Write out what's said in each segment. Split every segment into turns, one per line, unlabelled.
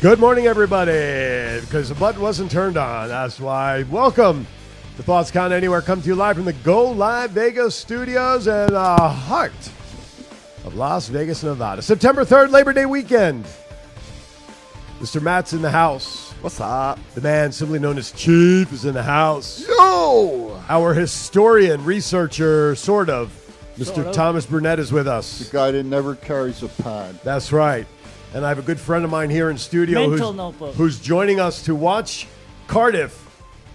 Good morning, everybody. Because the button wasn't turned on, that's why. Welcome to Thoughts Count Anywhere. Come to you live from the Go Live Vegas studios in the heart of Las Vegas, Nevada. September 3rd, Labor Day weekend. Mr. Matt's in the house.
What's up?
The man simply known as Chief is in the house.
Yo!
Our historian, researcher, sort of, Mr. Thomas Burnett is with us.
Guy that never carries a pad.
That's right. And I have a good friend of mine here in studio
Mental
who's,
notebook.
who's joining us to watch Cardiff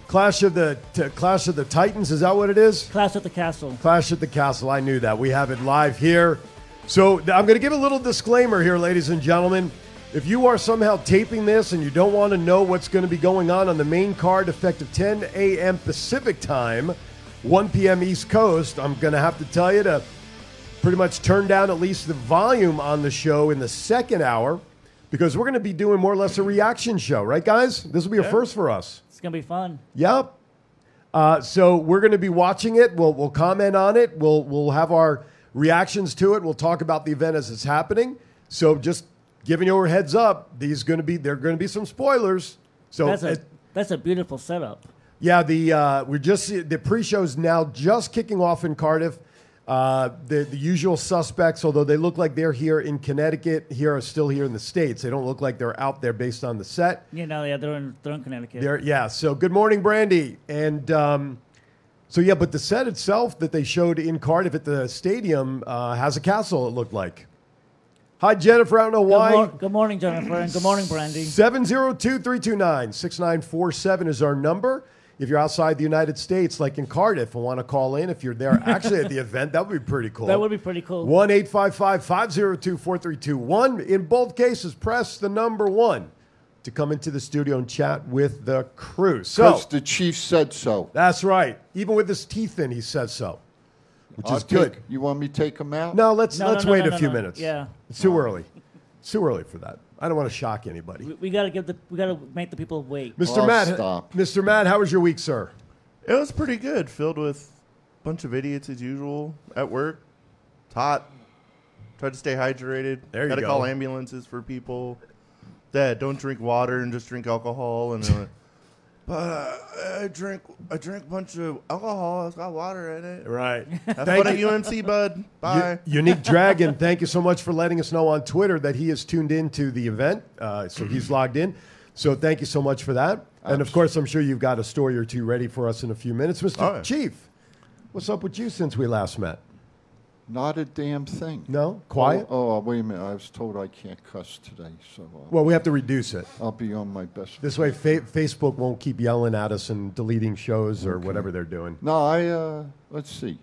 Clash of the t- Clash of the Titans. Is that what it is?
Clash at the Castle.
Clash at the Castle. I knew that. We have it live here. So th- I'm going to give a little disclaimer here, ladies and gentlemen. If you are somehow taping this and you don't want to know what's going to be going on on the main card effective 10 a.m. Pacific time, 1 p.m. East Coast, I'm going to have to tell you to pretty much turn down at least the volume on the show in the second hour because we're going to be doing more or less a reaction show, right, guys? This will be a first for us.
It's gonna be fun.
Yep. Uh, so we're going to be watching it. We'll we'll comment on it. We'll we'll have our reactions to it. We'll talk about the event as it's happening. So just giving you a heads up, these going to be there are going to be some spoilers. So
That's a
it-
that's a beautiful setup.
yeah, the uh, we're just the pre-show's now just kicking off in Cardiff. Uh, the the usual suspects, although they look like they're here in Connecticut, here are still here in the states. They don't look like they're out there based on the set.
You know, yeah, they're in, they're in Connecticut.
There, yeah. So good morning, Brandy, and um, so yeah. But the set itself that they showed in Cardiff at the stadium uh, has a castle. It looked like. Hi, Jennifer. I don't know
good,
why.
mor- good morning, Jennifer, and good morning, Brandy.
702-329-6947 is our number. If you're outside the United States, like in Cardiff, and want to call in, if you're there actually at the event, that would be pretty cool.
That would be pretty cool.
1 502 4321. In both cases, press the number one to come into the studio and chat with the crew. So
Because the chief said so.
that's right. Even with his teeth in, he says so, which
I'll
is good.
take- you want me to take him out?
No, let's,
No, no,
let's
no,
wait
no,
a
no,
few
no.
minutes.
Yeah.
It's too early. It's too early for that. I don't want to shock anybody.
We, we gotta give the we gotta make the people wait.
Mr.
Oh,
Matt,
stop.
Mr. Matt, how was your week, sir?
It was pretty good, filled with a bunch of idiots as usual at work. It's hot. Tried to stay hydrated.
There you
Had to
go.
call ambulances for people that don't drink water and just drink alcohol. And they're like, but uh, I drink I drink a bunch of alcohol. It's got water in it.
Right.
Have
Thank
fun
you.
at UNC, bud. Bye.
U- Unique Dragon, thank you so much for letting us know on Twitter that he is tuned into the event. Uh, so he's logged in. So thank you so much for that. And of course, I'm sure you've got a story or two ready for us in a few minutes. Mr.
Oh, yeah.
Chief, what's up with you since we last met?
Not a damn thing.
No? Quiet?
Oh, oh, wait a minute. I was told I can't cuss today, so uh,
Well, we have to reduce it.
I'll be on my best.
This way, fa- Facebook won't keep yelling at us and deleting shows or whatever they're doing.
No, I, uh, let's see.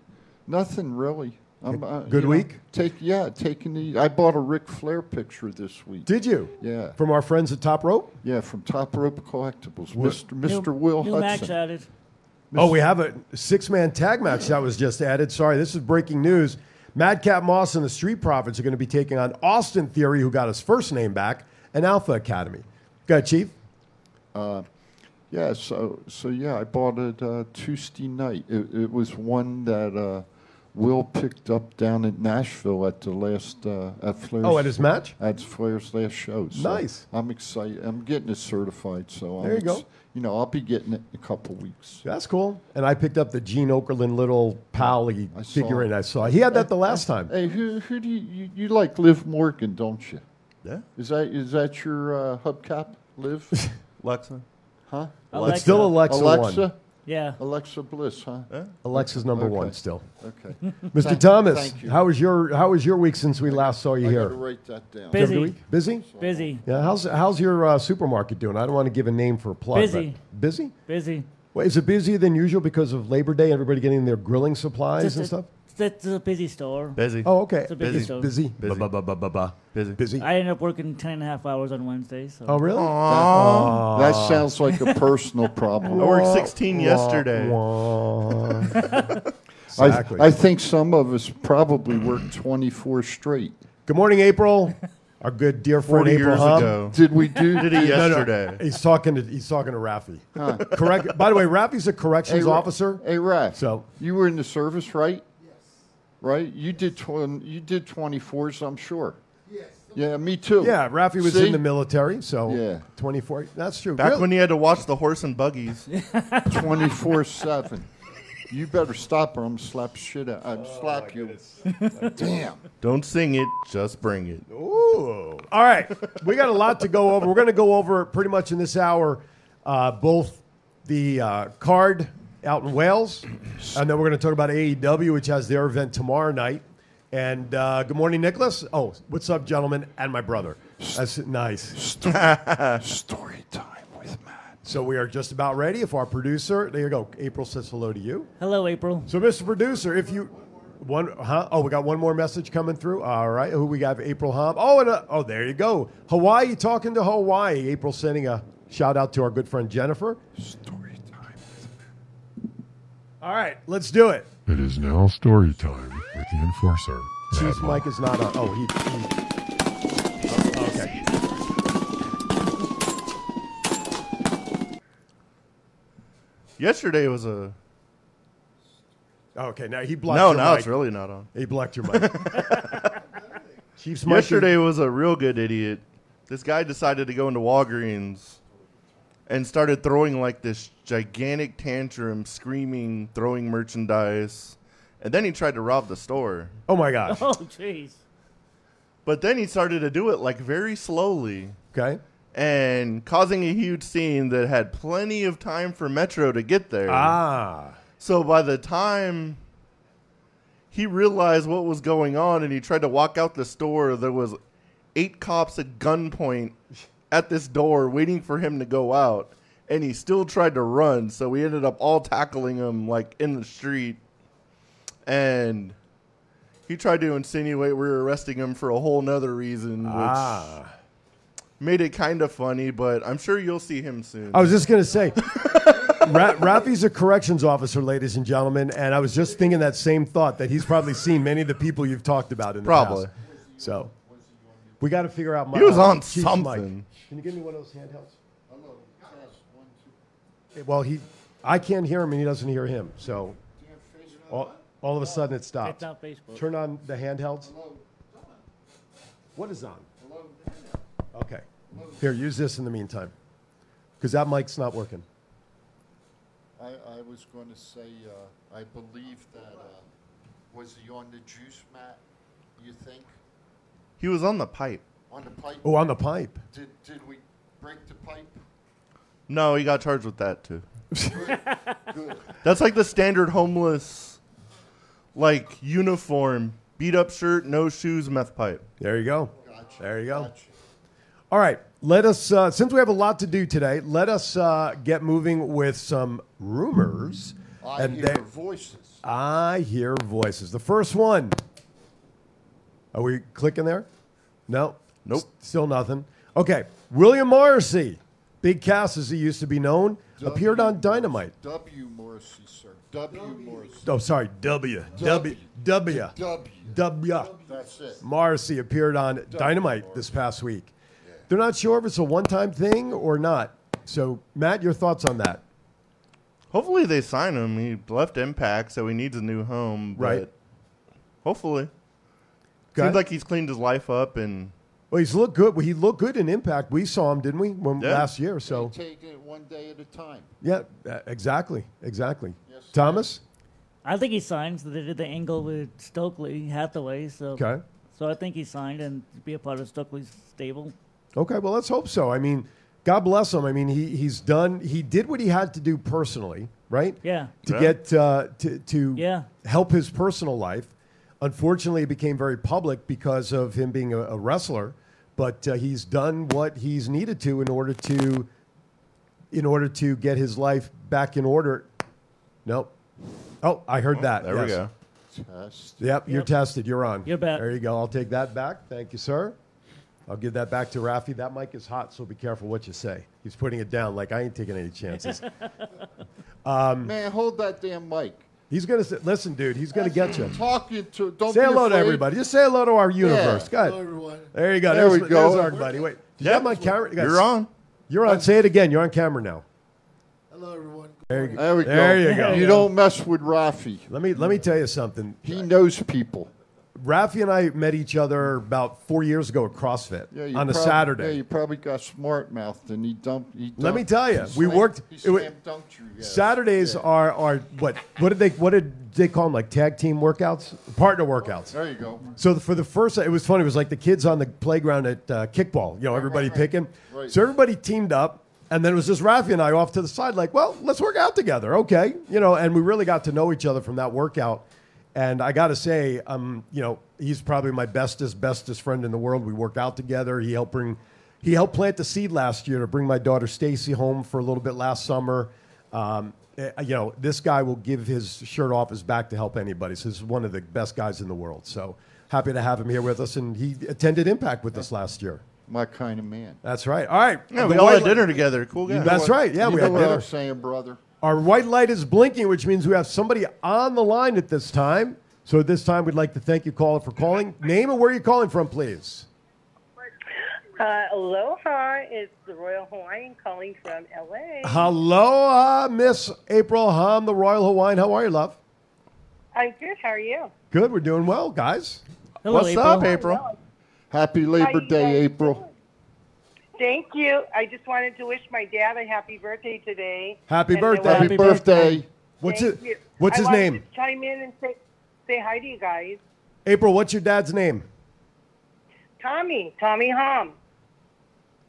Nothing really. I'm, uh,
Good
you know,
week?
take Yeah, taking the. I bought a Ric Flair picture this week.
Did you?
Yeah.
From our friends at Top Rope?
yeah, from Top Rope Collectibles.
What-
Mr. Mr. Will
new match
Hudson.
added.
Oh, we have a six man tag match that was just added. Sorry, this is breaking news. Madcap Moss and the Street Profits are going to be taking on Austin Theory, who got his first name back, and Alpha Academy. Go ahead, Chief.
Uh, Yeah, so so yeah, I bought it uh, Tuesday night. It, it was one that uh, Will picked up down in Nashville at the last uh, at Flair's.
Oh, at his match?
at Flair's last show. So
Nice.
I'm excited. I'm getting it certified, so
There
I'm
you go.
You know, I'll be getting it in a couple weeks.
That's cool. And I picked up the Gene Okerlund little pally
I saw.
figurine I saw. He had that the last time.
Hey, who who do you, you you like? Liv Morgan, don't you?
Yeah.
Is that is that your uh, hubcap, Liv?
Alexa.
huh?
Alexa.
It's still Alexa, one.
Alexa,
Yeah.
Alexa Bliss, huh?
Yeah.
Alexa's number
Okay.
one still.
Okay.
Mr.
Thank-
Thomas,
thank you.
how was your how was your week since we last saw you
I
here?
gotta write that down.
Did you have a
Busy.
good week? Busy.
Busy.
Yeah. How's how's your uh, supermarket doing? I don't want to give a name for a plug. but-
Busy.
Busy.
Busy.
Well, is it busier than usual because of Labor Day? Everybody getting their grilling supplies and
Just a-
stuff.
That's a busy store.
Busy.
Oh, okay.
It's a busy store.
busy.
Busy.
Ba, ba, ba, ba, ba.
Busy.
Busy.
I ended up working 10 and a half hours on Wednesday, so
oh, really?
That, that sounds like a personal problem.
I worked 16 yesterday.
Wah. exactly.
I, I think some of us probably worked 24 straight.
Good morning, April. Our good dear friend
40
April
years
Hum.
ago.
Did we do?
Did it
No, no,
yesterday.
He's talking to he's talking to Rafi. Correct. By the way, Rafi's a corrections
Ra-
officer.
Hey, Raf.
So-
you were in the service, right? Yes. Right. You did twen- You did 24s, I'm sure.
Yes,
Yeah, me too.
Yeah, Rafi was
See?
in the military, so
Yeah.
24. That's true.
Back
Really?
when you had to watch the horse and buggies.
24 7. You better stop or I'm slap shit out. I'm slap you. Damn.
Don't sing it, just bring it.
Ooh. All right. We got a lot to go over. We're going to go over pretty much in this hour uh, both the uh, card out in Wales, and then we're going to talk about AEW, which has their event tomorrow night. And uh, good morning, Nicholas. Oh, what's up, gentlemen, and my brother. That's nice.
Story time with Matt.
So we are just about ready. If our producer, there you go. April says hello to you.
Hello, April.
So, Mr. Producer, if you one, huh? Oh, we got one more message coming through. All right, who we got? April Hom. Oh, and uh, oh, there you go. Hawaii talking to Hawaii. April sending a shout out to our good friend Jennifer.
Story time with
All right, let's do it.
It is now story time with the Enforcer.
Chief
Madlock.
Mike is not on. Oh, he. he Oh, okay.
Yesterday was a
Oh, okay. Now he blocked.
no,
your
now
mic.
it's really not on.
He blocked your mic. Chief's Mike.
Yesterday was a real good idiot. This guy decided to go into Walgreens and started throwing like this gigantic tantrum, screaming, throwing merchandise, and then he tried to rob the store.
Oh my gosh.
Oh, jeez.
But then he started to do it like very slowly
Okay.
and causing a huge scene that had plenty of time for Metro to get there.
Ah.
So by the time he realized what was going on and he tried to walk out the store, there was eight cops at gunpoint at this door waiting for him to go out, and he still tried to run. So we ended up all tackling him like in the street, and he tried to insinuate we were arresting him for a whole nother reason, which
Ah.
made it kind of funny. But I'm sure you'll see him soon.
I was just going to say, Ra- Rafi's a corrections officer, ladies and gentlemen, and I was just thinking that same thought that he's probably seen many of the people you've talked about in the
Probably.
past. So we got to figure out. My,
He was on
Chief's
something.
mic. Can you give me one of those handhelds? Okay, Well, he, I can't hear him, and he doesn't hear him. So all, all of a sudden, it
It's
stopped.
not Facebook.
Turn on the handhelds. What is on? Okay. Here, use this in the meantime, because that mic's not working.
I, I was going to say, uh, I believe that, uh, was he on the juice, Matt? You think?
he was on the pipe.
On the pipe?
Oh, on the pipe.
Did, did we break the pipe?
No, he got charged with that too.
Good.
That's like the standard homeless, like uniform, beat up shirt, no shoes, meth pipe.
There you go.
Gotcha.
There you go.
Gotcha.
All right. Let us, uh, since we have a lot to do today, let us uh, get moving with some rumors.
I hear
they-
voices.
I hear voices. The first one. Are we clicking there? No.
Nope.
S- still nothing. Okay. William Morrissey, Big Cass as he used to be known, appeared on Dynamite.
W. Morrissey, sir. W. Morrissey.
Oh, sorry. W. W. W.
W.
W.
That's it.
Morrissey appeared on Dynamite this past week. They're not sure if it's a one time thing or not. So, Matt, your thoughts on that?
Hopefully they sign him. He left Impact, so he needs a new home. but
Right.
Hopefully.
Okay.
Seems like he's cleaned his life up and
well, he's looked good. He looked good in Impact. We saw him, didn't we, when,
Yeah.
last year?
So
So,
take it one day at a time.
yeah, uh, exactly, exactly.
Yes, sir.
Thomas,
I think he signed. So they did the angle with Stokely Hathaway. So
okay,
So I think he signed and be a part of Stokely's stable.
okay. Well, let's hope so. I mean, God bless him. I mean, he he's done. He did what he had to do personally, right?
Yeah.
to
Yeah.
get uh, to to
Yeah.
help his personal life. Unfortunately, it became very public because of him being a, a wrestler. But uh, he's done what he's needed to in order to in order to get his life back in order. Nope. Oh, I heard that.
there we
Yes.
go.
Test.
Yep, you're
Yep.
tested. You're on.
You bet.
There you go. I'll take that back. Thank you, sir. I'll give that back to Rafi. That mic is hot, so be careful what you say. He's putting it down like I ain't taking any chances. Um,
Man, hold that damn mic.
he's gonna say, listen, dude. He's gonna get you.
Talking to. Don't
Say
be
hello to
afraid.
everybody. Just say hello to our
Yeah.
universe. Go ahead.
Hello, everyone.
There you go.
There
there's,
we go.
There's our buddy. Wait. Did you
Yeah.
have my camera? You guys-
You're on.
You're on. Say it again. You're on camera now.
Hello, everyone.
There you go.
There we go.
There you go.
You don't mess with Rafi.
Let me let me tell you something.
He knows people.
Rafi and I met each other about four years ago at CrossFit
Yeah, you
on a
prob-
Saturday.
Yeah, you probably got smart mouthed and he dumped. He
Let me
dumped-
tell ya,
he
we
slam-
worked-
He
it wa-
slam dunked you. yeah.
Saturdays are are what what did they what did they call them like tag team workouts partner workouts.
There you go.
So the, for the first, it was funny. It was like the kids on the playground at uh, kickball. You know, everybody
right, right.
picking.
Right.
So everybody teamed up, and then it was just Rafi and I off to the side, like, well, let's work out together, okay? You know, and we really got to know each other from that workout. And I got to say, um, you know, he's probably my bestest, bestest friend in the world. We work out together. He helped bring, he helped plant the seed last year to bring my daughter Stacy home for a little bit last summer. Um, eh, you know, this guy will give his shirt off his back to help anybody. So he's one of the best guys in the world. So happy to have him here with us. And he attended Impact with us last year.
My kind of man.
That's right. All right.
Yeah,
The
we all
white
had
li-
dinner together. Cool guy.
That's right. Yeah, we
you know
had
what
dinner.
I'm saying, brother.
Our white light is blinking, which means we have somebody on the line at this time. So at this time, we'd like to thank you, caller, for calling. Name and where you're calling from, please.
Uh, aloha, it's the Royal Hawaiian calling from LA.
Hello, Miss April Hom, the Royal Hawaiian. How are you, love?
I'm good. How are you?
Good. We're doing well, guys.
Hello,
What's
April.
up, April?
Well,
Happy
how
Labor
you
Day,
guys
April.
doing? Thank you. I just wanted to wish my dad a happy birthday today.
Happy
I
birthday.
wanted-
Happy,
Happy
birthday.
birthday.
What's
thank
it?
you.
What's
I
his
wanted
name?
to chime in and say, say hi to you guys.
April. What's your dad's name?
Tommy, Tommy Hom.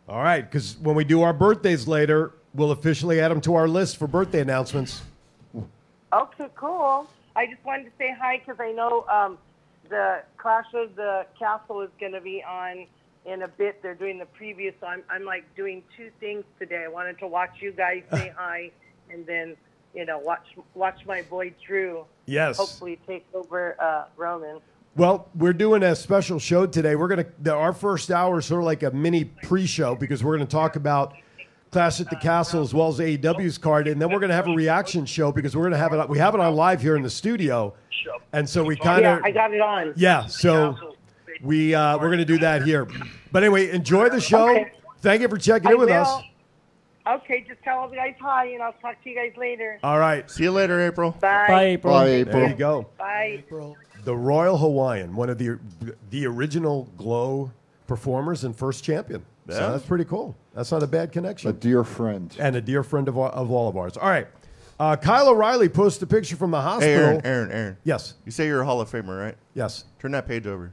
All right, because when we do our birthdays later, we'll officially add him to our list for birthday announcements.
Okay, cool. I just wanted to say hi because I know um, the Clash of the Castle is going to be on in a bit. They're doing the preview, so I'm, I'm like doing two things today. I wanted to watch you guys say hi, and then you know watch watch my boy Drew
Yes.
hopefully take over uh, Roman.
Well, we're doing a special show today. We're gonna the, our first hour is sort of like a mini pre-show because we're gonna talk about Clash at the Castle as well as AEW's card, and then we're gonna have a reaction show because we're gonna have it. We have it on live here in the studio, and so we kind
Yeah,
of
I got it on.
yeah. So we uh, we're gonna do that here. But anyway, enjoy the show.
Okay.
Thank you for checking
I
in with
will.
us.
Okay, just tell all the guys hi, and I'll talk to you guys later.
All right,
See you later, April.
Bye.
Bye, April.
Bye,
there you
April.
go.
Bye.
The Royal Hawaiian, one of the the original Glow performers and first champion. So
Yeah.
that's pretty cool. That's not a bad
A
connection.
dear friend.
and a dear friend of all, of all of ours. All right. Uh, Kyle O'Reilly posted a picture from the
Hey,
hospital.
Aaron, Aaron, Aaron.
Yes.
You say you're a Hall of Famer, right?
Yes.
Turn that page over.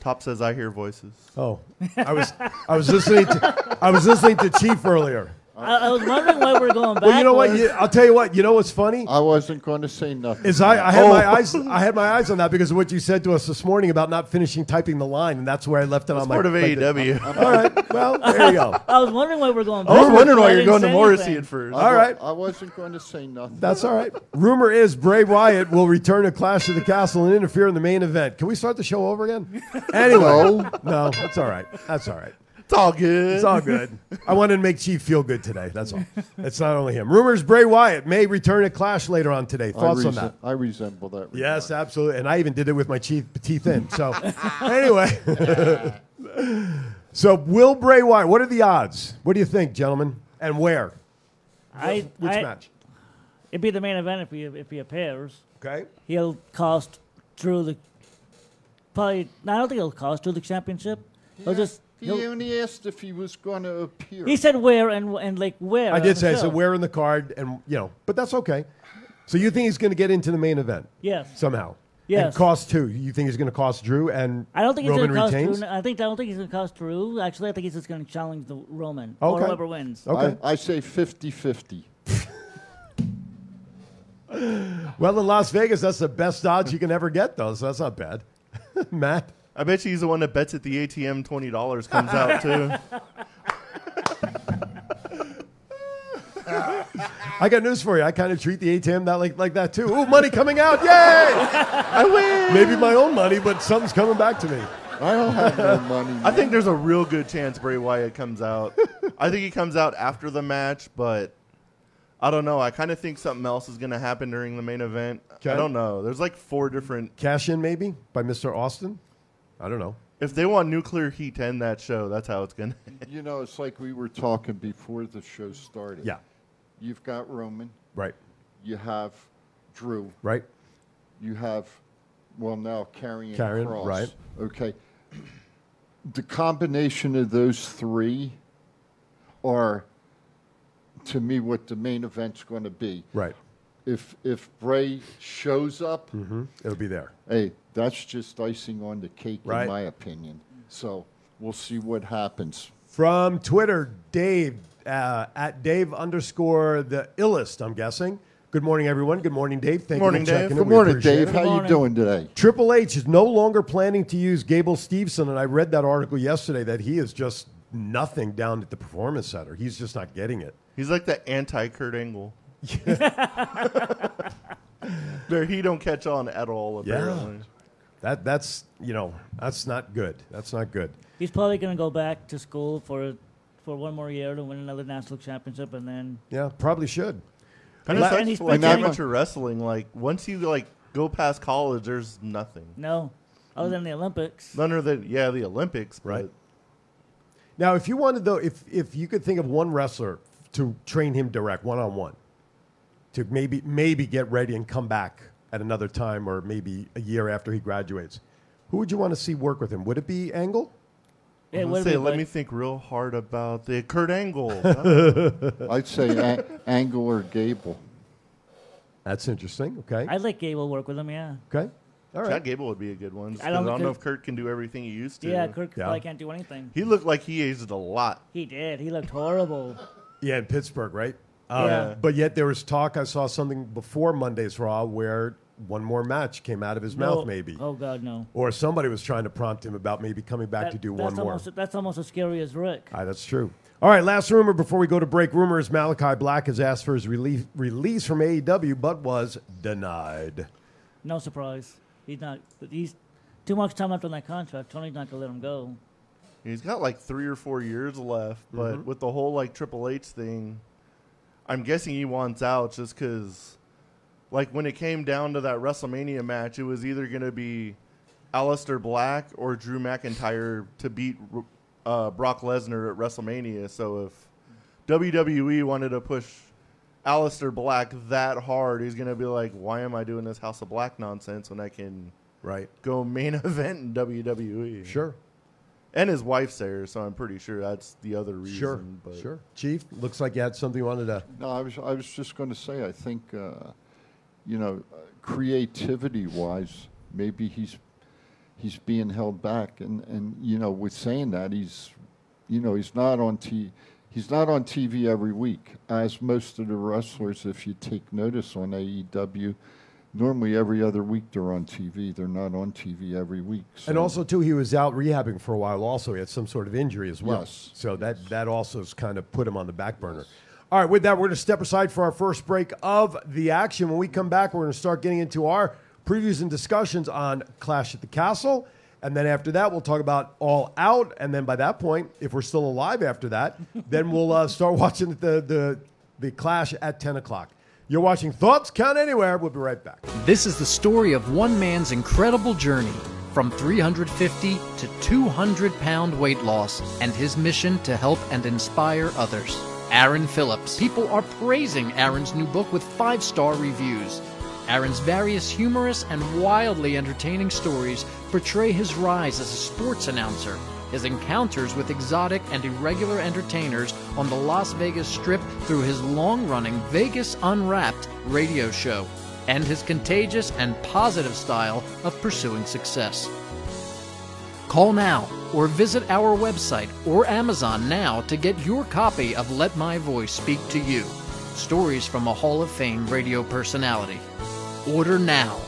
Top says, I hear voices.
Oh, I was I was listening to I was listening to Chief earlier.
I, I was wondering why we're going back.
Well, you know what? You, I'll tell you what. You know what's funny
I wasn't going to say nothing.
is I, I had
Oh.
my eyes I had my eyes on that because of what you said to us this morning about not finishing typing the line, and that's where I left it on my.
Part of E
my-
AEW.
All right. Well, there you go. Oh,
I was wondering why we're going back.
I was wondering
I
why you're
didn't
going to
say
Morrissey
anything.
at first.
All right.
I wasn't going to say nothing.
That's all right. Rumor is Bray Wyatt will return to Clash of the Castle and interfere in the main event. Can we start the show over again? Anyway, no, no, that's all right. That's all right.
It's all good.
It's all good. I wanted to make Chief feel good today. That's all. It's not only him. Rumors Bray Wyatt may return to Clash later on today.
I
Thoughts on
resen-
that?
I resemble that.
Yes,
remark.
absolutely. And I even did it with my teeth, teeth in. So, anyway. so, will Bray Wyatt, what are the odds? What do you think, gentlemen? And where?
I,
Which
I-
match?
It'd be the main event if he if he appears.
Okay.
He'll cost Drew the probably. No, I don't think he'll cost Drew the championship. He'll just.
He
he'll-
only asked if he was going to appear.
he said where and and like where.
I
on
did
the
say, I
show.
said, where in the card? And, you know, but that's okay. So you think he's going to get into the main event
Yes.
somehow? And
Yes.
cost two. You think he's going to cost Drew and
I don't think he's
Roman
gonna cost
retains?
Drew. I think I don't think he's gonna cost Drew. Actually, I think he's just gonna challenge the Roman
Okay.
or whoever wins.
Okay.
I, I say 50 50.
well, in Las Vegas, that's the best odds you can ever get, though. So that's not bad. Matt?
I bet you he's the one that bets at the ATM $20 comes out, too.
I got news for you. I kind of treat the ATM that like, like that too. Ooh, money coming out! Yay! I win. Maybe my own money, but something's coming back to me.
I don't have no money.
I think there's a real good chance Bray Wyatt comes out. I think he comes out after the match, but I don't know. I kind of think something else is going to happen during the main event.
Okay.
I don't know. There's like four different.
Cash in maybe by Mr. Austin. I don't know.
If they want nuclear heat to end that show, that's how it's going to.
You know, it's like we were talking before the show started.
Yeah.
You've got Roman,
Right.
you have Drew,
Right.
you have, well, now Carrion
Carrion,
Cross.
right.
Okay. The combination of those three are, to me, what the main event's going to be.
Right.
If if Bray shows up,
hmm It'll be there.
hey, that's just icing on the cake,
Right.
in my opinion. So we'll see what happens.
From Twitter, Dave uh, at Dave underscore the illest. I'm guessing. Good morning, everyone. Good morning, Dave. Thank
Morning,
you for
Dave.
checking in.
Good
We
morning,
appreciate
Dave.
it.
How
Morning.
you doing today?
Triple H is no longer planning to use Gable Steveson, and I read that article yesterday that he is just nothing down at the Performance Center. He's just not getting it.
He's like the anti Kurt Angle. Where he don't catch on at all.
Yeah.
Apparently,
That that's you know that's not good. That's not good.
He's probably going to go back to school for for one more year to win another national championship, and then
Yeah, probably should.
kind of
And
sucks
he's
for like
been getting-
amateur wrestling. Like once you like go past college, there's nothing.
no, other than the Olympics.
None of the yeah the Olympics, but
Right. Now, if you wanted though, if if you could think of one wrestler to train him direct one on one, to maybe maybe get ready and come back at another time or maybe a year after he graduates, who would you want to see work with him? Would it be Angle?
It
I'm
would
gonna say,
be,
let
but
me think real hard about the Kurt Angle.
I'd say a- Angle or Gable.
That's interesting. Okay.
I'd like Gable work with him. Yeah,
okay. All
Chad
right.
Gable would be a good one. just
I
'cause I
don't
don't,
think
know
Kurt-
if Kurt can do everything he used to.
yeah. Kirk
Yeah.
probably can't do anything.
He looked like he aged a lot.
He did. He looked horrible.
Yeah, in Pittsburgh, right? Um,
Yeah.
But yet there was talk. I saw something before Monday's Raw where one more match came out of his
No.
mouth, maybe.
Oh God, no.
Or somebody was trying to prompt him about maybe coming back to do one
that's
more.
Almost, that's almost as scary as Rick.
Ah, that's true. All right, last rumor before we go to break. Rumor is Malachi Black has asked for his relief, release from AEW, but was denied.
No surprise. He's not. He's too much time left on that contract. Tony's not gonna let him go.
He's got like three or four years left, but
Mm-hmm.
with the whole like Triple H thing, I'm guessing he wants out just because, like, when it came down to that WrestleMania match, it was either going to be Aleister Black or Drew McIntyre to beat uh, Brock Lesnar at WrestleMania. So if WWE wanted to push Aleister Black that hard, he's going to be like, why am I doing this House of Black nonsense when I can
Right.
go main event in E?" WWE?
Sure.
And his wife's there, so I'm pretty sure that's the other reason.
Sure.
but
Sure. Chief, looks like you had something you wanted to.
No, I was, I was just going to say, I think, uh, you know, creativity wise, maybe he's he's being held back, and and you know, with saying that, he's, you know, he's not on t he's not on TV every week, as most of the wrestlers, if you take notice on AEW. Normally, every other week they're on TV. They're not on TV every week. So
And also, too, he was out rehabbing for a while. Also, he had some sort of injury as well.
Yes.
So that that also has kind of put him on the back burner. All right, with that, we're going to step aside for our first break of the action. When we come back, we're going to start getting into our previews and discussions on Clash at the Castle. And then after that, we'll talk about All Out. And then by that point, if we're still alive after that, then we'll uh, start watching the, the, the Clash at 10 o'clock. You're watching Thoughts Count Anywhere. We'll be right back.
This is the story of one man's incredible journey from 350 to 200 pound weight loss and his mission to help and inspire others. Aaron Phillips. People are praising Aaron's new book with five star reviews. Aaron's various humorous and wildly entertaining stories portray his rise as a sports announcer, his encounters with exotic and irregular entertainers on the Las Vegas Strip through his long running Vegas Unwrapped radio show, and his contagious and positive style of pursuing success. Call now or visit our website or Amazon now to get your copy of Let My Voice Speak to You Stories from a Hall of Fame radio personality. Order now.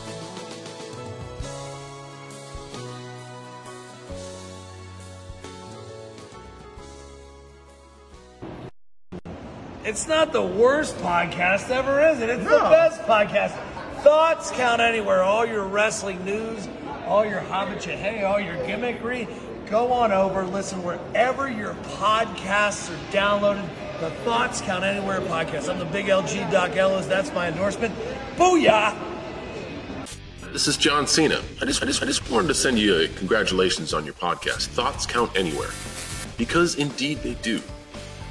It's not the worst podcast ever, is it? It's the
No.
best podcast. Thoughts count anywhere. All your wrestling news, all your hobbitcha, all your gimmickry. Go on over, listen wherever your podcasts are downloaded. The Thoughts Count Anywhere podcast. I'm the big LG Doc Ellis. That's my endorsement. Booyah!
This is John Cena. I just, I just, I just wanted to send you a congratulations on your podcast. Thoughts count anywhere, because indeed they do.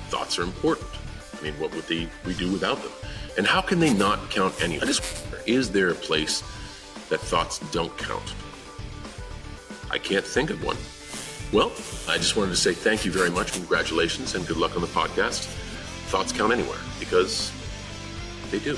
Thoughts are important. I mean, what would they we do without them? And how can they not count anywhere? I just is there a place that thoughts don't count? I can't think of one. Well, I just wanted to say thank you very much, congratulations, and good luck on the podcast. Thoughts count anywhere because they do.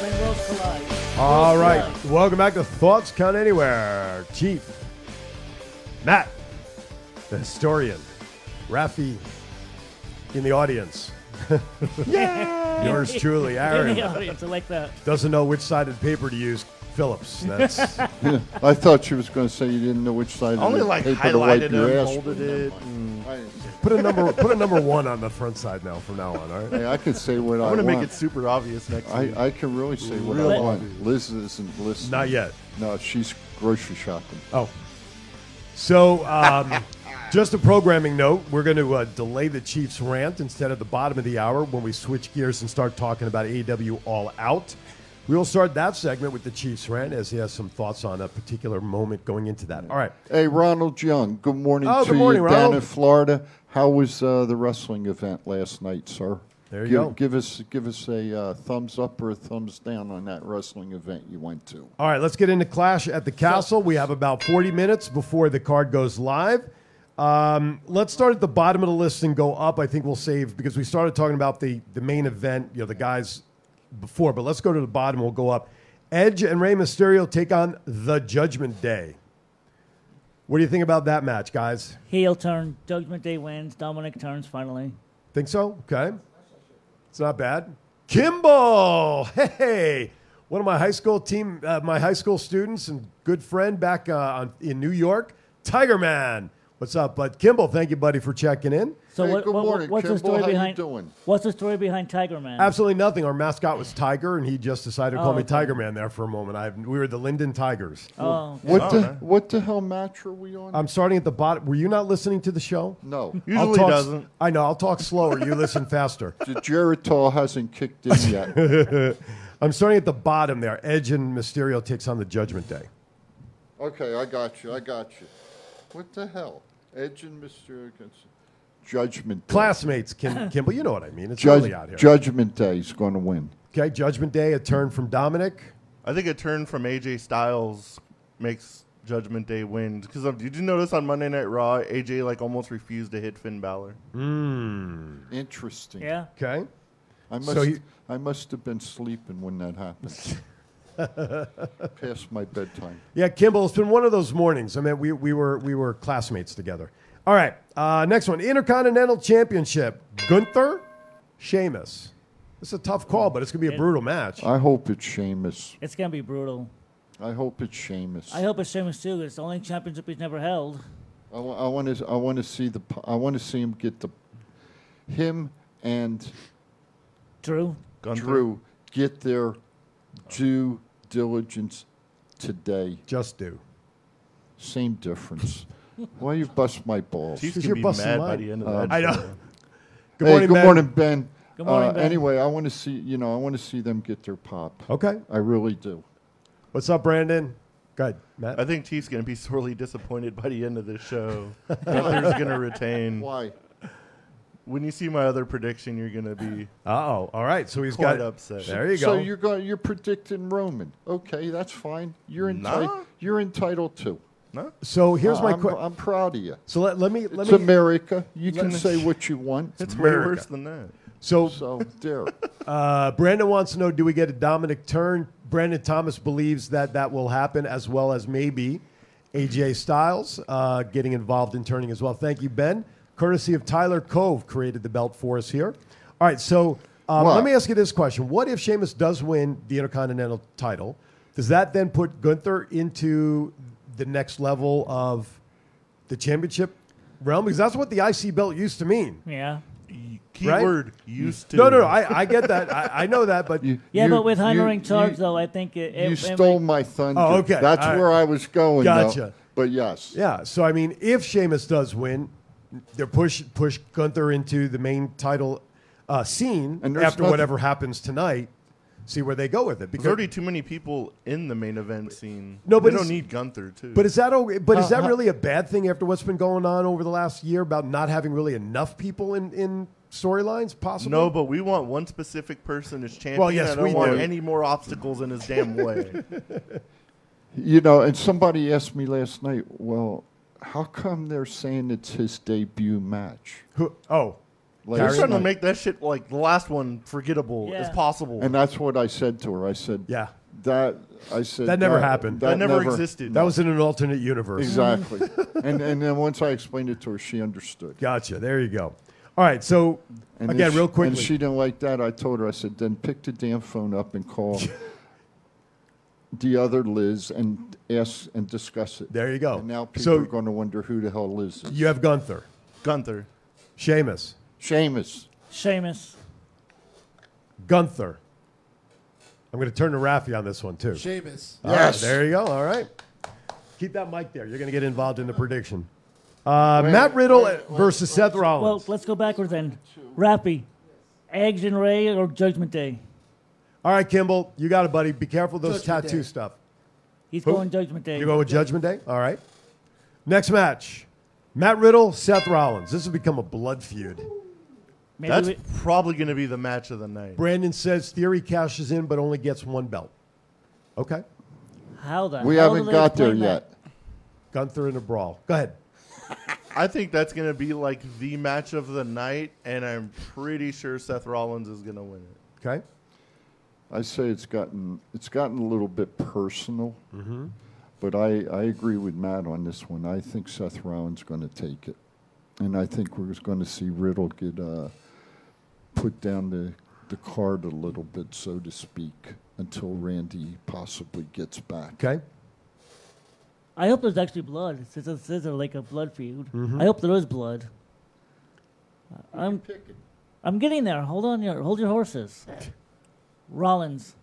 When worlds collide.
All
Worlds
right.
collide.
Welcome back to Thoughts Count Anywhere. Chief, Matt, the historian, Rafi in the audience. yeah. Yours truly,
In the
Aaron.
audience, I like that.
Doesn't know which sided paper to use. Phillips. That's
I thought she was going to say you didn't know which side
Only
of the
like
paper to wipe
highlighted
your
it,
ass
folded
with.
it.
I didn't say-
put a number put a number one on the front side now from now on, all right?
Hey, I could say what
I'm
I
gonna make it
want.
super obvious next week.
I, I can really say what
Really?
I want. Liz isn't listening.
Not yet.
No, she's grocery shopping.
Oh. So, um, just a programming note we're going to uh, delay the Chiefs rant instead of the bottom of the hour when we switch gears and start talking about AEW All Out. We'll start that segment with the Chiefs rant as he has some thoughts on a particular moment going into that. All right.
Hey, Ronald Young. Good morning
Oh,
to
good morning,
you
Ronald.
down in Florida. How was uh, the wrestling event last night, sir?
There you
give,
go.
Give us give us a uh, thumbs up or a thumbs down on that wrestling event you went to.
All right, let's get into Clash at the Castle. We have about 40 minutes before the card goes live. Um, let's start at the bottom of the list and go up. I think we'll save because we started talking about the, the main event, you know, the guys before, but let's go to the bottom. We'll go up. Edge and Rey Mysterio take on the Judgment Day. What do you think about that match, guys?
Heel turn. Judgment Day wins. Dominic turns finally.
Think so? Okay. It's not bad. Kimball! Hey! One of my high school team, uh, my high school students and good friend back uh, on, in New York, Tiger Man. What's up, bud? Kimball, thank you, buddy, for checking in.
So
Hey,
what,
good
what-
morning,
what's the
Kimball.
story
How you
behind?
doing?
What's the story behind Tiger Man?
Absolutely nothing. Our mascot was Tiger, and he just decided to call
Oh,
me
okay.
Tiger Man there for a moment. I, we were the Linden Tigers.
Oh,
What the what the hell match are we on?
I'm starting at the bottom. Were you not listening to the show?
no,
I'll
Usually
talk-
doesn't.
I know. I'll talk slower. You listen faster.
the Geritol hasn't kicked in yet.
I'm starting at the bottom there. Edge and Mysterio takes on the Judgment Day.
okay, I got you. I got you. What the hell? Edge and Mister against Judgment Day.
Classmates, Kim, Kimball, you know what I mean. It's
Judge,
early out here.
Judgment Day is going to win.
Okay, Judgment Day, a turn from Dominic.
I think a turn from AJ Styles makes Judgment Day win. Because did you notice on Monday Night Raw, AJ like almost refused to hit Finn Balor.
Interesting.
yeah.
Okay.
Hmm. I must,
So you-
I must have been sleeping when that happened. Past my bedtime.
Yeah, Kimball, it's been one of those mornings. I mean, we, we, were, we were classmates together. All right, uh, next one Intercontinental Championship. Gunther, Sheamus. It's a tough call, but it's going to be a brutal match.
I hope it's Seamus.
It's gonna be brutal.
I hope it's Seamus.
I hope it's Sheamus too. 'cause It's the only championship he's never held.
I, want to. I want to see the. p- I want to see him get the. Him and
Drew.
Gunther.
Drew get their due diligence today.
Just do.
Same difference. Why you bust my balls? Um,
Chiefs
Because
can
you're
be
busting
mad by
line.
the end of that.
I know.
show.
Good
hey,
morning,
good
Ben.
morning, Ben.
Good morning,
Uh,
Ben.
Anyway, I want to see. You know, I want to see them get their pop.
Okay.
I really do.
What's up, Brandon? Go ahead, Matt.
I think Chiefs gonna be sorely disappointed by the end of this show. Gunther's gonna retain.
Why?
When you see my other prediction, you're gonna be
Uh oh. All right, so he's
Quite
got.
upset.
There you
so
go.
you're going. You're predicting Roman. Okay, that's fine. You're entitled.
Nah.
You're entitled to.
no.
So here's my
I'm,
question.
I'm proud of you.
So let, let me. Let
It's
me
America. You can
me-
say what you want.
It's
America.
way worse than that.
so
so there.
Uh, Brandon wants to know: Do we get a Dominic turn? Brandon Thomas believes that that will happen, as well as maybe AJ Styles uh, getting involved in turning as well. Thank you, Ben. Courtesy of Tyler Cove, created the belt for us here. All right, so um,
What?
let me ask you this question: What if Sheamus does win the Intercontinental title? Does that then put Gunther into the next level of the championship realm? Because that's what the IC belt used to mean.
Yeah.
Keyword used to.
No, no, no. I, I get that. I, I know that, but
You-
Yeah,
you-
but with
you-
Honoring
you-
Charge though, I think it.
you
it- it
stole
might-
my thunder.
Oh, okay.
That's
All right.
where I was going. though.
Gotcha.
But yes.
Yeah. So I mean, if Sheamus does win, they're push push Gunther into the main title uh, scene
And
after
there's nothing-
whatever happens tonight. see where they go with it. Because
There's already too many people in the main event scene.
No, but
they don't
it's-
need Gunther too.
But is that okay? But is
Huh,
that
huh.
really a bad thing after what's been going on over the last year about not having really enough people in in storylines? Possible.
no, but we want one specific person as champion.
Well, yes,
I don't
we
want
do.
any more obstacles in his damn way.
You know, and somebody asked me last night, well, how come they're saying it's his debut match?
Who, oh,
Like,
They're
Very
trying to
much.
make that shit like the last one forgettable as
Yeah.
possible.
and uh, that's what I said to her. I said,
yeah.
that I said
That never happened.
that never, existed.
That was in an alternate universe.
Exactly. and and then once I explained it to her, she understood.
Gotcha. There you go. All right. So
And
again,
if-
real quickly.
And she didn't like that. I told her, I said, then pick the damn phone up and call the other Liz and ask and discuss it.
there you go.
And now people
so
are going to wonder who the hell Liz is.
you have Gunther,
Gunther.
Sheamus,
Seamus.
Sheamus.
Gunther. I'm going to turn to Rafi on this one too.
Sheamus.
All right,
Yes.
there you go. All right. Keep that mic there. You're going to get involved in the prediction. Uh, Matt Riddle versus Seth
Well,
Rollins.
let's go backwards then. Rappy, Eggs and Ray or Judgment Day?
All right, Kimball, you got it, buddy. Be careful of those
Judgment
tattoo
Day.
stuff.
He's
Who?
going Judgment Day.
You go with Judgment Day? All right. Next match Matt Riddle, Seth Rollins. This has become a blood feud.
Maybe
That's
we-
probably going to be the match of the night.
Brandon says Theory cashes in, but only gets one belt. Okay.
how the
We
hell do
haven't
they
got there
explain that?
yet.
Gunther in a brawl. Go ahead.
I think that's going to be like the match of the night, and I'm pretty sure Seth Rollins is going to win it.
Okay.
I say it's gotten it's gotten a little bit personal,
Mm-hmm.
but I, I agree with Matt on this one. I think Seth Rollins going to take it, and I think we're going to see Riddle get uh, put down the the card a little bit, so to speak, until Randy possibly gets back.
Okay.
I hope there's actually blood. It says, it says they're like a blood feud.
Mm-hmm.
I hope there is blood. I'm, I'm getting there. Hold on, your hold your horses. Rollins.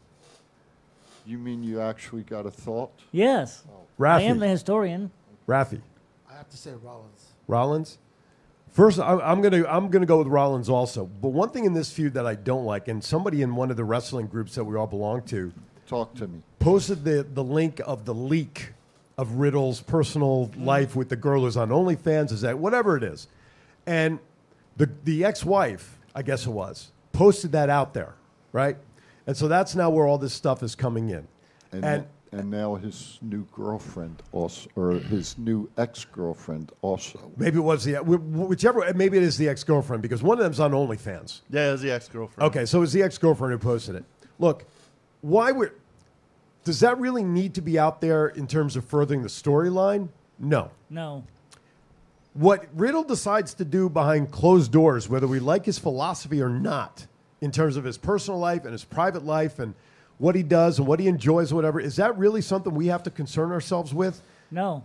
You mean you actually got a thought?
Yes,
Oh.
I am the
Rafi.
historian.
Rafi.
I have to say Rollins.
Rollins. First, I- I'm gonna I'm gonna go with Rollins also. But one thing in this feud that I don't like, and somebody in one of the wrestling groups that we all belong to
Talk to me.
posted the the link of the leak of Riddle's personal
Mm.
life with the girl who's on OnlyFans, is that whatever it is, and the the ex wife, I guess it was, posted that out there, right? And so that's now where all this stuff is coming in,
And
and
and now his new girlfriend also, or his new ex girlfriend also.
maybe it was the wh- whichever maybe it is the ex girlfriend because one of them's on OnlyFans.
Yeah, it was the ex girlfriend.
Okay, so it was the ex girlfriend who posted it. Look, why would does that really need to be out there in terms of furthering the storyline? No.
No,
What Riddle decides to do behind closed doors, whether we like his philosophy or not, in terms of his personal life and his private life and what he does and what he enjoys, whatever, is that really something we have to concern ourselves with?
no.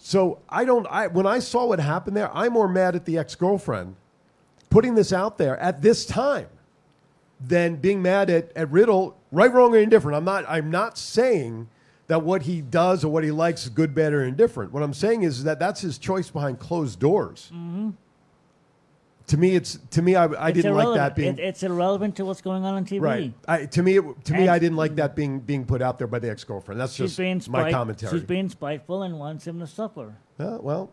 So I don't. I when I saw what happened there, I'm more mad at the ex girlfriend putting this out there at this time than being mad at, at Riddle. Right, wrong, or indifferent. I'm not. I'm not saying that what he does or what he likes is good, bad, or indifferent. What I'm saying is that that's his choice behind closed doors. To me, it's to me. I, I
Mm-hmm. It's
didn't like
irrelevant.
that being
It- it's irrelevant to what's going on on TV.
right. I, to me, it, to me,
And-
I didn't like that being being put out there by the ex girlfriend. That's
She's
just
being
my
spite-
commentary.
She's being spiteful and wants him to suffer.
Uh, well,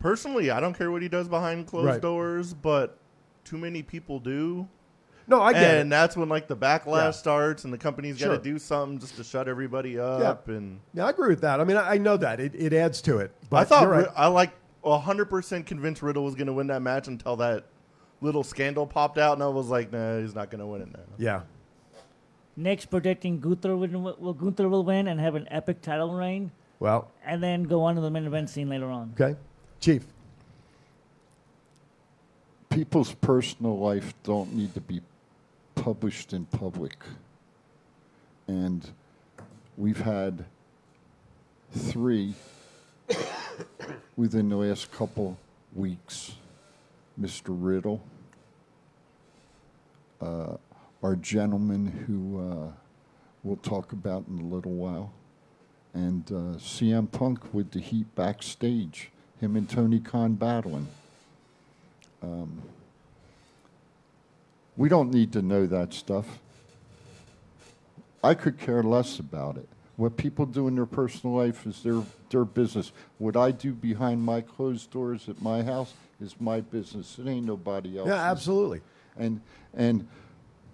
Personally, I don't care what he does behind closed
Right.
doors, but too many people do.
no, I get it.
And that's when like the backlash
Yeah.
starts and the company's
Sure.
got to do something just to shut everybody up and
Yeah, I agree with that. I mean, I, I know that it, it adds to it. But
I thought
you're right.
Ri- I like 100% convinced Riddle was going to win that match until that little scandal popped out and I was like, "Nah, he's not going to win it now."
yeah,
Next, predicting Gunther will, will Gunther will win and have an epic title reign,
well,
and then go on to the main event scene later on.
okay, Chief.
people's personal life don't need to be published in public. And we've had three within the last couple weeks. Mr. Riddle, uh, our gentleman who uh, we'll talk about in a little while, and uh, CM Punk with the heat backstage, him and Tony Khan battling. Um, We don't need to know that stuff. I could care less about it. What people do in their personal life is their, their business. What I do behind my closed doors at my house is my business. It ain't nobody else's.
Yeah, absolutely.
And and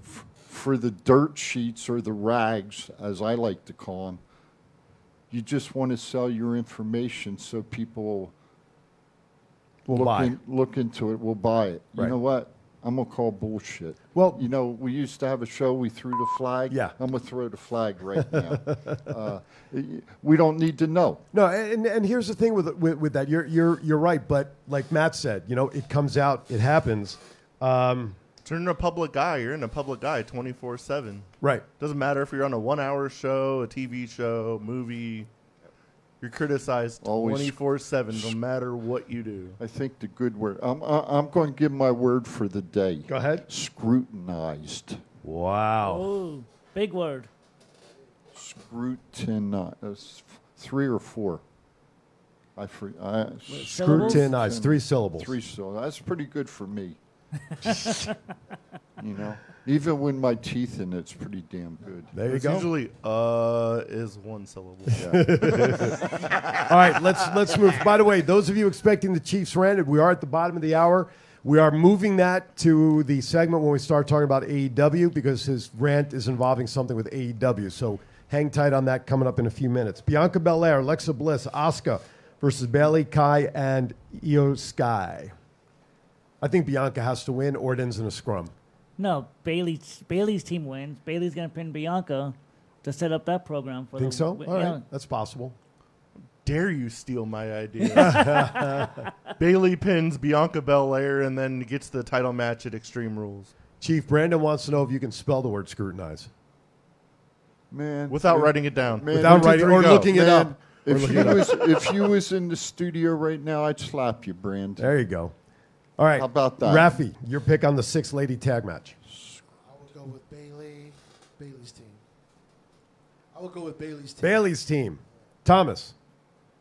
f- for the dirt sheets or the rags, as I like to call them, you just want to sell your information so people
Will
look,
buy.
in- look into it, will buy it.
Right.
You know what? I'm gonna call bullshit.
Well-
you know, we used to have a show. We threw the flag.
Yeah.
I'm gonna throw the flag right now. uh, we don't need to know.
No, and and here's the thing with with, with that. You're you're you're right, but like Matt said, you know, it comes out, it happens. Um,
Turn a public eye. You're in a public eye 24 7.
right.
Doesn't matter if you're on a one hour show, a TV show, movie. You're criticized
Always
24 7, no matter what you do.
I think the good word. I'm I- I'm going to give my word for the day.
Go ahead.
Scrutinized.
Wow.
Ooh, big word.
Scrutinized. Uh, s- three or four. I free. I,
syllables?
Scrutinized. Three syllables.
Three so that's pretty good for me. you know, even when my teeth in it's pretty damn good.
There you
It's
go.
usually uh is one syllable.
All right, let's let's move. By the way, those of you expecting the Chiefs rant, we are at the bottom of the hour. We are moving that to the segment when we start talking about AEW because his rant is involving something with AEW. So hang tight on that coming up in a few minutes. Bianca Belair, Alexa Bliss, Asuka versus Bailey, Kai, and Io Sky. I think Bianca has to win or it ends in a scrum.
No, Bailey's Bailey's team wins. Bailey's gonna pin Bianca to set up that program for
Think
the
so? All
wi-
right,
yeah.
that's possible.
Dare you steal my idea? Bailey pins Bianca Belair and then gets the title match at Extreme Rules
Chief Brandon wants to know if you can spell the word scrutinize.
Man,
without
it-
writing it down.
Man,
Without
One, two,
writing
three,
or
go.
looking it
Man,
up. Or
If
looking
you
it up.
was if you was in the studio right now, I'd slap you, Brandon.
There you go. All right.
How about that?
Rafi, your pick on the six lady tag match.
I would go with Bailey, Bailey's team. I would go with Bailey's team.
Bailey's team. Thomas,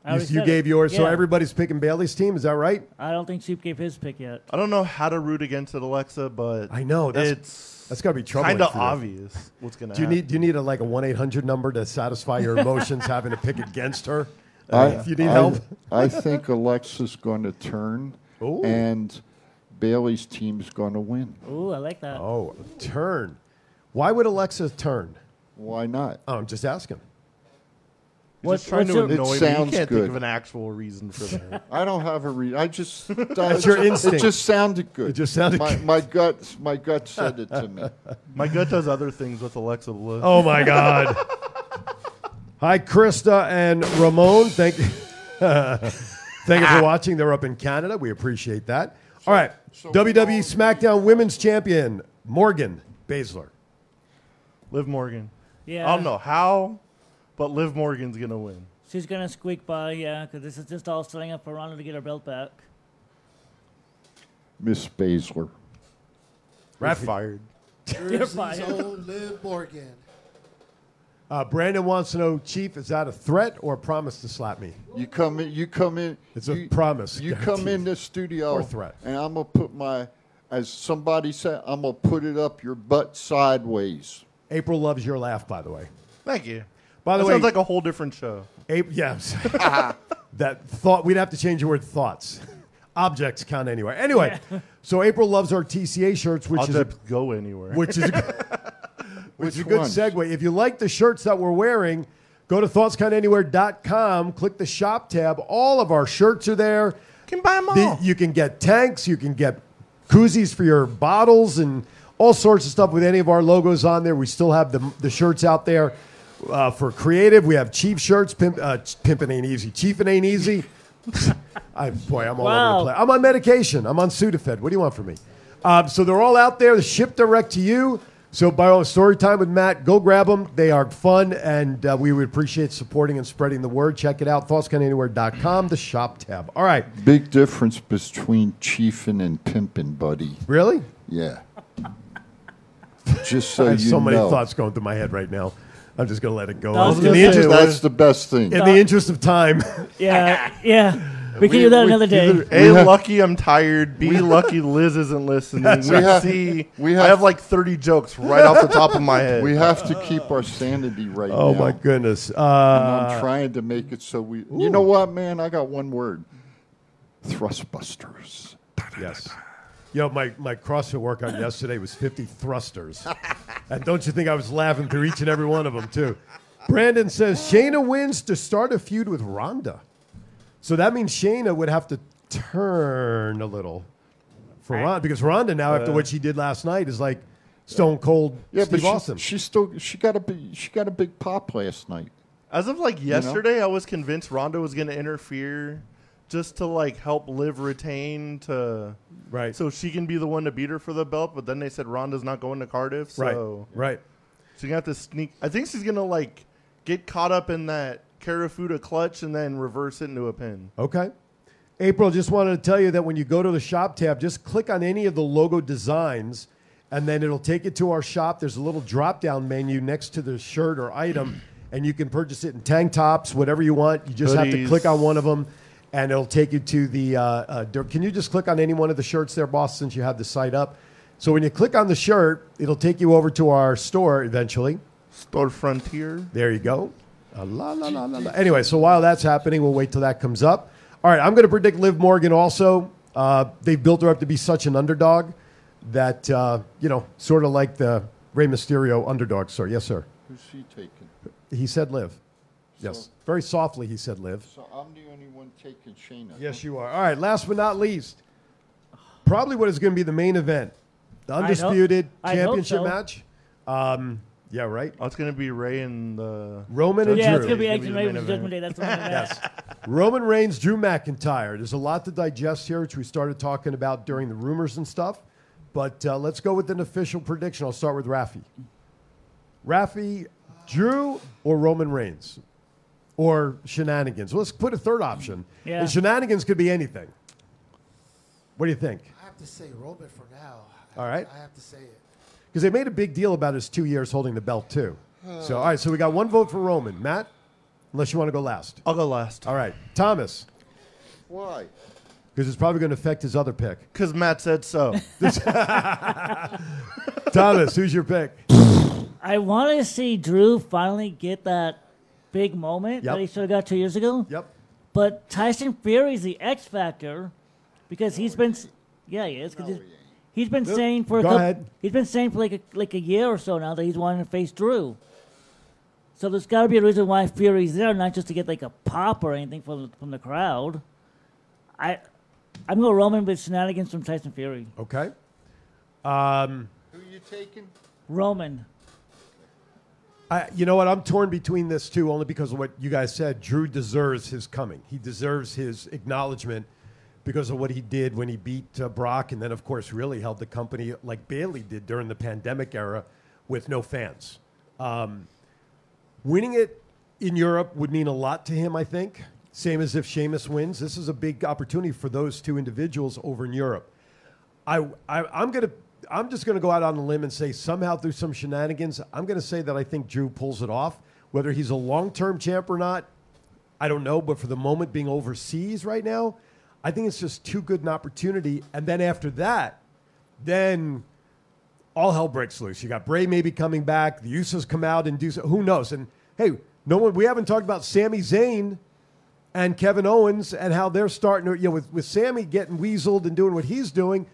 I
you,
already
you
said
gave
it.
yours. So
Yeah.
everybody's picking Bailey's team. Is that right?
I don't think Sheep gave his pick yet.
I don't know how to root against it, Alexa, but
I know, that's-
it's
That's got to be troubling.
kind of
for you.
obvious what's gonna
Do you
happen.
need, do you need a, like a 1 800 number to satisfy your emotions having to pick against her? Uh,
I,
if you need
I-
help?
I think Alexa's going to turn,
Ooh.
and Bailey's team's going to win.
Ooh, I like that.
Oh, turn. Why would Alexa turn?
Why not?
Oh, I'm just asking.
You're
What's-
just trying
what's
to
your- It
annoy me. You can't
sounds
think
good.
of an actual reason for that.
I don't have a re. I just
That's your
It
instinct.
just sounded good.
It just sounded
my,
good.
My gut, my gut said it to me.
My gut does other things with Alexa Bliss.
Oh, my God. Hi, Krista and Ramon. Thank you. Thank
Ah.
you for watching. They're up in Canada. We appreciate that. All right. WWE SmackDown Women's Champion, Morgan Baszler.
Liv Morgan.
Yeah.
I don't know how, but Liv Morgan's gonna win.
She's gonna squeak by, yeah, 'cause this is just all setting up for Ronda to get her belt back.
Miss Baszler.
You're
Rafi.
fired.
You're
He's
fired.
old Liv Morgan.
Uh, Brandon wants to know, Chief, is that a threat or a promise to slap me?
You come in. You come in.
It's a
you-
promise,
You come in
guaranteed.
the studio,
Or threat.
and I'm gonna put my, as somebody said, I'm gonna put it up your butt sideways.
April loves your laugh, by the way.
Thank you.
By the
that
way,
sounds like a whole different show.
April, yes. that thought, we'd have to change the word thoughts. Objects count anywhere. Anyway, so April loves our TCA shirts, which
I'll
is a
just go anywhere.
which is a, which is a
Which
good
ones?
segue. If you like the shirts that we're wearing, go to thoughtskindanywhere.com, click the shop tab. All of our shirts are there.
can buy them
The- you can get tanks, you can get koozies for your bottles, and all sorts of stuff with any of our logos on there. We still have the, the shirts out there. Uh, for creative, we have Chief shirts. Pimp, uh, Ch- pimpin' ain't easy. Chiefin' ain't easy. I, boy, I'm all
Wow.
over the place. I'm on medication. I'm on Sudafed. What do you want from me? Um, so they're all out there. shipped direct to you. So by all story time with Matt, go grab them. They are fun, and uh, we would appreciate supporting and spreading the word. Check it out, thoughtscananywhere.com, the shop tab. All right,
Big difference between chiefin' and pimpin', buddy.
really?
Yeah. Just
I
so
have
you
so many
know.
thoughts going through my head right now. I'm just gonna let it go.
That's
in the
just-
interest,
That's the best thing.
in the interest of time,
Yeah, yeah. We can do that another day.
A, lucky I'm tired. B, lucky Liz isn't listening.
That's
we
right.
see.
We
I
have-
have like 30 jokes right off the top of my head.
We have to keep our sanity right now.
Oh my goodness.
And
Uh,
I'm trying to make it so we. You know what, man? I got one word. Thrustbusters.
Yes. Yo, my, my CrossFit workout yesterday was 50 thrusters. and don't you think I was laughing through each and every one of them, too? Brandon says Shayna wins to start a feud with Ronda. So that means Shayna would have to turn a little for Ronda because Ronda now, after what she did last night, is like stone cold
Uh, Yeah,
Steve
but
Austin.
she, she still she got a big she got a big pop last night.
As of like yesterday, I was convinced Ronda was going to interfere just to like help Liv retain to
right.
so she can be the one to beat her for the belt. But then they said Ronda's not going to Cardiff,
right.
so
Right.
she's gonna have to sneak. I think she's gonna like get caught up in that Karafuda clutch and then reverse it into a pin.
Okay. April, just wanted to tell you that when you go to the shop tab, just click on any of the logo designs and then it'll take you to our shop. There's a little drop down menu next to the shirt or item, and you can purchase it in tank tops, whatever you want. You just have to
Hoodies.
click on one of them and it'll take you to the. Uh, uh, dir- can you just click on any one of the shirts there, boss, since you have the site up? So when you click on the shirt, it'll take you over to our store eventually.
Store Frontier.
There you go. Uh, la, la, la, la, la. Anyway, so while that's happening, we'll wait till that comes up. All right, I'm going to predict Liv Morgan also. Uh, they've built her up to be such an underdog that, uh, you know, sort of like the Rey Mysterio underdog story. Yes, sir.
Who's she taking?
He said Liv. Yes.
So-
Very softly, he said Liv.
So I'm the only one taking Shayna.
Yes, you are. All right, last but not least, probably what is going to be the main event the
hope-
Undisputed
I hope
Championship
so.
match. Um, yeah, right?
Oh, it's gonna be Ray and the
Roman and
yeah,
Drew.
it's gonna be
It's gonna be
Action
the
Ray
main
with Judgment
event.
Day. That's the main event.
Roman Reigns, Drew McIntyre. There's a lot to digest here, which we started talking about during the rumors and stuff. But uh, let's go with an official prediction. I'll start with Rafi. Rafi, Drew, or Roman Reigns? Or shenanigans? Let's put a third option.
Yeah.
And shenanigans could be anything. What do you think?
I have to say Roman for now.
All right.
I have to say it.
Because they made a big deal about his two years holding the belt, too. So, all right, so we got one vote for Roman. Matt, unless you want to go last.
I'll go last
All right, Thomas,
Why?
because it's probably going to affect his other pick.
because Matt said so.
Thomas, who's your pick?
I want to see Drew finally get that big moment
Yep.
that he should have got two years ago.
Yep.
But Tyson Fury's the X factor because he's been, s- yeah, he is. 'cause he's, he's been saying for a
Go
coup-
ahead.
he's been saying for like a, like a year or so now that he's wanting to face Drew. So there's got to be a reason why Fury's there, not just to get like a pop or anything from from the crowd. I, I'm going Roman with shenanigans from Tyson Fury.
Okay. Um,
Who you taking?
Roman.
I, you know what? I'm torn between this too, only because of what you guys said. Drew deserves his coming. He deserves his acknowledgement because of what he did when he beat uh, Brock, and then of course really held the company like Bailey did during the pandemic era with no fans. Um, winning it in Europe would mean a lot to him, I think. Same as if Sheamus wins. This is a big opportunity for those two individuals over in Europe. I, I I'm gonna I'm just gonna go out on a limb and say somehow through some shenanigans, I'm gonna say that I think Drew pulls it off. Whether he's a long term champ or not, I don't know. But for the moment, being overseas right now, I think it's just too good an opportunity. And then after that, then all hell breaks loose. You got Bray maybe coming back. The Usos come out and do so. Who knows? And hey, no one. We haven't talked about Sami Zayn and Kevin Owens and how they're starting to, you know, with, with Sammy getting weaseled and doing what he's doing,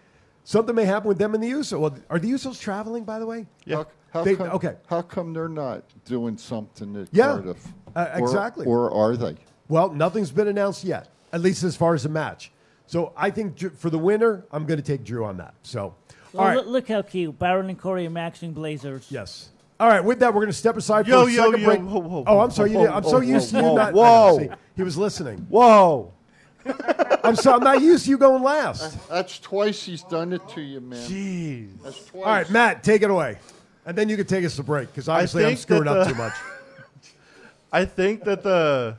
something may happen with them and the Usos. Well, are the Usos traveling, by the way?
How, how
They-
come,
okay.
How come they're not doing something at
Yeah,
Cardiff?
uh,
Or-
exactly.
Or, are they?
Well, nothing's been announced yet, at least as far as the match. So I think Dr- for the winner, I'm going to take Drew on that. So, all
Oh,
right.
look, look how cute Baron and Corey are matching Blazers.
Yes. All right. With that, we're going to step aside
Yo,
for a
yo,
second
yo,
break.
whoa, whoa,
oh, I'm sorry. You
whoa,
did, I'm
whoa,
so used to you
whoa,
not.
whoa.
See, he was listening.
Whoa,
I'm so I'm not used to you going last.
Uh, That's twice he's done it to you, man.
jeez.
That's twice.
All right, Matt, take it away, and then you can take us to break because obviously I'm
think
screwing
that
up
the-
too much.
I think that the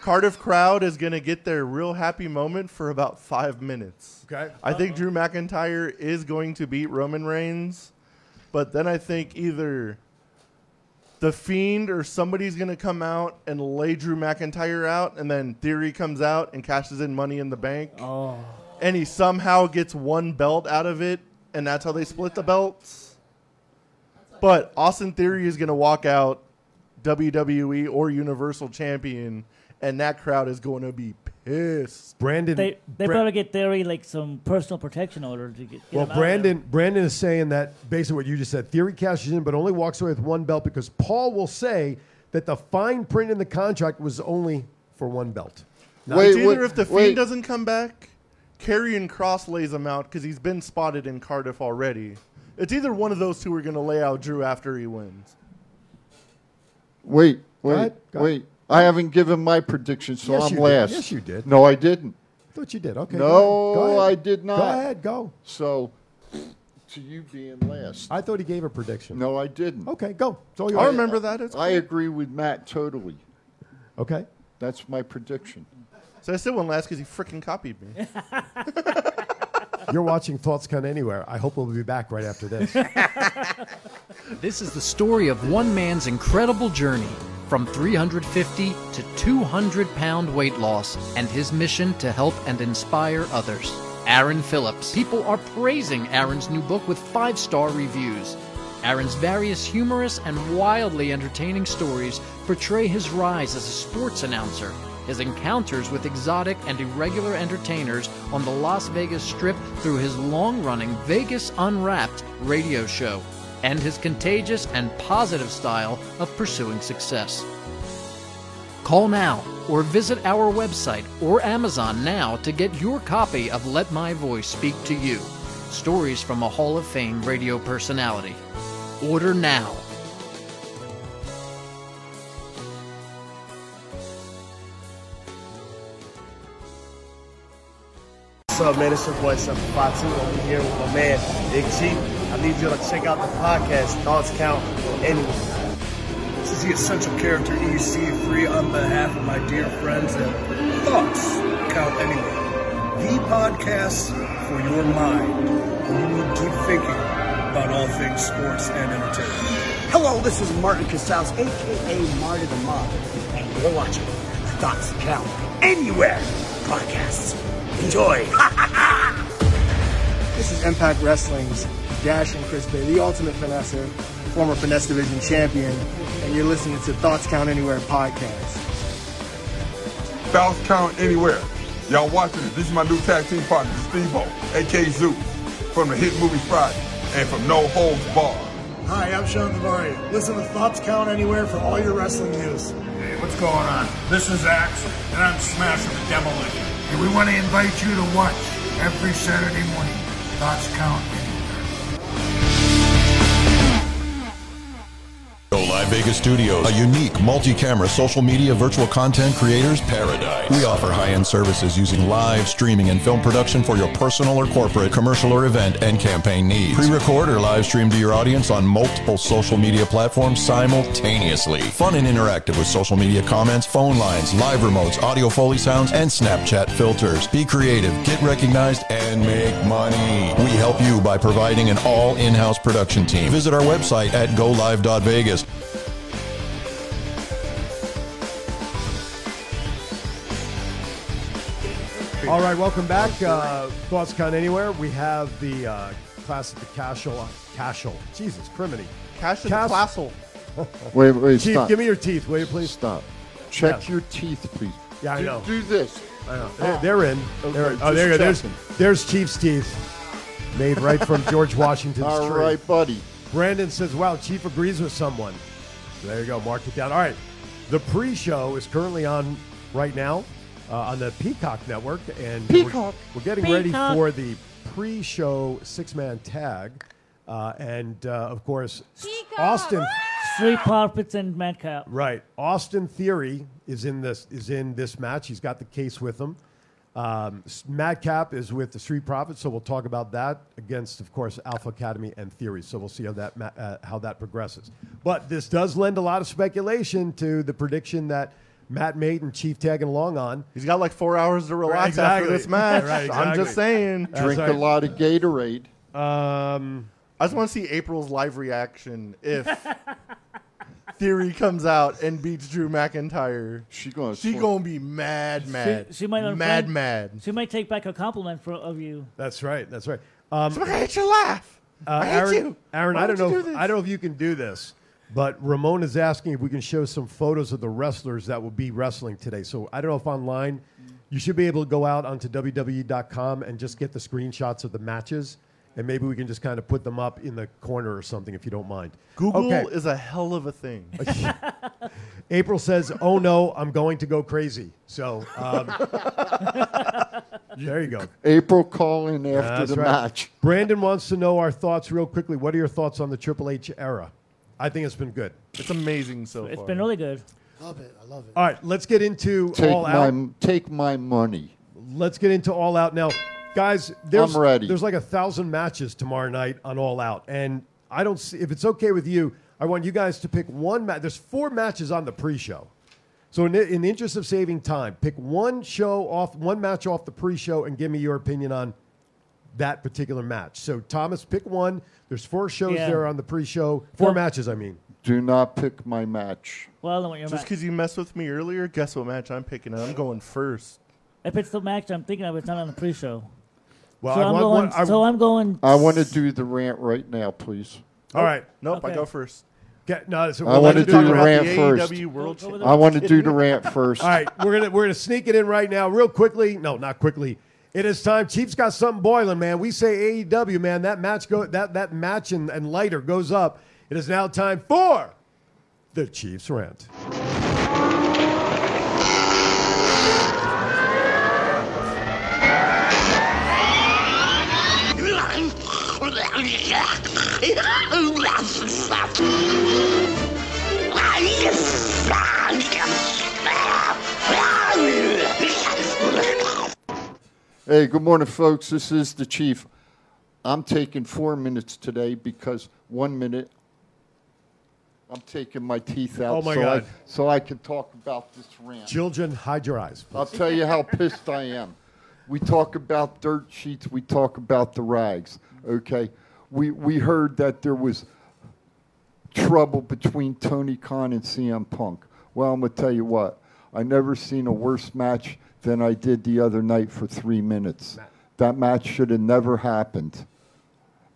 Cardiff crowd is going to get their real happy moment for about five minutes.
Okay.
I think Drew McIntyre is going to beat Roman Reigns, but then I think either the Fiend or somebody's gonna come out and lay Drew McIntyre out, and then Theory comes out and cashes in Money in the Bank,
Oh,
and he somehow gets one belt out of it, and that's how they split the belts. But Austin Theory is gonna walk out WWE or Universal Champion, and that crowd is going to be pissed.
Brandon.
they they
Bra-
better get Theory like some personal protection order to get. get
well,
him out of there.
Brandon. Brandon is saying that basically what you just said. Theory cashes in, but only walks away with one belt because Paul will say that the fine print in the contract was only for one belt. Not-
Wait,
it's either
wait,
if the Fiend
wait.
doesn't come back, Carrion Cross lays him out because he's been spotted in Cardiff already. It's either one of those two are going to lay out Drew after he wins.
Wait, wait,
ahead, go
wait. I haven't given my prediction, so
Yes,
I'm
you did.
last.
Yes, you did.
No, I didn't.
thought you did. Okay.
No,
go ahead. Go ahead.
I did not.
Go ahead. Go.
So, to you being last.
I thought he gave a prediction.
no, I didn't.
Okay. Go. It's all
I
yours.
remember that. It's
I agree with Matt totally.
Okay.
That's my prediction.
So I still went last because he freaking copied me.
You're watching Thoughts Count Anywhere. I hope we'll be back right after this.
This is the story of one man's incredible journey from 350 to 200 pound weight loss and his mission to help and inspire others. Aaron Phillips. People are praising Aaron's new book with five star reviews. Aaron's various humorous and wildly entertaining stories portray his rise as a sports announcer, his encounters with exotic and irregular entertainers on the Las Vegas Strip through his long running Vegas Unwrapped radio show and his contagious and positive style of pursuing success. Call now or visit our website or Amazon now to get your copy of Let My Voice Speak to You Stories from a Hall of Fame radio personality. Order now.
What's up, man? It's your boy, 752. I'm here with my man, Big G. I need you to check out the podcast, Thoughts Count, anyway.
This is the Essential Character EC3 on behalf of my dear friends and thoughts count anywhere. The podcast for your mind when you need deep thinking about all things sports and entertainment.
Hello, this is Martin Casals, a.k.a. Marty the Mob, and you're watching Thoughts Count Anywhere podcast. Enjoy. this is Impact Wrestling's Dash and Chris Bay, the ultimate finesser, former finesse division champion, and you're listening to Thoughts Count Anywhere podcast.
Bounce count anywhere. Y'all watching it. This is my new tag team partner, Steve O, aka Zoo, from the hit movie Friday and from No Holds Bar.
Hi, I'm Sean Devari. Listen to Thoughts Count Anywhere for all your wrestling news.
Hey, what's going on? This is Axe, and I'm smashing the demolition. And we want to invite you to watch every Saturday morning. Thoughts count
Go Live Vegas Studios, a unique multi-camera social media virtual content creators paradise. We offer high-end services using live streaming and film production for your personal or corporate, commercial or event and campaign needs. Pre-record or live stream to your audience on multiple social media platforms simultaneously. Fun and interactive with social media comments, phone lines, live remotes, audio foley sounds, and Snapchat filters. Be creative, get recognized, and make money. We help you by providing an all in-house production team. Visit our website at golive.vegas
All right, welcome back. Uh, Thoughts Count Anywhere. We have the uh, class of the Cashel. Cashel. Jesus, criminy.
Cash in
Cash-
the Classel.
Wait, wait,
Chief,
stop.
give me your teeth, will you please?
Stop. Check
Yes.
your teeth, please.
Yeah, I
do,
know.
Do this.
I know. They're, they're in. They're in.
Okay,
Oh, there you go. There's,
just checking.
there's Chief's teeth, made right from George Washington's
All
tree.
right, buddy.
Brandon says, wow, Chief agrees with someone. So there you go. Mark it down. All right. The pre show is currently on right now uh, on the Peacock Network. And we're-
Peacock.
We're, getting ready
Peacock.
for the pre show six man tag. Uh, and, uh, of course, Austin.
Street Profits and Madcap.
Right. Austin Theory is in this is in this match. He's got the case with him. Um, S- Madcap is with the Street Profits, so we'll talk about that against, of course, Alpha Academy and Theory. So we'll see how that ma- uh, how that progresses. But this does lend a lot of speculation to the prediction that Matt made and Chief tagging along on.
He's got like four hours to relax
Exactly.
after this match.
Right,
I'm just
exactly.
saying.
Drink
right.
a lot of Gatorade.
Um,
I just want to see April's live reaction if Theory comes out and beats Drew McIntyre.
She gonna
she
sw-
gonna be mad, mad.
She, she might not
mad, mad.
She might take back a compliment for, of you.
That's right. That's right. Um,
I hate your laugh.
Uh,
I hate
Aaron,
you.
Aaron,
Why
I don't
would
know.
you
If,
do this?
I don't know if you can do this, but Ramon is asking if we can show some photos of the wrestlers that will be wrestling today. So I don't know if online, you should be able to go out onto WWE.com and just get the screenshots of the matches, and maybe we can just kind of put them up in the corner or something if you don't mind.
Google
Okay.
is a hell of a thing.
April says, "Oh no, I'm going to go crazy." So um, there you go.
April call in after
That's
the
right.
match.
Brandon wants to know our thoughts real quickly. What are your thoughts on the Triple H era? I think it's been good.
It's amazing so
It's
far.
been really good.
Love it. I love it.
All right, let's get into
Take
all
my
out.
take my money.
Let's get into all out now, guys. There's,
I'm ready.
There's like a thousand matches tomorrow night on All Out, and I don't see if it's okay with you. I want you guys to pick one match. There's four matches on the pre-show, so in the, in the interest of saving time, pick one show off, one match off the pre-show, and give me your opinion on that particular match. So Thomas, pick one. There's four shows
Yeah.
there on the pre-show, four
Well-
matches. I mean,
Do not pick my match.
Well, I don't want your
Just
match.
because you messed with me earlier, guess what match I'm picking? I'm going first.
If it's the match I'm thinking of, it's not on the pre-show.
well,
so,
I
I'm
want
going,
one. I-
so I'm going.
I want to do the rant right now, please.
all right.
Oh, Nope, I
Okay.
go first.
Get, no, so
I
we'll
wanna
let you
do
talk
the
about
rant
the
first.
AEW World
Go with
Champion.
it.
I want to do the rant first.
All right, we're gonna we're gonna sneak it in right now, real quickly. No, not quickly. It is time. Chief's got something boiling, man. We say AEW, man. That match go that that match and, and lighter goes up. It is now time for the Chiefs rant.
Hey, good morning, folks. This is the chief. I'm taking four minutes today because one minute I'm taking my teeth out
Oh, my
so,
God.
I, so I can talk about this rant.
Children, hide your eyes.
I'll tell you how pissed I am. We talk about dirt sheets, we talk about the rags, okay? We, we heard that there was trouble between Tony Khan and CM Punk. Well, I'm going to tell you what, I never seen a worse match than I did the other night for three minutes. That match should have never happened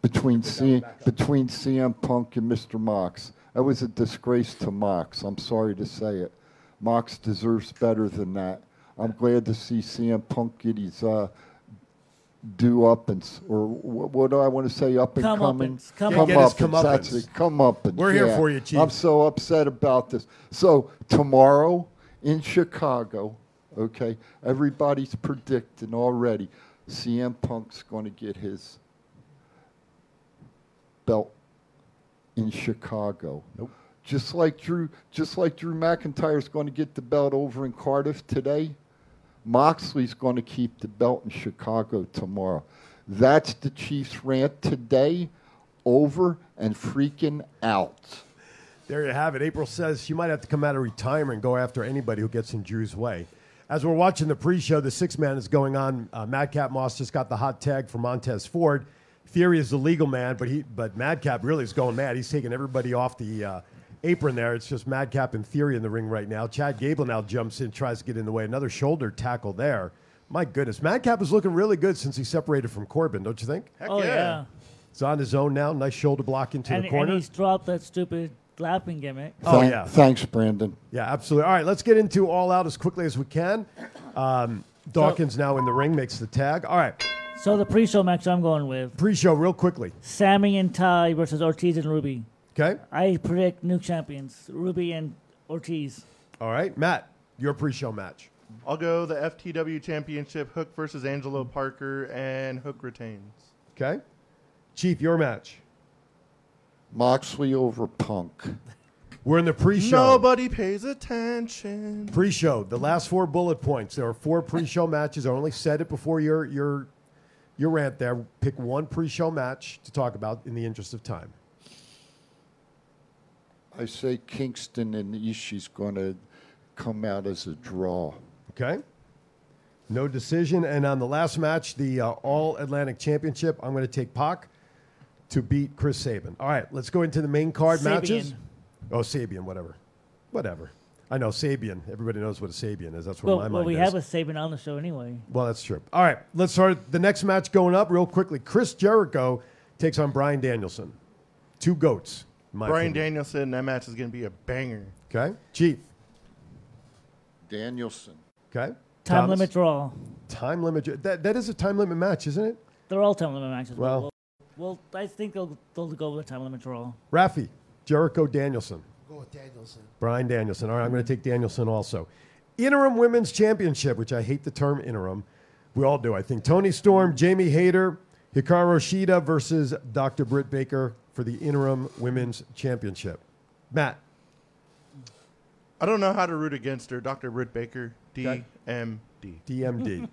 between, C, between CM Punk and Mr. Mox. That was a disgrace to Mox. I'm sorry to say it. Mox deserves better than that. I'm glad to see CM Punk get his uh, due up and s- or what, what do I want to say up and
Come
coming?
uppance, come
Yeah, get his comeuppance.
That's it. Come up and
We're here for you, Chief.
I'm so upset about this. So tomorrow in Chicago, okay, everybody's predicting already. CM Punk's going to get his belt in Chicago. Nope. Just like Drew, just like Drew McIntyre's going to get the belt over in Cardiff today, Moxley's going to keep the belt in Chicago tomorrow. That's the Chiefs rant today. Over and freaking out.
There you have it. April says she might have to come out of retirement and go after anybody who gets in Drew's way. As we're watching the pre-show, the six man is going on. Uh, Madcap Moss just got the hot tag for Montez Ford. Theory is the legal man, but he but Madcap really is going mad. He's taking everybody off the uh, apron there. It's just Madcap and Theory in the ring right now. Chad Gable now jumps in, tries to get in the way. Another shoulder tackle there. My goodness, Madcap is looking really good since he separated from Corbin, don't you think?
Heck
Oh yeah,
He's on his own now. Nice shoulder block into
and,
the
and
corner.
he's dropped that stupid laughing gimmick.
oh
Thank-
yeah,
Thanks, Brandon.
Yeah, absolutely. All right, let's get into all out as quickly as we can. Um, Dawkins now in the ring makes the tag. All right,
So the pre-show match I'm going with:
pre-show real quickly.
Sammy and Ty versus Ortiz and Ruby.
Okay.
I predict new champions: Ruby and Ortiz.
All right, Matt, your pre-show match.
I'll go the FTW Championship Hook versus Angelo Parker, and Hook retains.
Okay. Chief, your match.
Moxley over Punk.
We're in the pre-show.
Nobody pays attention.
pre-show. The last four bullet points. There are four pre-show matches. I only said it before your your your rant there. Pick one pre-show match to talk about in the interest of time.
I say Kingston and Ishii's going to come out as a draw.
Okay. No decision. And on the last match, the uh, All Atlantic Championship, I'm going to take Pac to beat Chris Sabin. All right, let's go into the main card matches.
Sabian.
Oh, Sabian, whatever. Whatever. I know Sabian. Everybody knows what a Sabian is. That's where
Well,
my
well
mind
we
is.
have a Saban on the show anyway.
Well, that's true. All right, let's start the next match going up real quickly. Chris Jericho takes on Brian Danielson. Two goats. in my
Brian
opinion.
Danielson, that match is going to be a banger.
Okay. Chief.
Danielson.
Okay.
Time
Thomas?
limit draw.
Time limit. That, that is a time limit match, isn't it?
They're all time limit matches. but
Well-
we'll- well, I think they'll they'll go with a time limit draw.
Rafi. Jericho Danielson.
I'll go with Danielson.
Brian Danielson. All right, I'm going to take Danielson also. Interim Women's Championship, which I hate the term interim. We all do, I think. Tony Storm, Jamie Hayter, Hikaru Shida versus Dr. Britt Baker for the Interim Women's Championship. Matt.
I don't know how to root against her. Dr. Britt Baker, DMD.
DMD.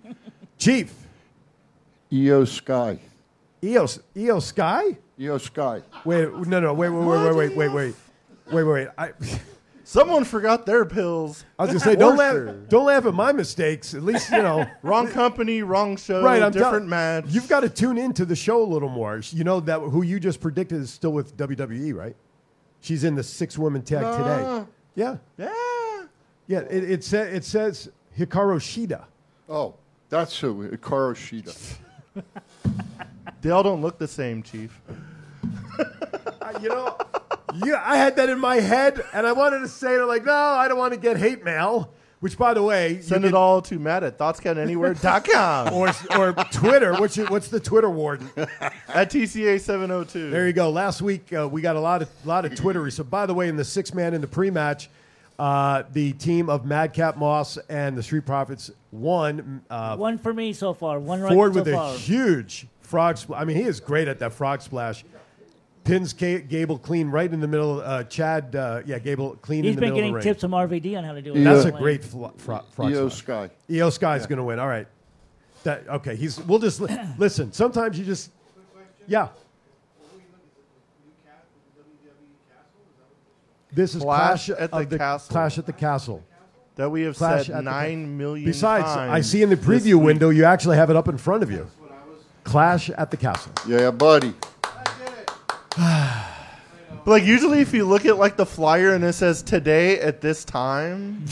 Chief.
EO E Sky.
EOS. EO Sky?
EO Sky.
Wait, no, no, wait, wait, wait, wait, wait, wait, wait. Wait, wait, wait. I,
Someone forgot their pills.
I was going to say, don't
Worcester.
laugh, don't laugh at my mistakes. At least, you know.
Wrong company, wrong show,
Right, I'm
different
tell-
match.
You've got to tune into the show a little more. You know that who you just predicted is still with WWE, right? She's in the six woman tag
Nah.
today. Yeah,
Yeah.
yeah. It, it, sa- it says Hikaru Shida.
Oh, that's who. Hikaru Shida.
They all don't look the same, Chief.
I- you know, yeah, I had that in my head, and I wanted to say it. I'm like, no, I don't want to get hate mail. Which, by the way, you
Send
can-
it all to Matt at thoughtscountanywhere.com
or or Twitter. What's your, what's the Twitter warden?
at TCA702.
There you go. Last week uh, we got a lot of lot of twittery. So by the way, in the six man in the pre match, uh, the team of Madcap Moss and the Street Profits won. Uh,
One for me so far. One right
Ford
so
with
far.
a huge frog splash. I mean, he is great at that frog splash. Pins Ca Gable clean right in the middle. Uh, Chad, uh, yeah, Gable clean
He's
in the
been
middle
getting
of the ring.
tips from RVD on how to do it.
That's
Like,
a great fl- fro- frog
E
EO
splash. E
Sky.
EO Sky's going to win. All right. That, okay, he's. We'll just li- listen. Sometimes you just. Yeah. This is
Clash
Clash,
at
of
the Castle.
Clash at the Castle.
That we have
Clash at the-
said nine million
Besides,
times.
I see in the
this
preview
week.
window you actually have it up in front of you. Clash at the Castle.
Yeah, buddy.
But, like usually if you look at like the flyer and it says today at this time,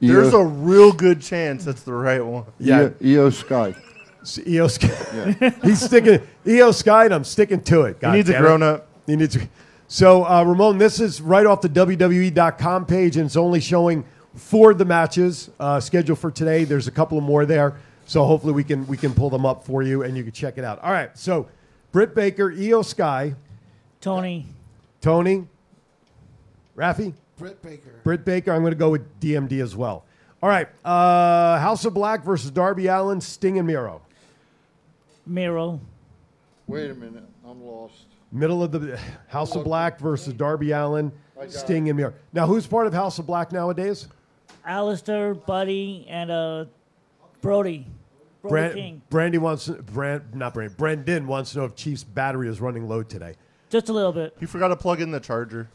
there's a real good chance that's the right one.
Yeah.
Yeah. EO E Sky.
It's EO Sky. He's sticking E EO Sky, and I'm sticking to it. God
needs a
damn it.
grown-up.
He needs. A, so uh, Ramon, this is right off the WWE.com page, and it's only showing four of the matches uh, scheduled for today. There's a couple of more there, so hopefully we can we can pull them up for you, and you can check it out. All right, so Britt Baker, E EO Sky,
Tony.
Tony, Rafi,
Britt Baker.
Britt Baker. I'm going to go with DMD as well. All right, uh, House of Black versus Darby Allen, Sting and Miro.
Miro.
Wait a minute. I'm lost.
Middle of the House of Black versus Darby Allen,
got
Sting and Miro. Now, who's part of House of Black nowadays?
Alistair, Buddy, and uh, Brody. Brody
Bran-
King.
Brandy wants Brand not Brandy. Brandon wants to know if Chief's battery is running low today.
Just a little bit.
You forgot to plug in the charger.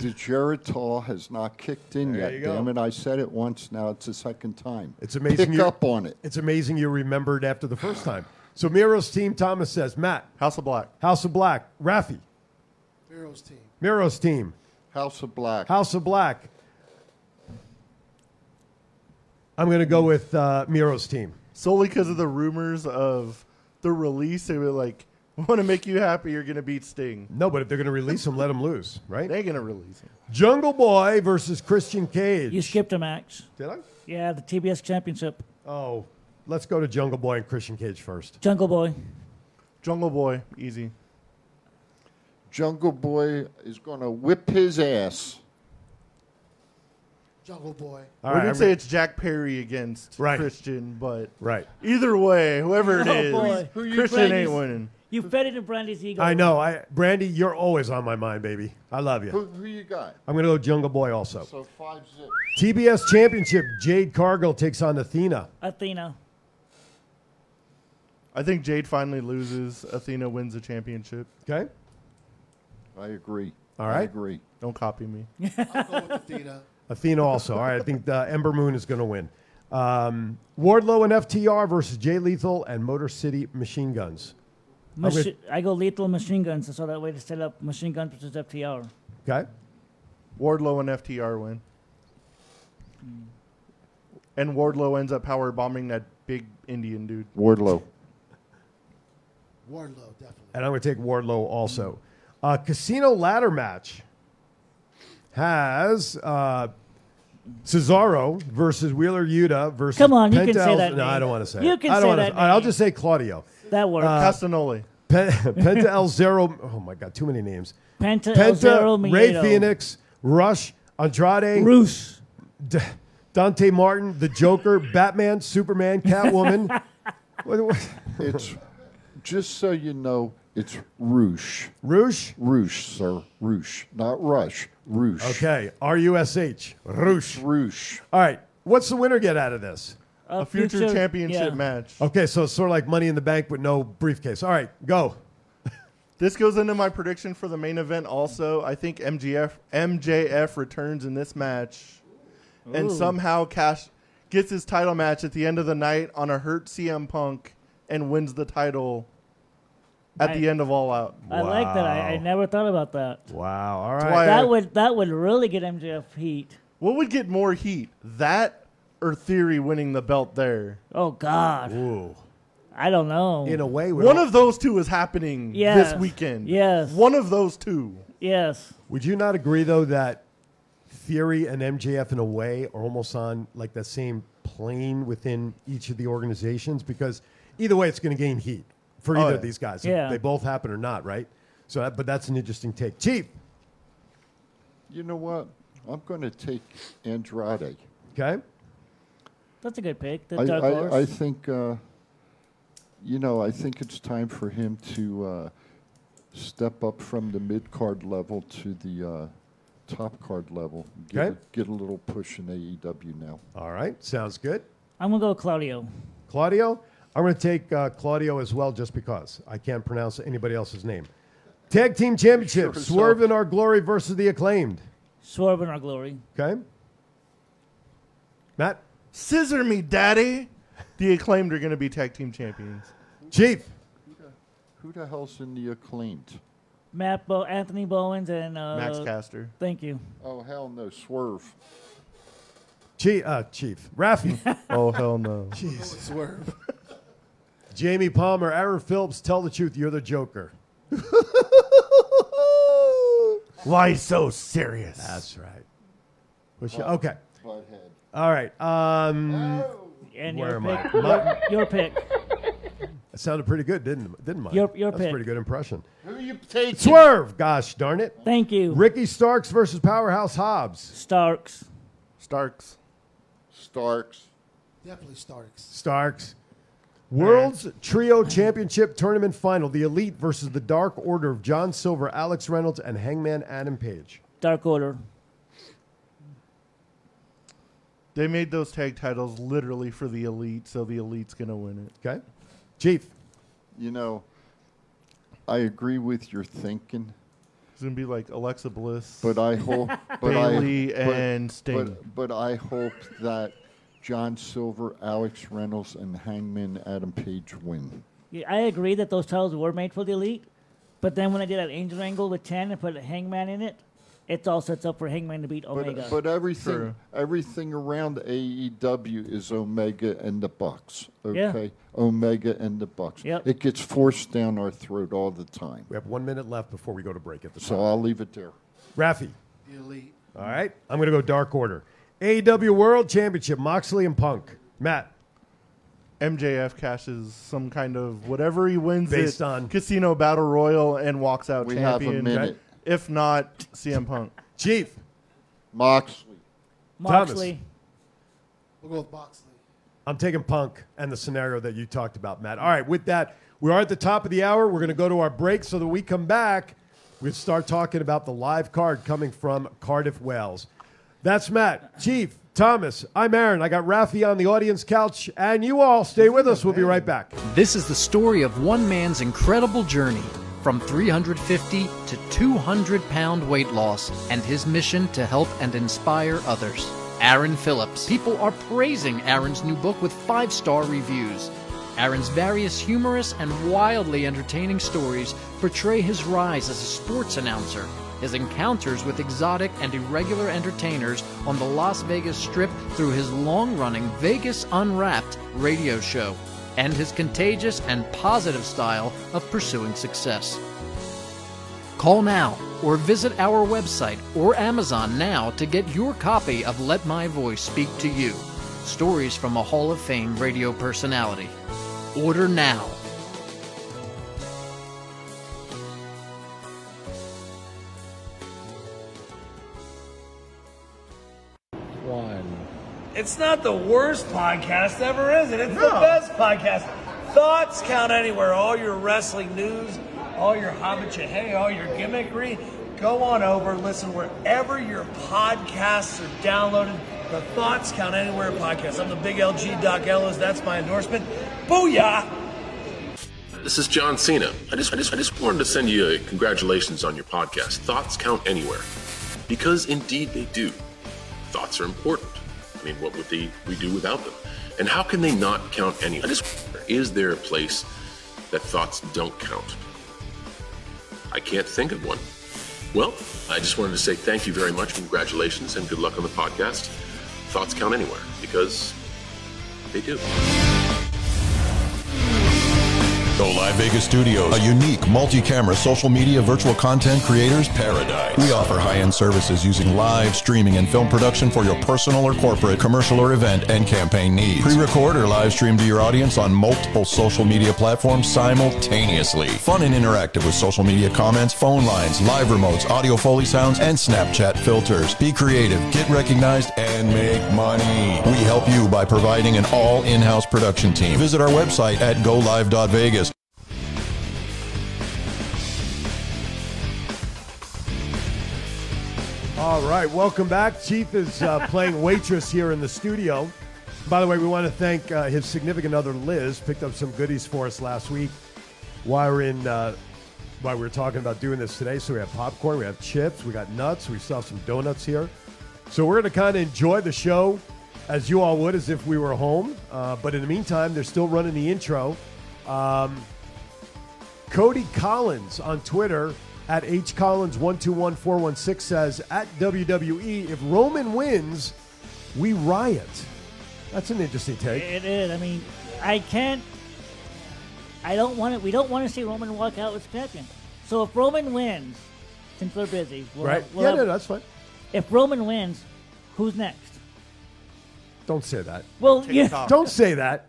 The Geritol has not kicked in
There
yet.
you go.
Damn it! I said it once. Now it's the second time.
It's amazing
Pick
you-
up on it.
It's amazing you remembered after the first time. So Miro's team, Thomas says, Matt,
House of Black.
House of Black, Rafi,
Miro's team.
Miro's team,
House of Black.
House of Black. I'm going to go with uh, Miro's team.
Solely because of the rumors of the release, they were like, We want to make you happy, you're gonna beat Sting.
No, but if they're going to release him, let him lose, right?
They ain't gonna release him.
Jungle Boy versus Christian Cage.
You skipped a match.
Did I?
Yeah, the TBS Championship.
Oh, let's go to Jungle Boy and Christian Cage first.
Jungle Boy.
Jungle Boy, easy.
Jungle Boy is going to whip his ass.
Jungle Boy.
All
we
right,
didn't
I
say
re-
it's Jack Perry against
Right.
Christian, but
right.
either way, whoever it
Oh,
is,
boy. Who you
Christian
playing
ain't
is-
winning.
You fed it in Brandy's ego.
I know. I Brandy, you're always on my mind, baby. I love you.
Who, who you got?
I'm gonna go Jungle Boy also.
So five zip.
TBS Championship. Jade Cargill takes on Athena.
Athena.
I think Jade finally loses. Athena wins the championship.
Okay.
I agree.
All
I
right.
agree.
Don't copy me.
I'll go with Athena.
Athena also. All right. I think uh, Ember Moon is gonna win. Um, Wardlow and FTR versus Jay Lethal and Motor City Machine Guns.
Machi- I go lethal machine guns, so that way to set up machine guns versus FTR.
Okay.
Wardlow and FTR win.
Hmm.
And Wardlow ends up power bombing that big Indian dude.
Wardlow.
Wardlow, definitely.
And I'm going to take Wardlow also. Uh, casino ladder match has uh, Cesaro versus Wheeler Yuta versus.
Come on, you can say
Pentel-
that
No, I
name.
don't want to say.
You
it.
can
I don't
say
wanna
that
I'll
name.
just say Claudio.
That works.
Uh,
Castanoli.
Pe- Penta El Zero. Oh my God, too many names.
Penta, El Zero
Penta, Ray
Miedo.
Phoenix, Rush, Andrade,
Bruce.
D- Dante Martin, The Joker, Batman, Superman, Catwoman. what, what?
It's just so you know, it's Roosh.
Roosh?
Roosh, sir. Roosh. Not Rush. Roosh.
Okay, R U S H. Roosh.
Roosh.
All right, what's the winner get out of this?
A future,
future-
championship
yeah.
match.
Okay, so it's sort of like Money in the Bank, but no briefcase. All right, go.
This goes into my prediction for the main event also. I think MGF MJF returns in this match and somehow Cash gets his title match at the end of the night on a hurt CM Punk and wins the title at the
I-
end of All Out.
I like that. I, I
Wow.
never thought about that.
Wow. All
Why-
right.
I-
That would that would really get MJF heat.
What would get more heat? That or Theory winning the belt there?
Oh God,
Ooh.
I don't know.
In a way, we're
One
all-
of those two is happening
Yes.
this weekend.
Yes.
One of those two.
yes,
would you not agree though that Theory and MJF in a way are almost on like that same plane within each of the organizations because either way it's going to gain heat for either
Oh, yeah.
of these guys.
Yeah.
They both happen or not, right? So, that, but that's an interesting take, Chief.
You know what? I'm going to take Andrade.
Okay.
that's a good pick. The
I,
dark horse.
I, I think, uh, you know, I think it's time for him to uh, step up from the mid card level to the uh, top card level. Get,
Okay.
a, get a little push in AEW now.
All right. Sounds good.
I'm gonna go with Oh, Claudio.
Claudio. I'm going to take uh, Claudio as well, just because I can't pronounce anybody else's name. Tag Team Championship:
Sure, so-
Swerve and Our Glory versus the Acclaimed.
Swerve in our glory.
Okay. Matt,
Scissor me, daddy. The acclaimed are going to be tag team champions.
Chief,
Who the hell's in the acclaimed?
Matt Bo- Anthony Bowens and uh,
Max Caster.
Thank you.
Oh, hell no, Swerve.
Chief, uh, Chief, Rafi,
Oh, hell no.
Swerve.
Jamie Palmer, Aaron Phillips. Tell the truth, you're the Joker.
Why so serious?
That's right. Which- okay.
Butthead.
All right. Um,
Oh. And
Where
your
am
pick.
I?
Your, your pick.
that sounded pretty good, didn't it? didn't it?
Your- your
That's a
pick.
pretty good impression.
Who you taking?
Swerve. Gosh darn it.
Thank you.
Ricky Starks versus Powerhouse Hobbs.
Starks.
Starks.
Starks.
Definitely Starks.
Starks. World's Trio Championship Tournament Final, the Elite versus the Dark Order of John Silver, Alex Reynolds, and Hangman Adam Page.
Dark Order.
They made those tag titles literally for the elite, so the elite's going to win it.
Okay? Chief,
You know, I agree with your thinking,
It's going to be like Alexa Bliss.
but I hope. but
Bailey
I, but-
and Sting.
But, but I hope that John Silver, Alex Reynolds, and Hangman Adam Page win.
Yeah, I agree that those titles were made for the elite, but then when I did that angel angle with ten and put a Hangman in it, it all sets up for Hangman to beat Omega.
But, but everything
True.
everything around AEW is Omega and the Bucks.
Yeah.
Okay, Omega and the Bucks.
Yep.
It gets forced down our throat all the time.
we have one minute left before we go to break at the
So
top.
I'll leave it there.
Rafi,
The Elite.
all right? I'm going to go Dark Order. AW World Championship, Moxley and Punk. Matt,
MJF cashes some kind of whatever he wins
Based
it,
on-
Casino Battle Royal and walks out
We have a
champion.
minute.
If not, CM Punk.
Chief,
Moxley.
Moxley.
We'll go with Boxley.
I'm taking Punk and the scenario that you talked about, Matt. All right, with that, we are at the top of the hour. We're going to go to our break so that we come back. We start talking about the live card coming from Cardiff, Wales. That's Matt, Chief, Thomas. I'm Aaron. I got Rafi on the audience couch, and you all stay with us. We'll be right back.
This is the story of one man's incredible journey from 350 to 200 pound weight loss and his mission to help and inspire others. Aaron Phillips. People are praising Aaron's new book with five star reviews. Aaron's various humorous and wildly entertaining stories portray his rise as a sports announcer his encounters with exotic and irregular entertainers on the Las Vegas Strip through his long running Vegas Unwrapped radio show, and his contagious and positive style of pursuing success. Call now or visit our website or Amazon now to get your copy of Let My Voice Speak to You Stories from a Hall of Fame radio personality. Order now.
It's not the worst podcast ever, is it? It's the
No.
best podcast. Thoughts count anywhere. All your wrestling news, all your hobbit hey, all your gimmickry. Go on over, listen wherever your podcasts are downloaded. The Thoughts Count Anywhere podcast. I'm the big LG Doc Ellis. That's my endorsement. Booyah!
This is John Cena. I just, I just, I just wanted to send you a congratulations on your podcast. Thoughts count anywhere, because indeed they do. Thoughts are important. I mean, what would they we do without them? And how can they not count anywhere? I just wonder, is there a place that thoughts don't count? I can't think of one. Well, I just wanted to say thank you very much, congratulations, and good luck on the podcast. Thoughts count anywhere because they do.
Go Live Vegas Studios, a unique multi-camera social media virtual content creators paradise. We offer high-end services using live streaming and film production for your personal or corporate, commercial or event and campaign needs. Pre-record or live stream to your audience on multiple social media platforms simultaneously. Fun and interactive with social media comments, phone lines, live remotes, audio foley sounds, and Snapchat filters. Be creative, get recognized, and make money. We help you by providing an all-in-house production team. Visit our website at golive.vegas.
All right, welcome back. Chief is uh, playing waitress here in the studio. By the way, we want to thank uh, his significant other, Liz, picked up some goodies for us last week. While we're in, uh, while we were talking about doing this today, so we have popcorn, we have chips, we got nuts, we still have some donuts here. So we're going to kind of enjoy the show as you all would, as if we were home. Uh, but in the meantime, they're still running the intro. Um, Cody Collins on Twitter at hcollins121416 says at WWE if Roman wins, we riot. That's an interesting take.
It is. I mean, I can't. I don't want it. We don't want to see Roman walk out with champion. So if Roman wins, since we're busy, we'll
right?
we'll
yeah, no, that's fine.
If Roman wins, who's next?
Don't say that.
Well, yeah.
Don't say that.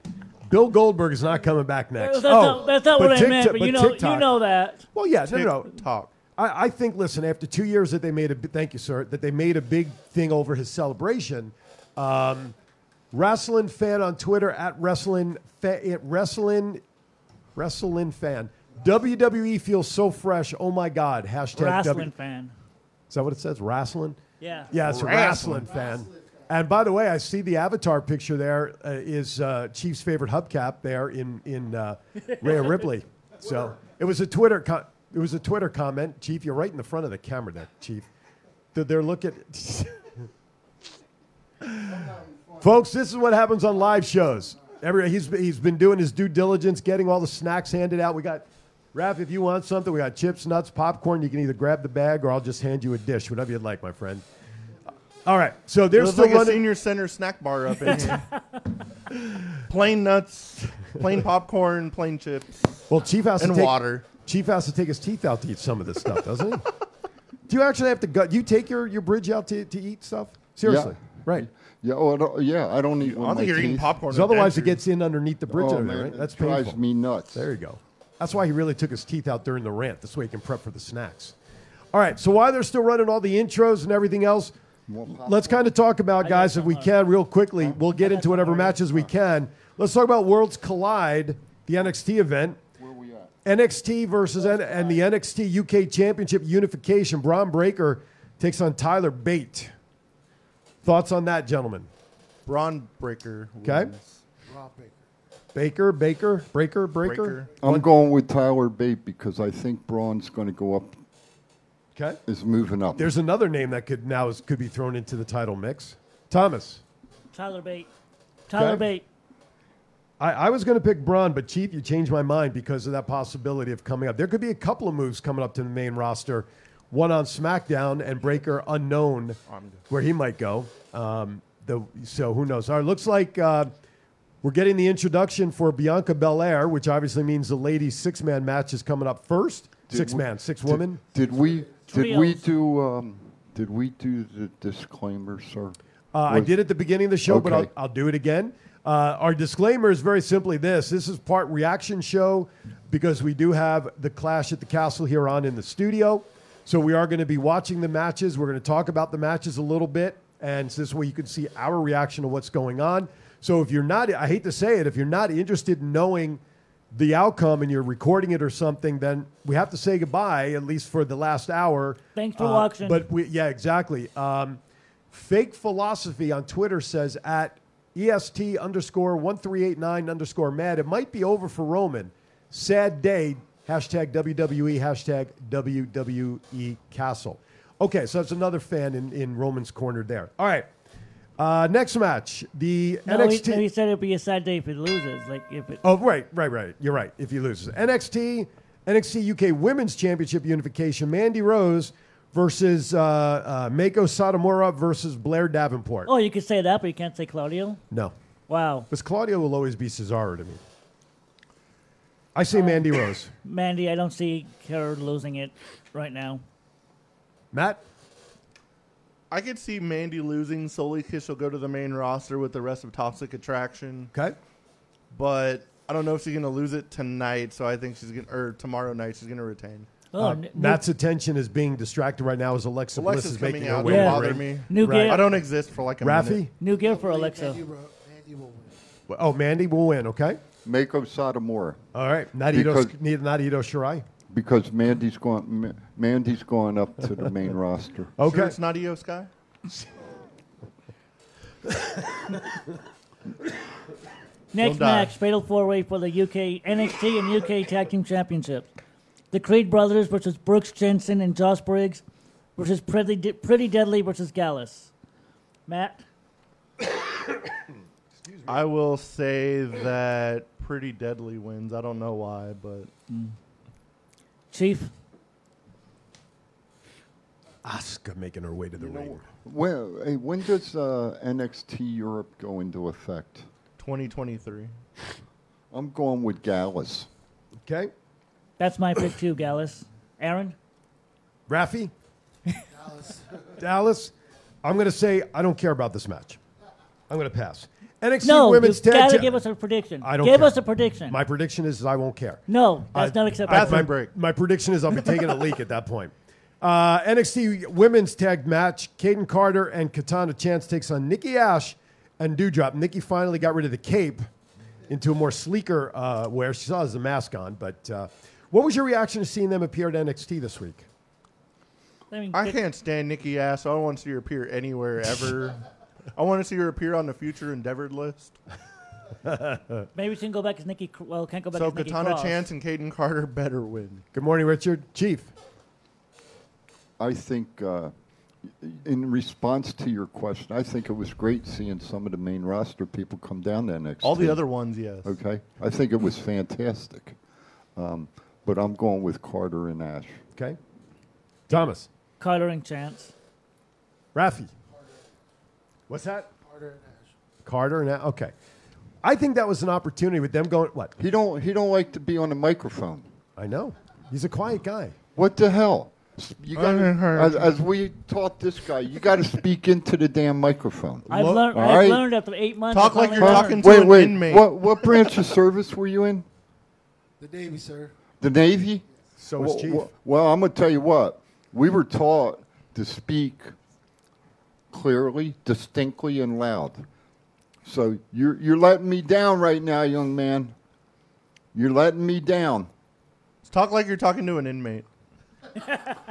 Bill Goldberg is not coming back next.
That's
oh,
not, that's not what I meant.
TikTok-
But you know, you
TikTok-
know that.
Well, yeah, no, no, no.
TikTok.
I, I think. Listen, after two years that they made a bi- thank you, sir, that they made a big thing over his celebration. Um, wrestling fan on Twitter at wrestling fa- at wrestling wrestling fan. WWE feels so fresh. Oh my God! Hashtag
Wrestling
W-
fan.
Is that what it says? Wrestling.
Yeah.
Yeah, it's a wrestling
Wrestling.
fan. And by the way, I see the avatar picture there uh, is uh, Chief's favorite hubcap there in in uh, Rhea Ripley. So it was a Twitter co- it was a Twitter comment, Chief. You're right in the front of the camera, there, Chief. They're- They're looking. Folks, this is what happens on live shows. Every, he's, he's been doing his due diligence, getting all the snacks handed out. We got, Raph, if you want something, we got chips, nuts, popcorn. You can either grab the bag or I'll just hand you a dish, whatever you'd like, my friend. All right, so they're
Oh, There's
still
like a
running.
senior center snack bar up in here. plain nuts, plain popcorn, plain chips.
Well, Chief has
and
to take,
water.
Chief has to take his teeth out to eat some of this stuff, doesn't he? Do you actually have to go? Do you take your, your bridge out to, to eat stuff? Seriously, right?
Yeah, oh, I don't, yeah, I don't eat.
I don't think you're eating popcorn.
'Cause
with
otherwise, it
dentures.
gets in underneath the bridge
Oh,
over there,
man,
right?
it
That's
drives
painful.
me nuts.
There you go. That's why he really took his teeth out during the rant. This way he can prep for the snacks. All right. So while they're still running all the intros and everything else, let's kind of talk about, guys, if we can, real quickly. We'll get into whatever matches we can. Let's talk about Worlds Collide, the NXT event.
Where we at?
NXT versus N- and the NXT UK Championship unification. Braun Breaker takes on Tyler Bate. Thoughts on that, gentlemen?
Braun Breaker.
Okay.
wins.
Rob Baker.
Baker, Baker, Breaker, Breaker.
Breaker.
I'm going with Tyler Bate because I think Braun's going to go up.
Okay.
Is moving up.
There's another name that could now is, could be thrown into the title mix. Thomas.
Tyler Bate. Tyler
Okay.
Bate.
I, I was going to pick Braun, but Chief, you changed my mind because of that possibility of coming up. There could be a couple of moves coming up to the main roster one on SmackDown and Breaker unknown where he might go. Um, the, so who knows? All right, looks like uh, we're getting the introduction for Bianca Belair, which obviously means the ladies' six man match is coming up first.
Did
six
we-
man, six
did-
women.
Did we did we
Trios.
do um, did we do the disclaimer, sir?
Uh, I
Was-
did at the beginning of the show, but I'll,
Okay.
I'll do it again. Uh, our disclaimer is very simply this this is part reaction show because we do have the clash at the castle here on in the studio. So we are going to be watching the matches. We're going to talk about the matches a little bit. And so this way you can see our reaction to what's going on. So if you're not, I hate to say it, if you're not interested in knowing the outcome and you're recording it or something, then we have to say goodbye, at least for the last hour.
Thanks for
Uh,
watching.
But we, yeah, exactly. Um, fake philosophy on Twitter says at est underscore one three eight nine underscore mad. It might be over for Roman. Sad day. Hashtag WWE. Hashtag WWE Castle. Okay, so that's another fan in, in Roman's corner there. All right. Uh, next match, the
No,
NXT.
He, he said it'd be a sad day if it loses. Like if it.
Oh, right, right, right. You're right. If you lose NXT, NXT UK Women's Championship Unification, Mandy Rose versus uh, uh, Mako Satomura versus Blair Davenport.
Oh, you could say that, but you can't say Claudio.
No,
Wow,
because Claudio will always be Cesaro to me. I say Mandy
Um,
Rose.
Mandy, I don't see her losing it right now.
Matt,
I could see Mandy losing solely because she'll go to the main roster with the rest of Toxic Attraction.
Okay.
But I don't know if she's going to lose it tonight, so I think she's going to, or tomorrow night, she's going to retain.
Oh,
Uh, Matt's attention is being distracted right now as Alexa Bliss
Alexa's
is
coming
making
out.
her
Don't
way. over
bother
it.
me.
New
Right.
gear.
I don't exist for like a
Rafi?
minute.
New gear for Alexa.
Well, Oh, Mandy will win. Okay.
Mako Satomura.
All right. Not Ito,
Because-
not Ito Shirai.
Because Mandy's going, Ma- Mandy's going up to the main roster.
Okay.
Sure it's not EO Sky? die.
Next match, fatal four way for the UK NXT and UK Tag Team Championship. The Creed Brothers versus Brooks Jensen and Josh Briggs versus Pretty, De- Pretty Deadly versus Gallus. Matt,
I will say that Pretty Deadly wins. I don't know why, but
Mm. Chief,
Asuka making her way to the ring.
Well, hey, when does uh, NXT Europe go into effect?
2023.
I'm going with Gallus.
Okay.
that's my pick too, Gallus. Aaron,
Rafi? Dallas. Dallas? I'm going to say I don't care about this match. I'm going to pass. NXT
no, you
Women's Tag
gotta
Team.
give us a prediction.
I don't
give
care.
us a prediction.
my prediction is I won't care.
no, that's
I-
not acceptable.
my,
Bathroom break.
My prediction is I'll be taking a leak at that point. Uh, NXT Women's Tag Match: Caden Carter and Katana Chance takes on Nikki Ash and Dewdrop. Nikki finally got rid of the cape into a more sleeker uh, wear. She still has the mask on, but uh, what was your reaction to seeing them appear at NXT this week?
I mean,
I
get-
can't stand Nikki Ass. I don't want to see her appear anywhere ever. I want to see her appear on the future endeavored list.
Maybe we can go back as Nikki. Cr- Well, can't go back
so
as Nikki
Katana
Cross.
Chance and Caden Carter better win.
Good morning, Richard Chief.
I think, uh, in response to your question, I think it was great seeing some of the main roster people come down to NXT.
All the other ones, yes.
Okay, I think it was fantastic. Um, but I'm going with Carter and Ash.
Okay, Thomas,
Carter and Chance.
Rafi. What's that? Carter and Ash. Carter and Ash. Okay, I think that was an opportunity with them going. What?
He don't he don't like to be on the microphone.
I know. He's a quiet guy.
What the hell? You got
heard.
as, as we taught this guy, you got to speak into the damn microphone.
I've
Lo-
learned.
all
I've
right.
learned after eight months.
Talk
I
like
finally
you're
learned.
talking to
wait,
an
wait.
inmate.
What what branch of service were you in?
The Navy, sir.
The Navy.
So is
Wh-
Chief.
wh- well, I'm gonna tell you what. We were taught to speak clearly, distinctly, and loud. So you're you're letting me down right now, young man. You're letting me down.
Talk like you're talking to an inmate.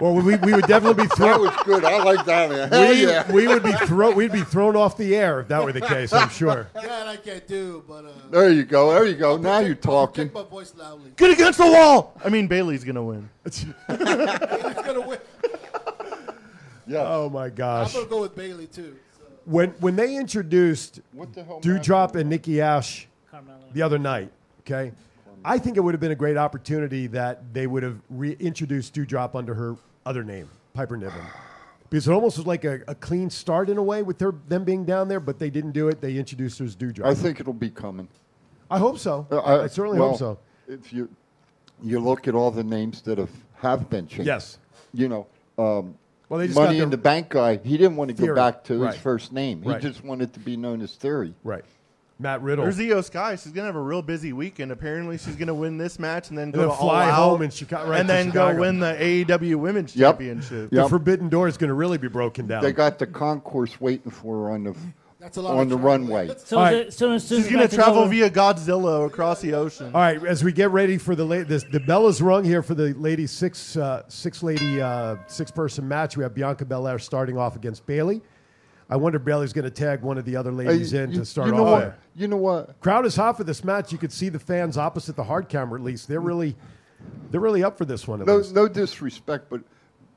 Or we, we would definitely be
That
thrown.
was good. I like that. Man. Hell
we,
yeah.
we would be thrown. We'd be thrown off the air if that were the case. I'm sure.
That I can't do, but uh,
There you go. There you go. Now you're talking.
take my voice loudly.
Get against the wall! I mean, Bailey's going to win.
It's gonna win.
Yeah.
Oh my
I'm
gosh!
gonna go with Bailey too. So.
When when they introduced
What the hell?
Dewdrop and Nikki Ash
Carmelo.
the other night, okay, I think it would have been a great opportunity that they would have reintroduced Dewdrop under her other name, Piper Niven. Because it almost was like a, a clean start in a way with their, them being down there, but they didn't do it. They introduced her as Dewdrop.
I think it'll be coming.
I hope so.
Uh,
I certainly hope so.
If you you look at all the names that have have been changed,
Yes.
you know, um,
Well, they just got
money
their-
in the bank guy. He didn't want to go
Theory,
back to
right.
his first name. He
Right.
just wanted to be known as Theory.
Right. Matt Riddle.
There's EO Sky. She's gonna have a real busy weekend. Apparently, she's gonna win this match and then go
then
to
fly
All Out
home in Chica- right
and
to
then
Chicago.
go win the AEW Women's
Yep.
Championship.
the
Yep.
Forbidden Door is going to really be broken down.
They got the concourse waiting for her on the
That's a lot
on
of
the
traveling.
runway.
So,
All
is
right.
it- so as soon
She's
as
gonna
Matt takes
travel
over-
via Godzilla across the ocean.
All right, as we get ready for the late, this, the bell is rung here for the lady six uh, six lady uh, six person match. We have Bianca Belair starting off against Bailey. I wonder if Bailey's going to tag one of the other
Hey,
ladies in to start
you know
off
what?
there.
You know what?
Crowd is hot for this match. You could see the fans opposite the hard camera. At least they're really they're really up for this one. At
No,
least.
no disrespect, but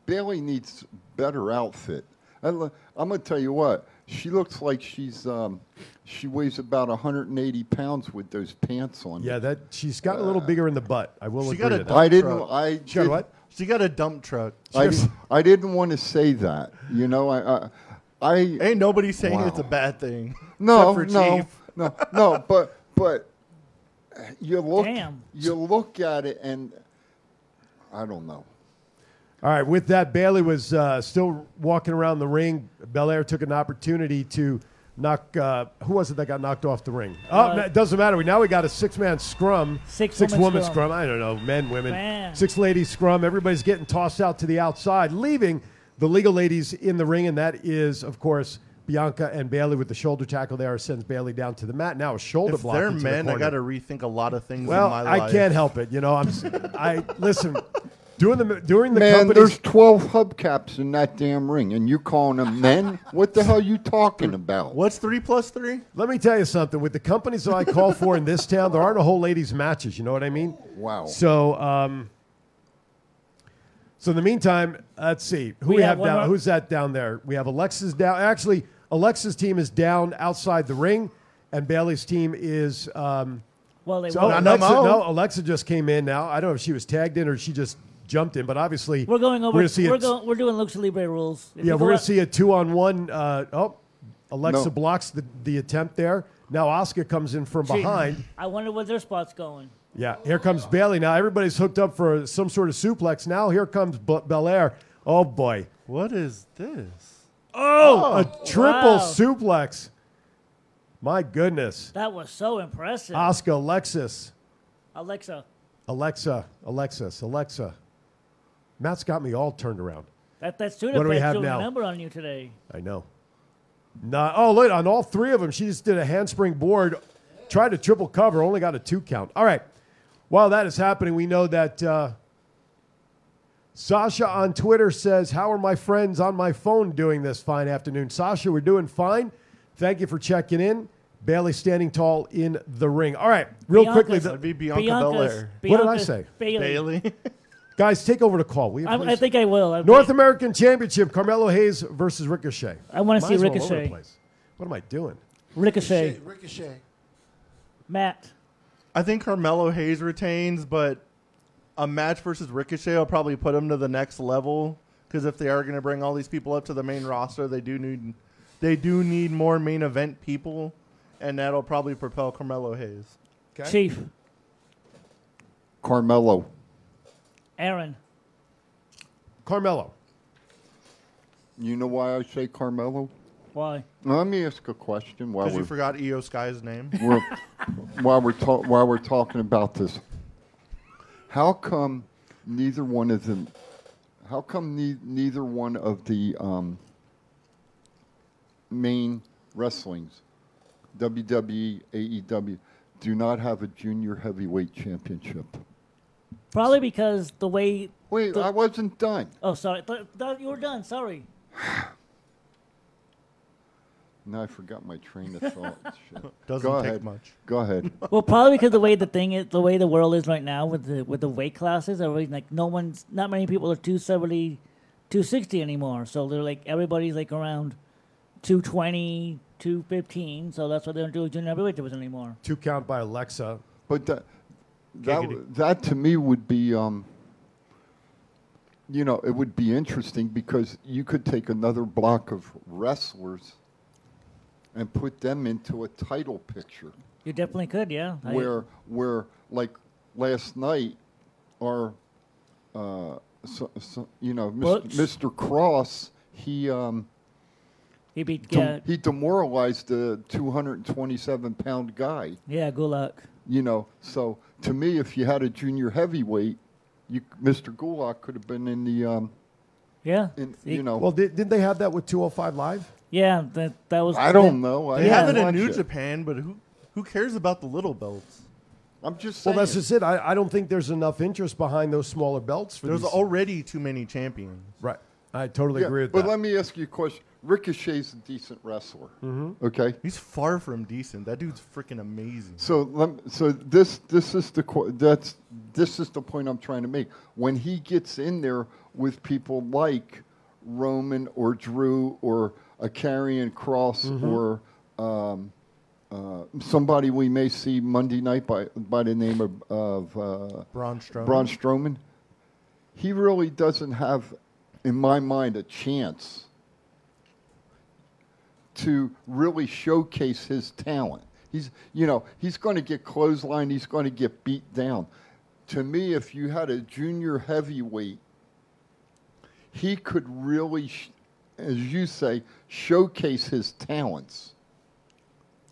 Bailey needs better outfit. And look, I'm gonna tell you what. She looks like she's um, she weighs about 180 pounds with those pants on.
Yeah, that she's got a little bigger in the butt. I will
She
agree
got a
to that.
Uh, I didn't.
Truck.
I
She got
did,
what?
She got a dump truck.
I, didn't- I didn't want to say that. You know, I I, I
Ain't nobody saying
Wow.
it's a bad thing.
no
Except for
no
Chief.
no no. But but you look
Damn.
you look at it and I don't know.
All right, with that, Bailey was uh, still walking around the ring. Belair took an opportunity to knock. Uh, who was it that got knocked off the ring? oh, it doesn't matter. We now we got a six man scrum,
Uh, Six
woman
woman
scrum.
scrum.
I don't know, men, women,
Man.
six ladies scrum. Everybody's getting tossed out to the outside, leaving the legal ladies in the ring, and that is, of course, Bianca and Bailey with the shoulder tackle there sends Bailey down to the mat. Now a shoulder
If
block.
they're
into the
men, I
corner.
gotta rethink a lot of things
Well,
in my
I
life.
can't help it. You know, I'm. s- I listen. Doing the during the
Man,
company's-
there's 12 hubcaps in that damn ring, and you calling them men? What the hell you talking about?
What's three plus three?
Let me tell you something. With the companies that I call for in this town, there aren't a whole ladies' matches. You know what I mean?
Wow.
So, um, so in the meantime, let's see who we,
We have
have,
one
down.
more-
Who's that down there? We have Alexa's down. Actually, Alexa's team is down outside the ring, and Bailey's team is. Um,
Well, they
so,
won't.
oh,
Not
Alexa,
no more.
no, Alexa just came in now. I don't know if she was tagged in or she just jumped in, but obviously
We're going over.
We're
We're,
gonna see a-
going, we're doing Lucha Libre rules.
yeah,
If you
we're
go
going
out-
to see a two on one. Uh, oh, Alexa
No.
blocks the, the attempt there. Now Oscar comes in from behind.
I wonder where their spot's going.
Yeah, here comes Bailey. Now everybody's hooked up for some sort of suplex. Now here comes B- Belair. Oh boy, Oh,
What is this?
a triple
Oh, wow.
suplex. My goodness,
That was so impressive.
Oscar, Alexis,
Alexa,
Alexa, Alexis, Alexa. Matt's got me all turned around.
that, that's two
What do we have
effect doing
now?
a number on you today.
I know. Nah, oh, look, on all three of them, she just did a handspring board, tried a triple cover, only got a two count. All right. While that is happening, we know that uh, Sasha on Twitter says, How are my friends on my phone doing this fine afternoon? Sasha, we're doing fine. Thank you for checking in. Bailey standing tall in the ring. All right, real quickly,
Bianca's-
the-
That'd be Bianca
Bianca's-
Belair.
What did I
Bianca's
say?
Bailey.
Bailey.
guys, take over the call. We
I, I
appreciate-
think I will. I-
North American Championship, Carmelo Hayes versus Ricochet.
I wanna
Mine's
see
all over the
Ricochet.
place. What am I doing?
Ricochet.
Ricochet. Ricochet.
Matt.
I think Carmelo Hayes retains, but a match versus Ricochet will probably put him to the next level. Because if they are going to bring all these people up to the main roster, they do need they do need more main event people, and that'll probably propel Carmelo Hayes.
Chief.
Carmelo.
Aaron.
Carmelo.
You know why I say Carmelo?
Why?
Let me ask a question while
Because you
we're,
forgot Io Sky's name.
we're while we're ta- while we're talking about this. How come neither one of them? How come ne- neither one of the um, main wrestlings, E, WWE, AEW, do not have a junior heavyweight championship?
Probably because the way.
Wait, I wasn't done.
Oh, sorry. Th- thought you were done. Sorry.
No, I forgot my train of thought. Shit.
Doesn't
Go
take
ahead.
much.
Go ahead.
Well, probably because the way the thing is, the way the world is right now with the with the weight classes, everybody's like, no one's, not many people are 270, 260 anymore. So they're like, everybody's like around 220, 215. So that's why they don't do a junior heavyweight division anymore.
Two count by Alexa.
But that, that,
Giggity.
that to me would be um, you know, it would be interesting because you could take another block of wrestlers and put them into a title picture
You definitely could, yeah. I-
where where like last night our uh so, so, you know
Well,
Mr. Mr. Cross he um
he beat
dem-
Gat-
he demoralized the 227 pound guy
yeah, Gulak.
you know so to me if you had a junior heavyweight you Mr. Gulak could have been in the um
Yeah.
in, you know
Well, did, didn't they have that with 205 Live?
Yeah, that that was.
I don't know. I
They have
haven't
it in
watched
New
it.
Japan, but who who cares about the little belts?
I'm just
Well,
saying
that's just it. I, I don't think there's enough interest behind those smaller belts. For
There's
these-
already too many champions.
right. I totally
Yeah,
agree with
but
that.
let me ask you a question Ricochet's a decent wrestler mm-hmm. okay
He's far from decent. That dude's freaking amazing.
So lem- so this this is the qu- that's this is the point I'm trying to make. When he gets in there with people like Roman or Drew or a Carrion Cross or um, uh, somebody we may see Monday night by by the name of, of uh,
Braun Strowman.
Braun Strowman, he really doesn't have, in my mind, a chance to really showcase his talent. He's, you know, he's going to get clotheslined. He's going to get beat down. To me, if you had a junior heavyweight, he could really, sh- as you say, showcase his talents.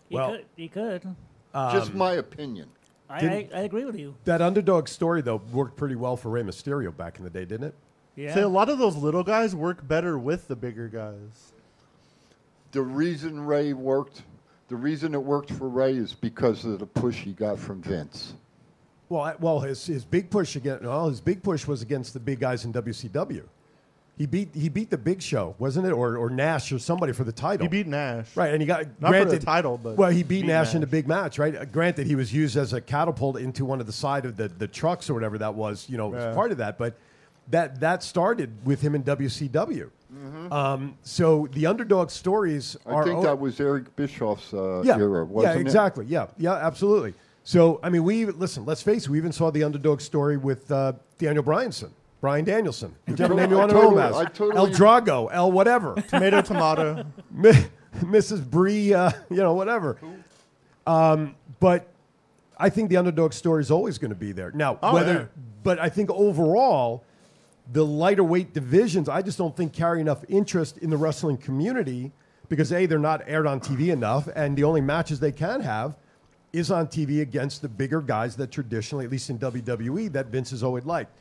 He
Well-
could. He could. Um,
Just my opinion.
I, I,
Didn't-
I agree with you.
that underdog story, though, worked pretty well for Rey Mysterio back in the day, didn't it?
Yeah.
See, a lot of those little guys work better with the bigger guys.
The reason Ray worked, the reason it worked for Ray is because of the push he got from Vince.
Well, I- well, his his big push again. Well, his big push was against the big guys in WCW. He beat he beat the Big Show, wasn't it, or or Nash or somebody for the title.
He beat Nash.
right, and he got
Not for the
granted
title, but
well, he beat,
beat
Nash, in
Nash.
the big match, right? Uh, Granted, he was used as a catapult into one of the side of the, the trucks or whatever that was, you know,
Yeah.
as part of that. But that that started with him in WCW.
Mm-hmm.
Um, so the underdog stories
I
are
think
al-
that was Eric Bischoff's uh,
yeah.
era, wasn't
yeah,
it?
exactly. Yeah, yeah, absolutely. So, I mean, we even- listen. Let's face it. We even saw the underdog story with uh, Daniel Bryanson, Brian Danielson, whichever
totally-
name you want to
I
know him as,
totally- I
El
totally-
Drago, El whatever,
Tomato, tomato.
Mi- Mrs. Bree, uh, you know, whatever. Um, but I think the underdog story is always going to be there. Now,
Oh,
whether,
yeah.
but I think overall, the lighter weight divisions, I just don't think carry enough interest in the wrestling community because A, they're not aired on TV enough, and the only matches they can have is on TV against the bigger guys that traditionally, at least in WWE, that Vince has always liked.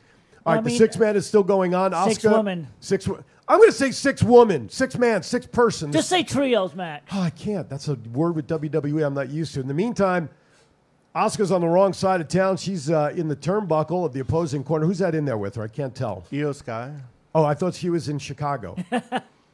All
I
right, the
mean,
six man is still going on.
six
Asuka-
women.
Six. wo- I'm going to say six woman, six man, six person.
Just say trios, Max.
Oh, I can't. That's a word with WWE I'm not used to. In the meantime, Oscar's on the wrong side of town. She's uh, in the turnbuckle of the opposing corner. Who's that in there with her? I can't tell.
Io Sky.
Oh, I thought she was in Chicago.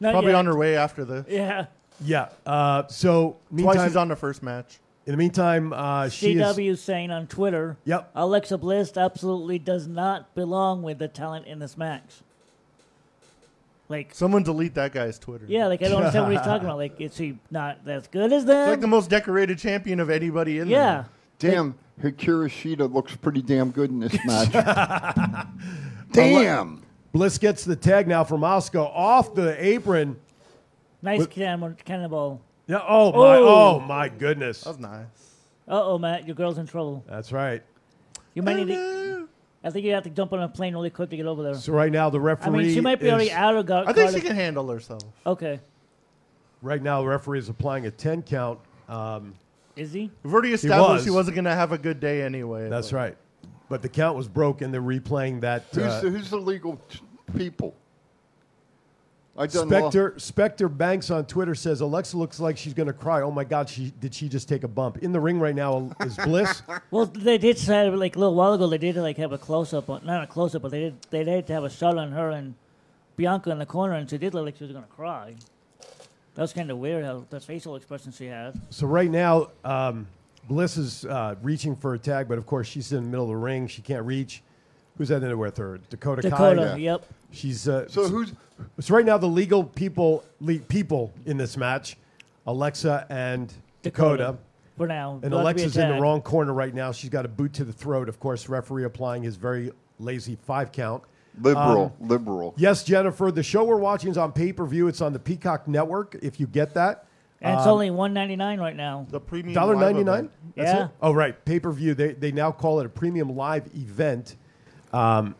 Not
Probably
yet.
on her way after this.
Yeah.
yeah. Uh, so
That's why
meantime,
she's on the first match.
in the meantime, uh, she is.
CW saying on Twitter.
Yep.
Alexa Bliss absolutely does not belong with the talent in this match. Like,
Someone delete that guy's Twitter.
yeah, like I don't understand what he's talking about. Like, is he not as good as
He's
them?
like um, the most decorated champion of anybody in
yeah.
Damn, Hikaru Shida looks pretty damn good in this match. damn.
Bliss gets the tag now from Oscar off the apron.
Nice cannon- cannonball.
Yeah, oh my!
Oh.
Oh my goodness!
there. That was nice.
Uh oh, Matt, your girl's in trouble.
That's right.
You might need to. I think you have to jump on a plane really quick to get over there.
So right now the referee.
I mean, she might be
is,
already out of guard.
I think she can handle herself.
Okay.
Right now the referee is applying a ten count. Um,
Is he?
We've already established
was.
she wasn't going to have a good day anyway.
that's right. But the count was broken. They're replaying that.
Who's
uh,
the, who's the legal t- people? I done lo-
Spectre Spectre Banks on Twitter says Alexa looks like she's gonna cry. Oh my God, she did she just take a bump in the ring right now? Is Bliss?
Well, they did say like a little while ago they did like have a close up on not a close up, but they did they did have a shot on her and Bianca in the corner, and she did look like she was gonna cry. That was kind of weird how the facial expression she had.
so right now, um, Bliss is uh, reaching for a tag, but of course she's in the middle of the ring. She can't reach. Who's that in there with her? Dakota.
Dakota,
Kai?
yep.
She's uh,
So who's
so right now the legal people le- people in this match, Alexa and Dakota.
Dakota. For now,
And
They'll have to be
Alexa's in the
attacked.
wrong corner right now. She's got a boot to the throat. Of course, referee applying his very lazy five count.
Liberal,
Um,
liberal.
Yes, Jennifer. The show we're watching is on pay per view. It's on the Peacock Network. If you get that,
And it's
Um,
only one ninety nine right now.
The premium
Dollar ninety nine.
Yeah.
Oh, right. Pay per view. They they now call it a premium live event. Um,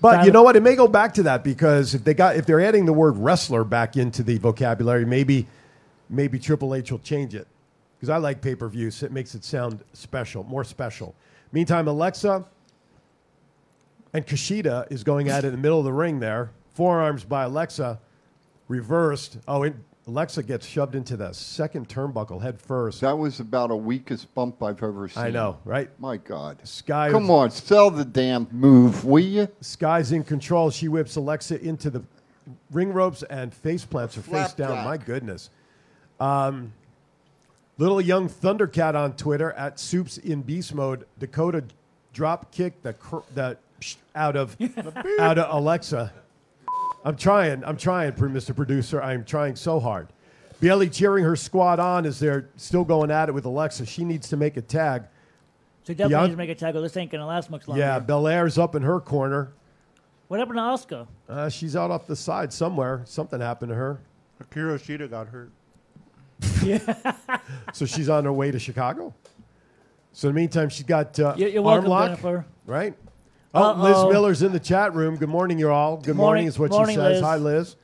but you know what? It may go back to that because if they got if they're adding the word wrestler back into the vocabulary, maybe maybe Triple H will change it because I like pay per view. So it makes it sound special, more special. Meantime, Alexa and Kushida is going at it in the middle of the ring. There, forearms by Alexa, reversed. Oh, it, Alexa gets shoved into the second turnbuckle head first.
That was about a weakest bump I've ever seen.
I know, right?
My God.
Sky.
Come on, sell the damn move, will you?
Sky's in control. She whips Alexa into the ring ropes and face plants her face down.
Flapjack.
My goodness. Um, little young Thundercat on Twitter at Soups in Beast Mode. Dakota drop kicked the cr- the sh- out of out of Alexa. I'm trying. I'm trying, pr- Mr. Producer. I'm trying so hard. Bailey cheering her squad on as they're still going at it with Alexa. She needs to make a tag.
She definitely
Beyond-
needs to make a tackle. This ain't gonna last much longer.
Yeah, Belair's up in her corner.
What happened to Oscar?
Uh, she's out off the side somewhere. Something happened to her.
Akira Shida got hurt.
So she's on her way to Chicago. So in the meantime, she's got uh,
You're, you're
arm
welcome,
lock,
Jennifer.
right? Oh,
Uh-oh.
Liz Miller's in the chat room. Good morning, you all. Good morning,
Morning-
is what
morning,
she says.
Liz.
Hi, Liz.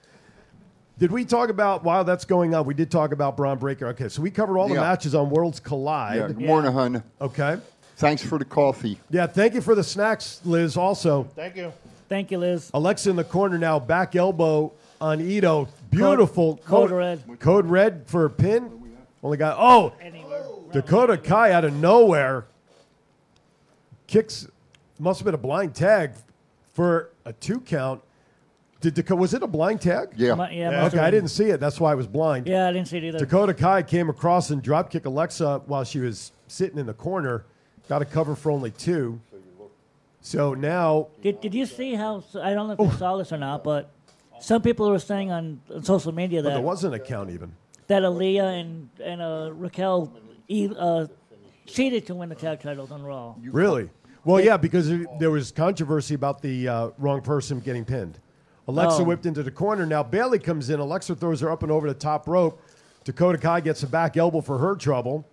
Did we talk about while that's going on? We did talk about Braun Breaker. Okay, so we covered all the
Yeah.
matches on Worlds Collide.
Yeah, good morning, hun.
Okay.
Thanks for the coffee.
Yeah, thank you for the snacks, Liz. Also,
Thank you.
Thank you, Liz.
Alexa in the corner now, back elbow on Ito. Beautiful
Code- code red.
Code red for a pin. Only got oh
Anywhere.
Dakota Kai out of nowhere kicks. Must have been a blind tag for a two count. Did Dakota was it a blind tag?
Yeah.
My- yeah, must
Okay,
have
I
been.
didn't see it. That's why I was blind.
Yeah, I didn't see it either.
Dakota Kai came across and drop kick Alexa while she was sitting in the corner. Got a cover for only two. So now
Did, did you see how? I don't know
Oh.
if you saw this or not, but some people were saying on, on social media
but there
that
wasn't a count even.
that Aaliyah and and uh, Raquel e- uh, cheated to win the tag titles on Raw.
Really? Well, yeah, because there- there was controversy about the uh, wrong person getting pinned. Alexa
Oh.
whipped into the corner. Now Bailey comes in. Alexa throws her up and over the top rope. Dakota Kai gets a back elbow for her trouble.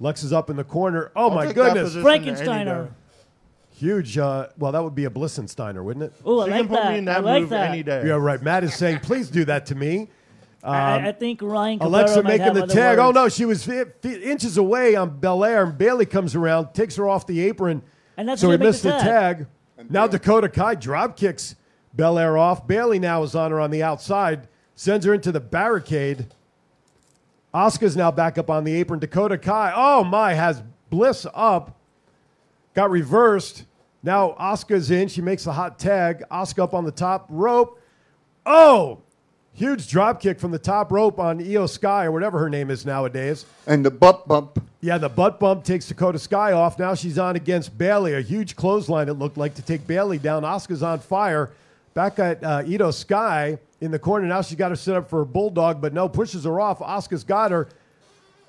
Alexa's up in the corner. Oh my goodness!
Frankensteiner.
Huge. Uh, well, that would be a Blissensteiner, wouldn't it?
Oh, I
She
like
can put
that.
me in that
I like
move
that.
any day.
Yeah, right. Matt is saying, please do that to me.
I, I think Ryan. Cabrera
Um, Alexa
might
making
have
the
other
tag. Oh
words.
no, she was fi- fi- inches away on Belair, and Bailey comes around, takes her off the apron,
And that's
so
when
he
they make
missed
the
the tag. Now Dakota Kai drop kicks Belair off. Bailey now is on her on the outside, sends her into the barricade. Oscar's now back up on the apron. Dakota Kai, oh my, has Bliss up. Got reversed. Now Oscar's in. She makes a hot tag. Oscar up on the top rope. Oh, huge drop kick from the top rope on Io Sky or whatever her name is nowadays.
And the butt bump.
Yeah, the butt bump takes Dakota Sky off. Now she's on against Bailey. A huge clothesline it looked like to take Bailey down. Oscar's on fire. Back at uh, Ito Sky in the corner. Now she's got her set up for a bulldog, but no, pushes her off. Oscar's got her.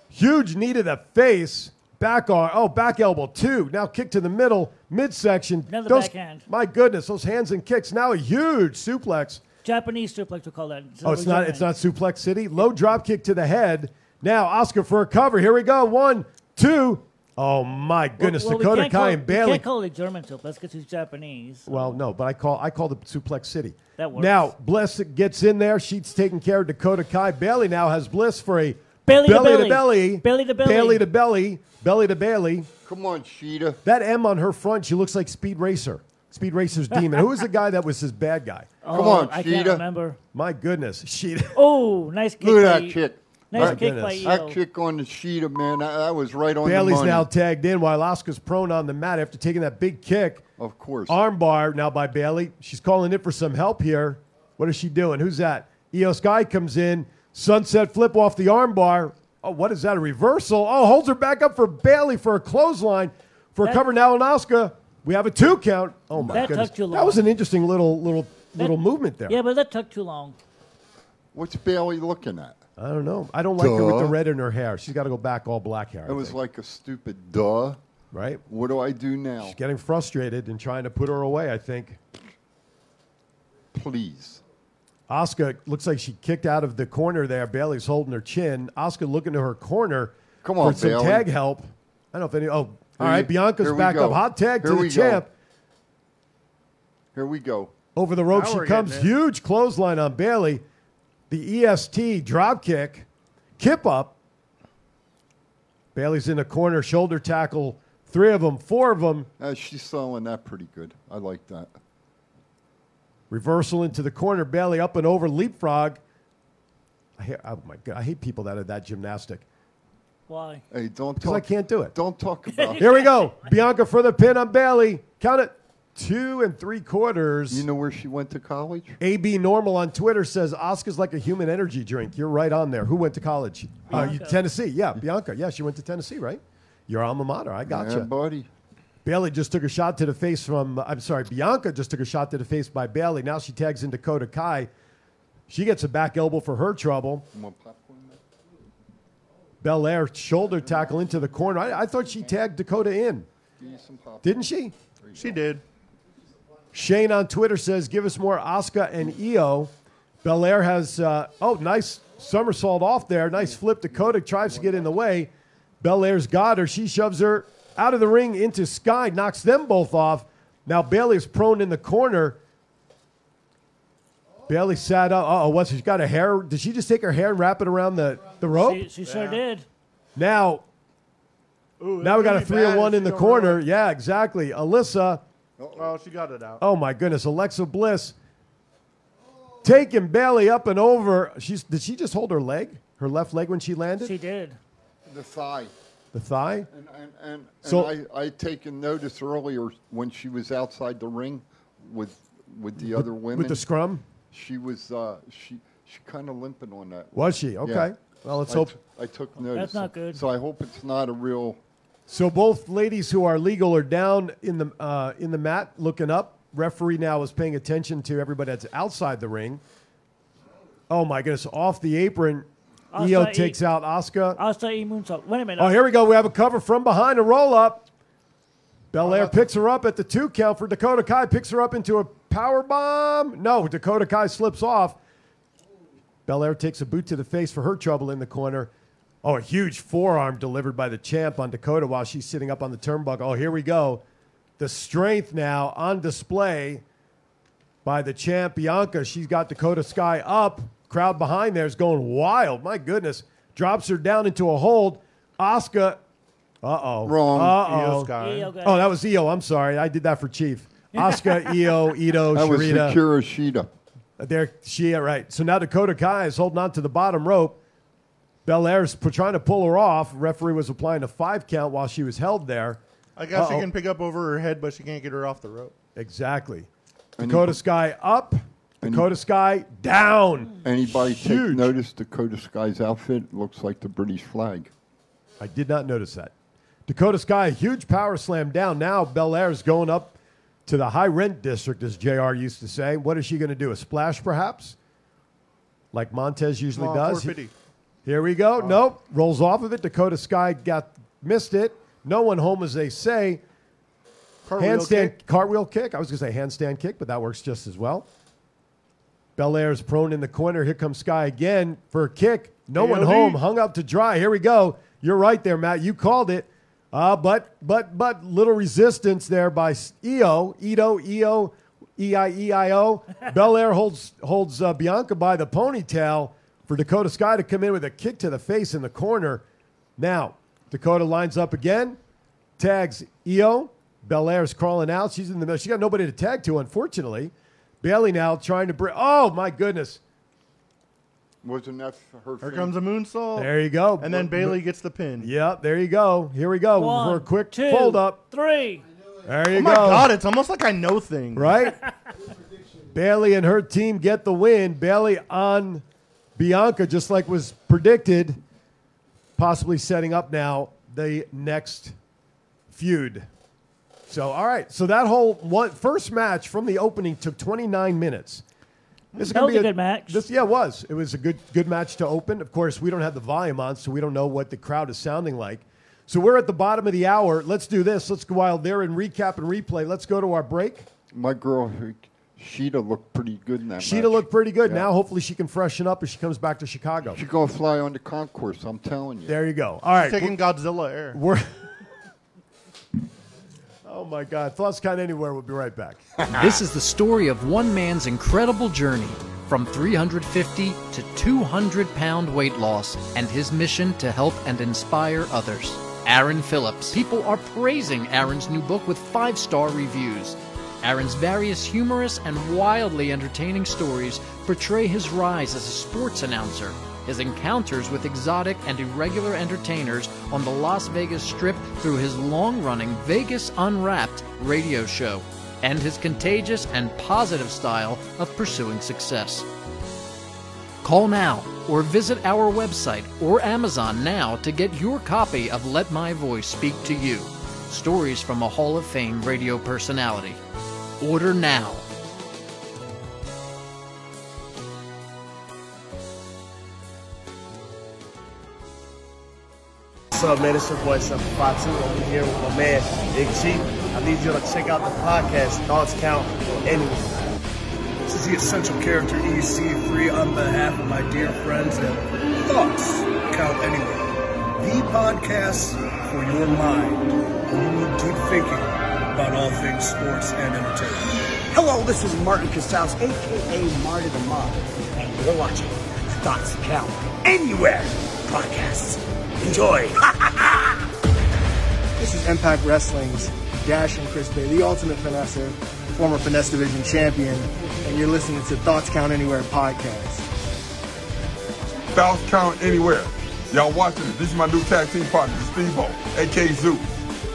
Huge knee to the face. Back arm. Oh, back elbow two. Now kick to the middle midsection.
Another backhand.
My goodness, those hands and kicks. Now a huge suplex.
Japanese suplex we call that.
Oh, it's not. It's not suplex city. Low drop kick to the head. Now Oscar for a cover. Here we go. One, two. Oh my goodness,
Well, we
Dakota
can't
Kai
call-
and
We
Bailey.
can't call it German suplex because he's Japanese.
well, no, but I call I call the suplex city.
That works.
Now Bliss gets in there. She's taking care of Dakota Kai. Bailey now has Bliss for a
Belly to
belly,
belly.
belly,
Belly to belly.
belly to belly, belly to belly.
Come on, Sheeta.
That M on her front, she looks like Speed Racer, Speed Racer's demon. Who was the guy that was his bad guy?
Come
Oh,
on,
I can't
Sheeta.
remember.
My goodness, she.
Oh, nice kick.
Look
by
at that
Io.
chick.
Nice
That-
kick by
goodness.
That
Io.
kick on the Sheeta, man. I, I was right on
Bailey's
the money.
now tagged in while Oscar's prone on the mat after taking that big kick.
Of course.
Armbar now by Bailey. She's calling in for some help here. What is she doing? Who's that? Io Sky comes in. Sunset flip off the armbar. Oh, what is that? A reversal? Oh, holds her back up for Bailey for a clothesline for a
That-
cover now on Oscar. We have a two count. Oh my
That
goodness.
took too
That was
long.
an interesting little little little movement there.
Yeah, but that took too long.
What's Bailey looking at?
I don't know. I don't like her with the
Duh.
red in her hair. She's got to go back all black hair. I
It was
think.
like a stupid duh.
right?
What do I do now?
She's getting frustrated and trying to put her away, I think.
please.
Oscar looks like she kicked out of the corner there. Bailey's holding her chin. Oscar looking to her corner. Come
on,
for some
Bailey.
tag help. I don't know if any. Oh, all right.
you-
Bianca's
here we
back
go.
up. Hot tag
Here
to the
we go.
champ.
Here we go.
Over the rope
Now
she
we're
comes.
getting it.
Huge clothesline on Bailey. The EST drop kick, kip up. Bailey's in the corner, shoulder tackle. Three of them, four of them.
Uh, she's selling that pretty good. I like that.
Reversal into the corner, Bailey up and over, leapfrog. I hate, oh my God, I hate people that are that gymnastic.
Why?
Hey, don't
Because I
talk.
can't do it.
Don't talk about.
Here we go. Bianca for the pin on Bailey. Count it. Two and three quarters.
You know where she went to college?
AB Normal on Twitter says Oscar's like a human energy drink. You're right on there. Who went to college? Uh, you,
Bianca.
Tennessee. Yeah, Bianca. Yeah, she went to Tennessee, right? Your alma mater. I got gotcha.
Yeah, buddy.
Bailey just took a shot to the face from, I'm sorry, Bianca just took a shot to the face by Bailey. Now she tags in Dakota Kai. She gets a back elbow for her trouble.
Want popcorn?
Belair shoulder tackle into the corner. I, I thought she tagged Dakota in,
Give you some popcorn.
didn't she?
She did.
Shane on Twitter says, "Give us more Asuka and E Io." Belair has uh, oh nice somersault off there, nice flip. Dakota tries to get in the way. Belair's got her. She shoves her out of the ring into Sky, knocks them both off. Now Bailey is prone in the corner. Bailey sat up. Uh oh, what's she's got a hair? Did she just take her hair and wrap it around the the rope?
She, she sure did.
Now, now we got a three and one in the corner. Yeah, exactly. Alyssa.
Oh, she got it out.
Oh my goodness, Alexa Bliss taking Bailey up and over. She's did she just hold her leg, her left leg when she landed,
She did.
The thigh.
the thigh?
And, and, and, and
So-
I, I had taken notice earlier when she was outside the ring with with the other women.
with the scrum?
she was uh, she she kind of limping on that.
Was she okay?
Yeah.
Well, let's
I
hope.
t- I took notice.
not good.
So I hope it's not a real.
So both ladies who are legal are down in the uh, in the mat looking up. Referee now is paying attention to everybody that's outside the ring. Oh my goodness! Off the apron, Io
Asuka, E-
takes out Oscar.
Asta E. Moonsault. Wait a minute.
Oh, here we go. We have a cover from behind, a roll up. Belair picks her up at the two count for Dakota Kai, picks her up into a power bomb. No, Dakota Kai slips off. Belair takes a boot to the face for her trouble in the corner. Oh, a huge forearm delivered by the champ on Dakota while she's sitting up on the turnbuckle. Oh, here we go. The strength now on display by the champ Bianca. She's got Dakota Sky up. Crowd behind there is going wild. My goodness. Drops her down into a hold. Oscar. Uh oh.
Wrong.
Uh oh.
Sky.
Io got
Oh, that was Io. I'm sorry. I did that for Chief. Oscar, Io, Ito,
That was
Oh, Sharita.
Sakura Shida.
There, she yeah, right. So now Dakota Kai is holding on to the bottom rope. Belair's p- trying to pull her off. Referee was applying a five count while she was held there.
I guess
Uh-oh.
she can pick up over her head, but she can't get her off the rope.
Exactly.
And
Dakota
he-
Sky up.
and he-
Dakota Sky down.
Anybody
Huge.
take notice Dakota Sky's outfit looks like the British flag.
I did not notice that. Dakota Sky, huge power slam down. Now Belair's going up to the high rent district, as JR used to say. What is she going to do? A splash, perhaps? Like Montez usually
Oh,
does?
poor Oh. pity.
Here we go. Nope. Rolls off of it. Dakota Sky got missed it. No one home, as they say.
Cartwheel
handstand
kick.
cartwheel kick. I was going to say handstand kick, but that works just as well. Belair's prone in the corner. Here comes Sky again for a kick. No one
AOD.
home, hung up to dry. Here we go. You're right there, Matt. You called it. Uh, but but but little resistance there by S- Io, Ito, Io, E I E I O. Belair holds holds uh, Bianca by the ponytail for Dakota Sky to come in with a kick to the face in the corner. Now Dakota lines up again, tags E Io. Belair's crawling out. She's in the middle. She got nobody to tag to, unfortunately. Bailey now trying to bring. Oh my goodness!
Wasn't that her?
Here comes a moonsault.
There you go.
And then Bailey gets the pin.
Yep, there you go. Here we go
One,
for a quick
two,
fold up.
Three.
There you go.
Oh my god, it's almost like I know things.
Right? Bailey and her team get the win. Bailey on Bianca, just like was predicted, possibly setting up now the next feud. So, all right. So that whole one, first match from the opening took 29 minutes. This is
That
gonna
was
be
a good match.
This, yeah, it was. It was a good good match to open. Of course, we don't have the volume on, so we don't know what the crowd is sounding like. So we're at the bottom of the hour. Let's do this. Let's go while they're in recap and replay. Let's go to our break.
My girl, who- Sheeta looked pretty good in that
Sheeta
match.
looked pretty good.
Yeah.
Now, hopefully, she can freshen up as she comes back to Chicago.
She's going to fly on the concourse, I'm telling you.
There you go. All right.
Taking Godzilla air.
We're. oh my God! Thoughts count anywhere. We'll be right back.
this is the story of one man's incredible journey from 350 to 200 pound weight loss and his mission to help and inspire others. Aaron Phillips. People are praising Aaron's new book with five star reviews. Aaron's various humorous and wildly entertaining stories portray his rise as a sports announcer, his encounters with exotic and irregular entertainers on the Las Vegas Strip through his long running Vegas Unwrapped radio show and his contagious and positive style of pursuing success. Call now or visit our website or Amazon now to get your copy of Let My Voice Speak to You Stories from a Hall of Fame radio personality. Order now.
What's up, man? It's your boy 752 over here with my man Big G. I need you to check out the podcast, Thoughts Count Anywhere.
This is the Essential Character EC3 on behalf of my dear friends at Thoughts Count Anywhere, the podcast for your mind, when you do thinking about all things sports and entertainment.
Hello, this is Martin Casals, aka Marty the Mob, and you're watching Thoughts Count Anywhere podcast. Enjoy.
This is Impact Wrestling's Dash and Chris Bay, the ultimate finesser, former finesse division champion, and you're listening to Thoughts Count Anywhere podcast.
South Count anywhere. Y'all watching it. This is my new tag team partner, Steve-O, a.k.a. Zeus,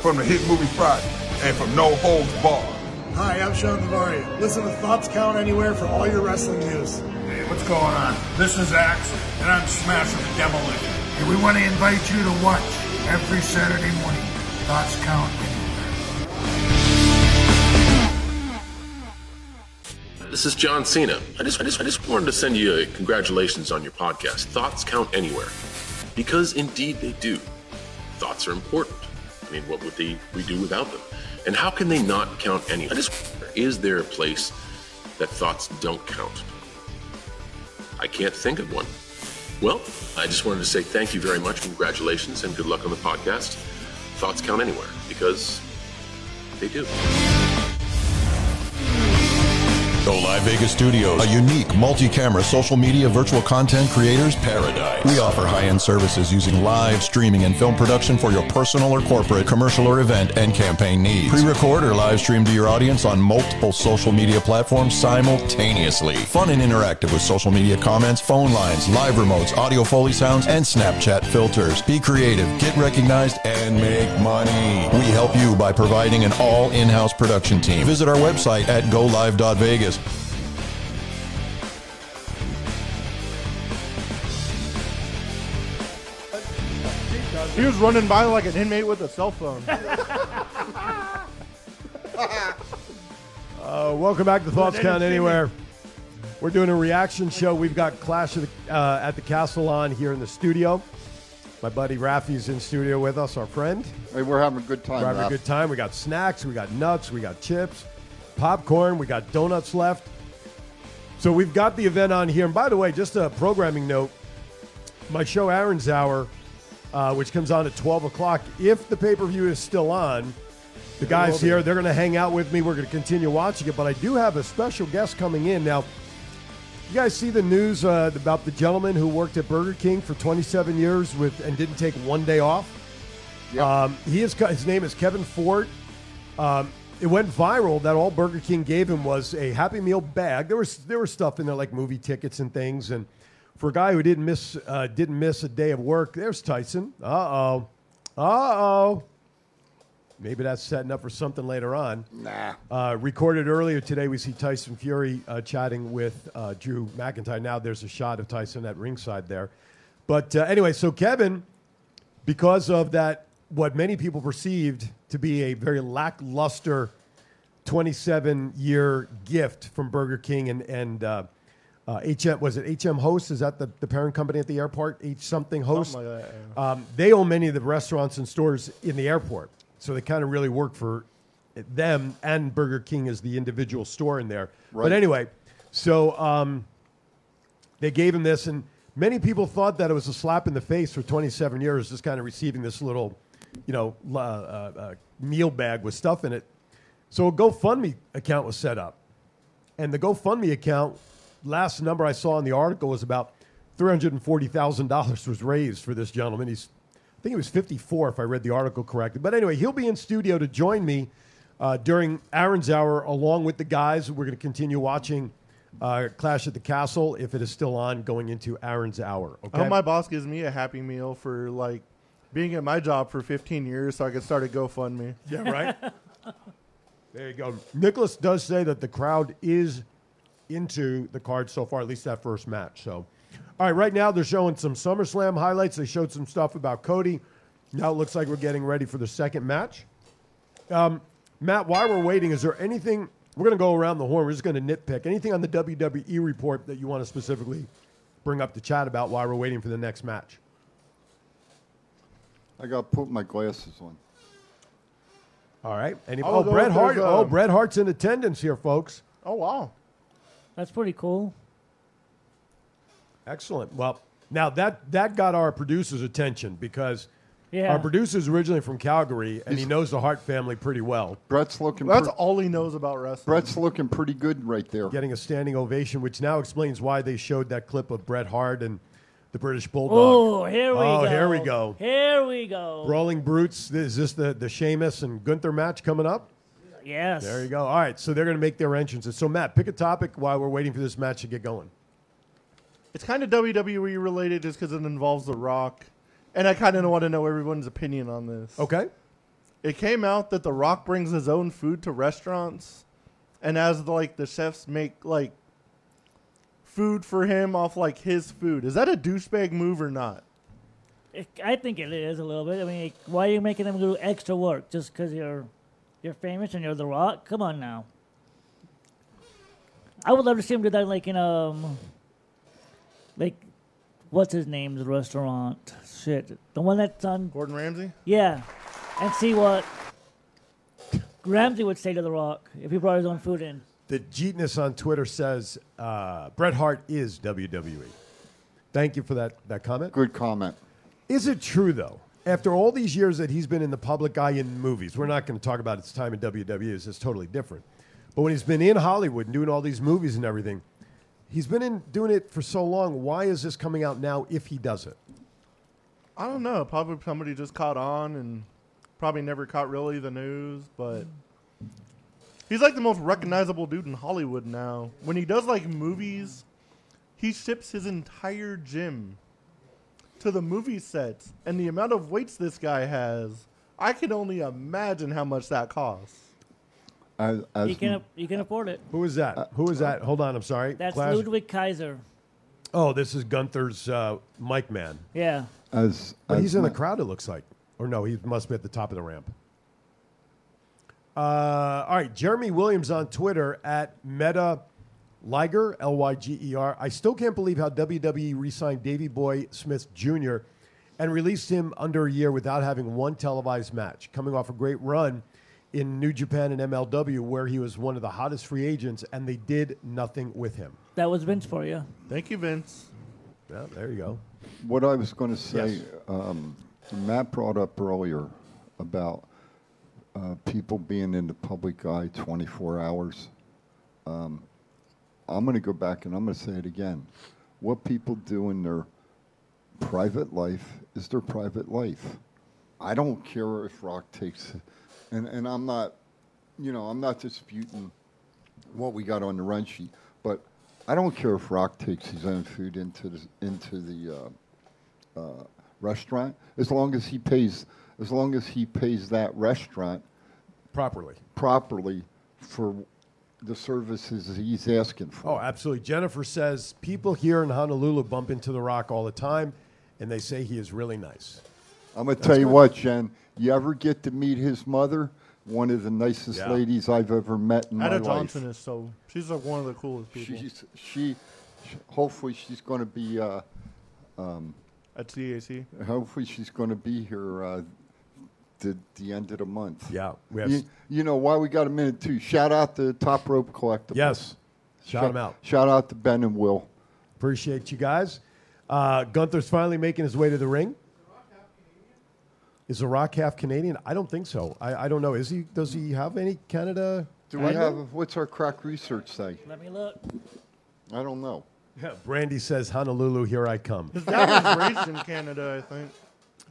from the hit movie Friday and from No Holds Bar.
Hi, I'm Sean Devari. Listen to Thoughts Count Anywhere for all your wrestling news.
Hey, what's going on? This is Axe, and I'm smashing the demolition. And we want to invite you to watch every Saturday morning. Thoughts count.
This is John Cena. I just, I just, I just wanted to send you a congratulations on your podcast. Thoughts count anywhere, because indeed they do. Thoughts are important. I mean, what would they we do without them? And how can they not count anywhere? I just wonder, is there a place that thoughts don't count? I can't think of one. Well, I just wanted to say thank you very much, congratulations, and good luck on the podcast. Thoughts count anywhere because they do.
Go Live Vegas Studios, a unique multi camera social media virtual content creators paradise. We offer high end services using live streaming and film production for your personal or corporate, commercial or event, and campaign needs. Pre record or live stream to your audience on multiple social media platforms simultaneously. Fun and interactive with social media comments, phone lines, live remotes, audio Foley sounds, and Snapchat filters. Be creative, get recognized, and make money. We help you by providing an all in house production team. Visit our website at golive.vegas.
He was running by like an inmate with a cell phone.
Uh, welcome back to Thoughts
they
Count
didn't see
Anywhere. We're doing a reaction show. We've got Clash of the, uh, at the Castle on here in the studio. My buddy Rafi's in studio with us, our friend.
Hey, we're having a good time.
We're having a
Raph.
good time. We got snacks, we got nuts, we got chips, popcorn, we got donuts left. So we've got the event on here. And by the way, just a programming note my show, Aaron's Hour, uh, which comes on at 12 o'clock, if the pay per view is still on, the guys
will be.
here, they're going to hang out with me. We're going to continue watching it. But I do have a special guest coming in. Now, you guys see the news uh, about the gentleman who worked at Burger King for 27 years with and didn't take one day off. Um, he is his name is Kevin Fort. Um, it went viral that all Burger King gave him was a Happy Meal bag. There was there was stuff in there like movie tickets and things. And for a guy who didn't miss uh, didn't miss a day of work, there's Tyson. Uh oh, uh oh. Maybe that's setting up for something later on. Nah. Uh, recorded earlier today, we see Tyson Fury uh, chatting with uh, Drew McIntyre. Now there's a shot of Tyson at ringside there. But uh, anyway, so Kevin, because of that, what many people perceived to be a very lackluster 27 year gift from Burger King and, and uh, uh, HM, was it HM Host? Is that the, the parent company at the airport? H something Host?
Something like that, yeah.
Um, they own many of the restaurants and stores in the airport, so they kind of really work for them and Burger King as the individual store in there. But
Right.
anyway, so um, they gave him this, and many people thought that it was a slap in the face for 27 years, just kind of receiving this little, you know, la- uh, uh, meal bag with stuff in it. So a GoFundMe account was set up, and the GoFundMe account, last number I saw in the article was about three hundred and forty thousand dollars was raised for this gentleman. He's, I think it was 54 if I read the article correctly. But anyway, he'll be in studio to join me uh, during Aaron's hour, along with the guys. We're going to continue watching uh, Clash at the Castle if it is still on going into Aaron's hour.
I
Okay.
hope Oh my boss gives me a happy meal for like being at my job for 15 years, so I could start a GoFundMe.
Yeah, right. there you go. Nicholas does say that the crowd is into the card so far, at least that first match. So, all right, right now they're showing some SummerSlam highlights. They showed some stuff about Cody. Now it looks like we're getting ready for the second match. Um, Matt, while we're waiting, is there anything we're going to go around the horn? We're just going to nitpick anything on the WWE report that you want to specifically bring up to chat about while we're waiting for the next match?
I got to put my glasses on.
All right. Any,
I
oh,
will go
Bret
with
Hart.
those,
oh,
um,
Bret Hart's in attendance here, folks.
Oh wow,
that's pretty cool.
Excellent. Well, now that that got our producer's attention because
Yeah.
our producer's originally from Calgary and he knows the Hart family pretty well.
Brett's looking.
That's
pre-
all he knows about wrestling.
Brett's looking pretty good right there.
Getting a standing ovation, which now explains why they showed that clip of Bret Hart and the British Bulldog.
Oh, here we go.
Oh, here we go.
Here we go.
Brawling Brutes. Is this the, the Sheamus and Gunther match coming up?
Yes.
There you go. All right, so they're going to make their entrances. So, Matt, pick a topic while we're waiting for this match to get going.
It's kind of WWE E related just because it involves The Rock. And I kind of want to know everyone's opinion on this.
Okay.
It came out that The Rock brings his own food to restaurants. And as like the chefs make like food for him off like his food. Is that a douchebag move or not?
It, I think it is a little bit. I mean, why are you making them do extra work just because you're you're famous and you're The Rock? Come on now. I would love to see him do that, like in um, like what's his name's restaurant? Shit, the one that's on
Gordon Ramsay.
Yeah, and see what Ramsay would say to The Rock if he brought his own food in.
The Jeetness on Twitter says uh, Bret Hart is WWE. Thank you for that, that comment.
Good comment.
Is it true, though? After all these years that he's been in the public eye in movies, we're not going to talk about his time in WWE, it's just totally different. But when he's been in Hollywood and doing all these movies and everything, he's been in doing it for so long. Why is this coming out now if he does it?
I don't know. Probably somebody just caught on and probably never caught really the news, but he's like the most recognizable dude in Hollywood now. When he does like movies, he ships his entire gym to the movie sets, and the amount of weights this guy has, I can only imagine how much that costs.
As, as Uh,
You can you can afford it.
Who is that? Who is that? Hold on, I'm sorry.
That's
Clash-
Ludwig Kaiser.
Oh, this is Gunther's uh, mic man.
Yeah.
As,
But
as
he's in the
my-
crowd, it looks like. Or no, he must be at the top of the ramp. Uh, all right, Jeremy Williams on Twitter at Meta Liger, L Y G E R. I still can't believe how WWE re signed Davey Boy Smith Jr. and released him under a year without having one televised match. Coming off a great run in New Japan and MLW, where he was one of the hottest free agents, and they did nothing with him.
That was Vince for you.
Thank you, Vince.
Yeah, there you go.
What I was going to say,
Yes.
um, Matt brought up earlier about uh, people being in the public eye 24 hours. Um, I'm going to go back and I'm going to say it again. What people do in their private life is their private life. I don't care if Rock takes, and, and I'm not, you know, I'm not disputing what we got on the run sheet, but I don't care if Rock takes his own food into the, into the uh, uh, restaurant as long as he pays as long as he pays that restaurant
properly
properly for the services he's asking for.
Oh, absolutely. Jennifer says people here in Honolulu bump into The Rock all the time, and they say he is really nice.
I'm gonna tell you what, Jen. You ever get to meet his mother? One of the nicest
Yeah.
ladies I've ever met in
Ada
my
Johnson
life.
is so she's like one of the coolest people.
She's she, sh- hopefully she's going to be. Uh, um,
At CAC.
Hopefully she's going to be here uh, the, the end of the month.
Yeah, we have-
You, you know why we got a minute too? Shout out to Top Rope Collectible.
Yes. Shout 'em out.
Shout out to Ben and Will.
Appreciate you guys. Uh, Gunther's finally making his way to the ring. Is The Rock half Canadian? I don't think so. I, I don't know. Is he? Does he have any Canada?
Do we have what's our crack research say?
Let me look.
I don't know.
Yeah, Brandy says Honolulu, here I come.
That was raised in Canada, I think.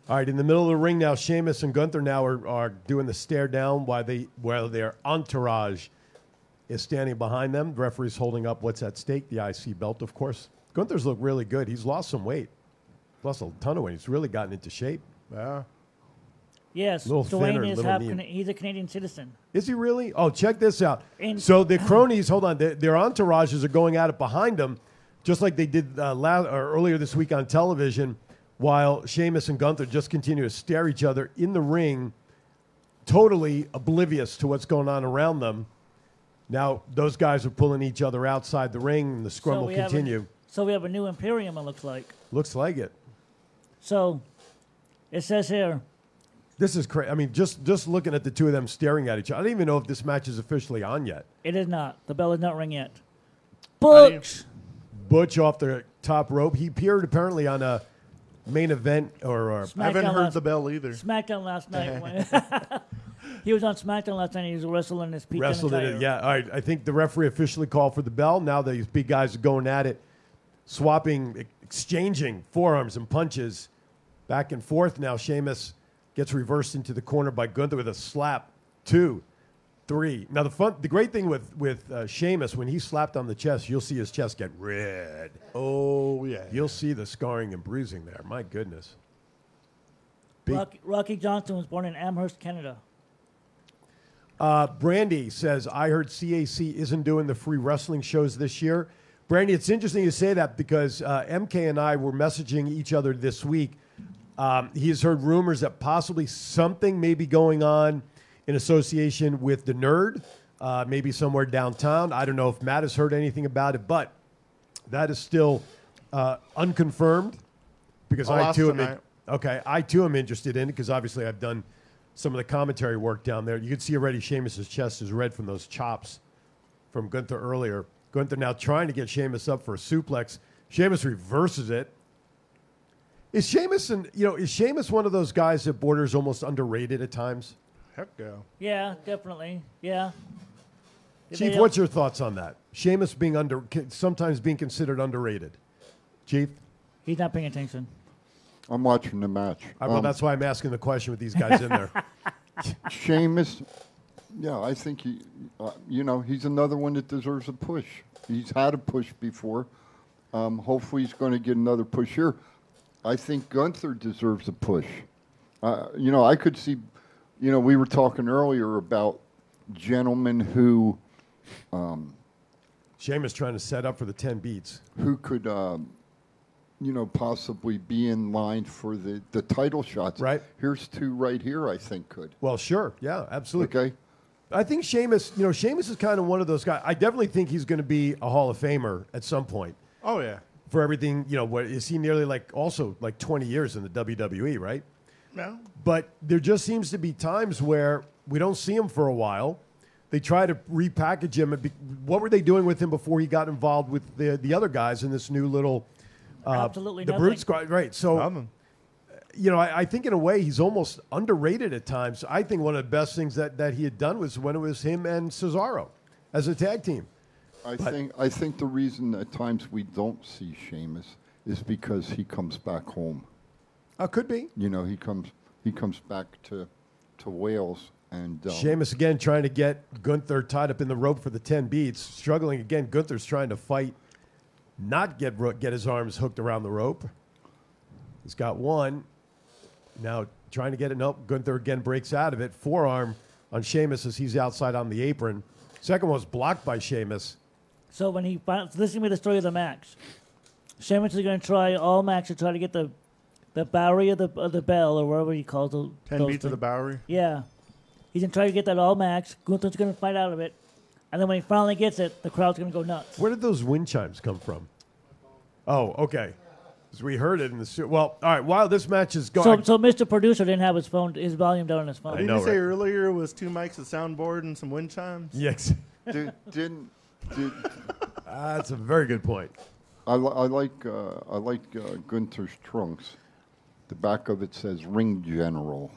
All right, in the middle of the ring now, Sheamus and Gunther now are, are doing the stare down while they while their entourage is standing behind them. The referee's holding up what's at stake, the IC belt, of course. Gunther's looked really good. He's lost some weight. Lost a ton of weight. He's really gotten into shape. Yeah.
Yes,
Little thinner,
Dwayne is
little
half.
mean.
Cana- he's a Canadian citizen.
Is he really? Oh, check this out.
And-
so the cronies, hold on, their, their entourages are going at it behind them, just like they did uh, la- or earlier this week on television, while Sheamus and Gunther just continue to stare each other in the ring, totally oblivious to what's going on around them. Now those guys are pulling each other outside the ring, and the scrum will
we have a-
continue.
so we have a new Imperium. It looks like.
Looks like it.
So it says here.
This is crazy. I mean, just just looking at the two of them staring at each other, I don't even know if this match is officially on yet.
It is not. The bell is not ring yet. Butch.
Butch off the top rope. He appeared apparently on a main event or, or
SmackDown last- SmackDown last night. when- he was on SmackDown last night. He was wrestling his Pete
wrestled in
McIntyre.
it. Yeah, all right. I think the referee officially called for the bell. Now these big guys are going at it, swapping, e- exchanging forearms and punches back and forth. Now Sheamus gets reversed into the corner by Gunther with a slap. Two, three. Now the fun, the great thing with with uh, Sheamus when he slapped on the chest, you'll see his chest get red. Oh yeah, you'll see the scarring and bruising there. My goodness. Big-
Rocky, Rocky Johnson was born in Amherst, Canada.
Uh, Brandy says, I heard CAC isn't doing the free wrestling shows this year. Brandy, it's interesting you say that because uh, MK and I were messaging each other this week. Um, he has heard rumors that possibly something may be going on in association with the nerd, uh, maybe somewhere downtown. I don't know if Matt has heard anything about it, but that is still uh, unconfirmed because
I'll
I
ask
too am in,
tonight.
okay. I too am interested in it because obviously I've done some of the commentary work down there. You can see already Sheamus's chest is red from those chops from Gunther earlier. Gunther now trying to get Sheamus up for a suplex. Sheamus reverses it. Is Sheamus and you know is Sheamus one of those guys that borders almost underrated at times?
Heck yeah.
Yeah, definitely. Yeah.
Chief,
They-
what's your thoughts on that? Sheamus being under sometimes being considered underrated. Chief,
He's not paying attention.
I'm watching the match.
I, well,
Um,
that's why I'm asking the question with these guys in there.
Sheamus, yeah, I think he, uh, you know, he's another one that deserves a push. He's had a push before. Um, hopefully, he's going to get another push here. I think Gunther deserves a push. Uh, you know, I could see, you know, we were talking earlier about gentlemen who, um,
Sheamus trying to set up for the ten beats.
who could, um, you know, possibly be in line for the, the title shots. Right. Here's two right here. I think could.
Well, sure. Yeah, absolutely.
Okay.
I think Sheamus, you know, Sheamus is kind of one of those guys. I definitely think he's going to be a Hall of Famer at some point
Oh, yeah.
for everything. You know, what is he nearly like also like 20 years in the WWE, right?
No.
But there just seems to be times where we don't see him for a while. They try to repackage him. And be, what were they doing with him before he got involved with the the other guys in this new little? Uh,
Absolutely
the
nothing.
brute squad, right? So, you know, I, I think in a way he's almost underrated at times. I think one of the best things that that he had done was when it was him and Cesaro as a tag team.
I
But-
think I think the reason at times we don't see Sheamus is because he comes back home.
Uh, could be.
You know, he comes he comes back to to Wales and um,
Sheamus again trying to get Gunther tied up in the rope for the ten beats, struggling again. Gunther's trying to fight, not get ro- get his arms hooked around the rope. He's got one. Now trying to get it. Nope. Gunther again breaks out of it. Forearm on Sheamus as he's outside on the apron. Second one was blocked by Sheamus.
So when he finds, this is gonna be the story of the match. Sheamus is gonna try all match to try to get the the Bowery of the of the Bell or whatever he calls it.
Ten beats of the Bowery?
Yeah, he's gonna try to get that all match. Gunther's gonna fight out of it, and then when he finally gets it, the crowd's gonna go nuts.
Where did those wind chimes come from? Oh, okay. As we heard it in the su- well, all right. While this match is going,
So, so Mr. Producer didn't have his phone, his volume down on his phone.
I know,
you say
right?
earlier was two mics, a soundboard, and some wind chimes?
Yes.
Did, didn't. Did,
Ah, that's a very good point.
I, li- I like uh, I like uh, Gunther's trunks. The back of it says Ring General.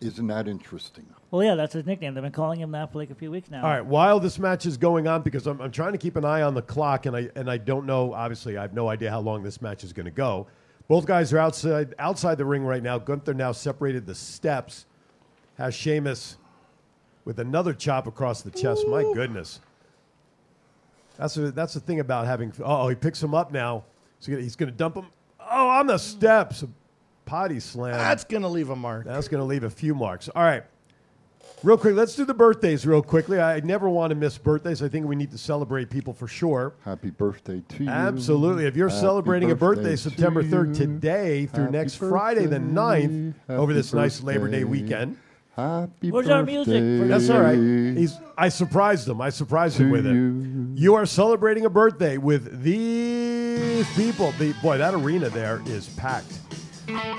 Isn't that interesting?
Well, yeah, that's his nickname. They've been calling him that for like a few weeks now.
All right, while this match is going on, because I'm, I'm trying to keep an eye on the clock, and I and I don't know. Obviously, I have no idea how long this match is going to go. Both guys are outside outside the ring right now. Gunther now separated the steps, has Sheamus with another chop across the chest. My goodness, that's a, that's the thing about having. Oh, he picks him up now. So he's gonna- he's going to dump him. Oh, on the steps, a potty slam. That's
going to leave a mark.
That's going to leave a few marks. All right. Real quick, let's do the birthdays real quickly. I never want to miss birthdays. I think we need to celebrate people for sure.
Happy birthday to you.
Absolutely. If you're
Happy
celebrating a birthday
to
September 3rd
you.
today through
Happy
next Friday the 9th
birthday.
over this
Happy
nice Labor Day
birthday.
weekend.
Happy
Where's our music?
birthday
That's all right. He's, I surprised him. I surprised him
to
with
you.
it. You are celebrating a birthday with these people. The, boy, that arena there is packed.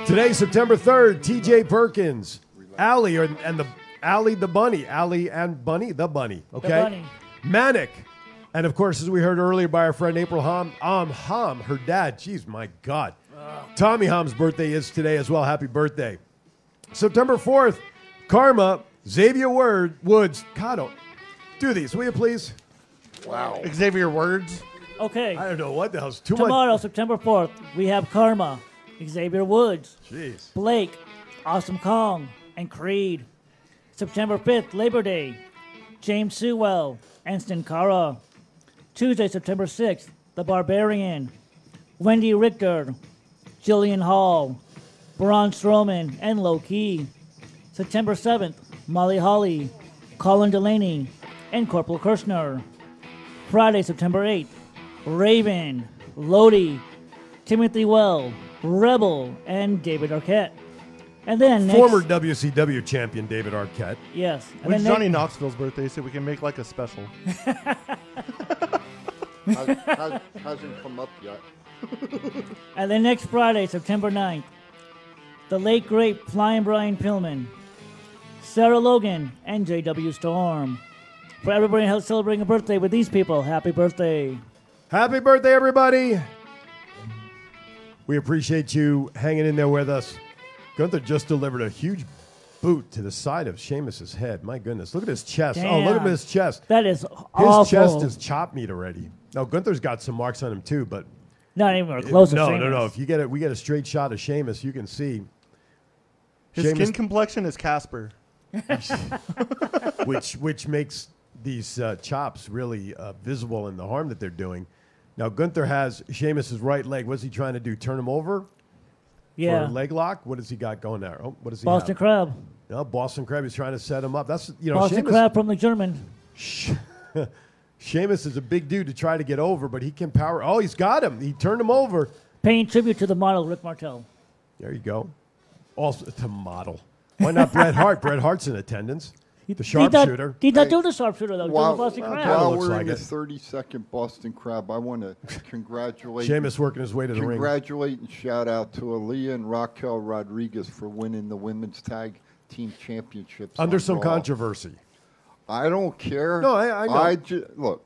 Today, September 3rd, TJ Perkins, Allie, or, and the Allie the Bunny. Allie and Bunny, the Bunny. Okay.
bunny.
Manic. And of course, as we heard earlier by our friend April Hom, um, Hom, her dad. Jeez, my God. Tommy Hom's birthday is today as well. Happy birthday. September 4th, Karma, Xavier Word, Woods. God, oh, do these, will you please? Wow.
Xavier Words?
Okay.
I don't know what the hell's too
Tomorrow,
much.
September 4th, we have Karma, Xavier Woods,
Jeez.
Blake, Awesome Kong, and Creed. September 5th, Labor Day, James Sewell and Stinkara. Tuesday, September 6th, The Barbarian, Wendy Richter, Jillian Hall, Braun Strowman, and Low Key. September 7th, Molly Holly, Colin Delaney, and Corporal Kirshner. Friday, September 8th, Raven, Lodi, Timothy Well, Rebel, and David Arquette. And then next,
Former WCW champion David Arquette.
yes, and
When's
then
Johnny
next-
Knoxville's birthday so we can make like a special?
Has, has, hasn't come up yet.
And then next Friday, September 9th, the late great Flying Brian Pillman, Sarah Logan, and J.W. Storm. For everybody else celebrating a birthday with these people, happy birthday.
Happy birthday, everybody. We appreciate you hanging in there with us. Gunther just delivered a huge boot to the side of Sheamus's head. My goodness. Look at his chest. Oh, look at
Damn.
his chest.
That is
His
awful.
chest is chop meat already. Now Gunther's got some marks on him too, but
Not even close to
No, no,
Sheamus.
no. If you get it, we get a straight shot of Sheamus. You can see
His
Sheamus,
skin complexion is Casper.
which which makes these uh, chops really uh, visible in the harm that they're doing. Now Gunther has Sheamus's right leg. What's he trying to do? Turn him over? For
Yeah.
a leg lock. What has he got going there? Oh, what does he?
Boston
have?
Crab.
No, Boston Crab. He's trying to set him up. That's you know
Boston
Sheamus-
Crab from the German.
Sheamus is a big dude to try to get over, but he can power. Oh, he's got him. He turned him over.
Paying tribute to the model Rick Martel.
There you go. Also, it's a model. Why not Bret Hart? Bret Hart's in attendance. The sharpshooter.
Did not do the sharpshooter, though.
While,
do the Boston Crab.
Wow.
while
Looks
we're
like
in
it.
the 30 second Boston Crab, I want to congratulate.
Sheamus working his way to the ring.
Congratulate and shout out to Aaliyah and Raquel Rodriguez for winning the women's tag team championships.
Under
on
some
Raw.
controversy.
I don't care.
No, I- I know.
ju- look,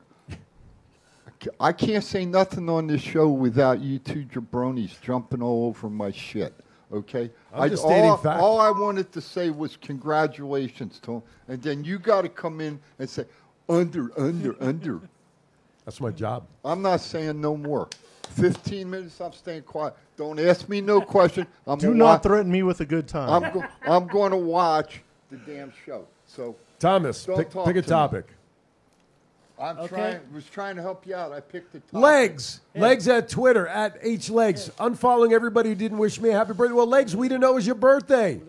I can't say nothing on this show without you two jabronis jumping all over my shit. Okay,
I'm
I,
just
all,
stating fact.
all I wanted to say was congratulations to him, and then you got to come in and say under, under, under.
That's my job.
I'm not saying no more. Fifteen minutes. I'm staying quiet. Don't ask me no question. I'm
Do
gonna
not
wa-
threaten me with a good time.
I'm, go- I'm going to watch the damn show. So
Thomas,
Don't
pick,
talk
pick a
to me.
topic.
I'm
Okay.
trying. Was trying to help you out. I picked the topic.
Legs. Legs at Twitter, at H Legs. Unfollowing everybody who didn't wish me a happy birthday. Well, Legs, we didn't know it was your birthday.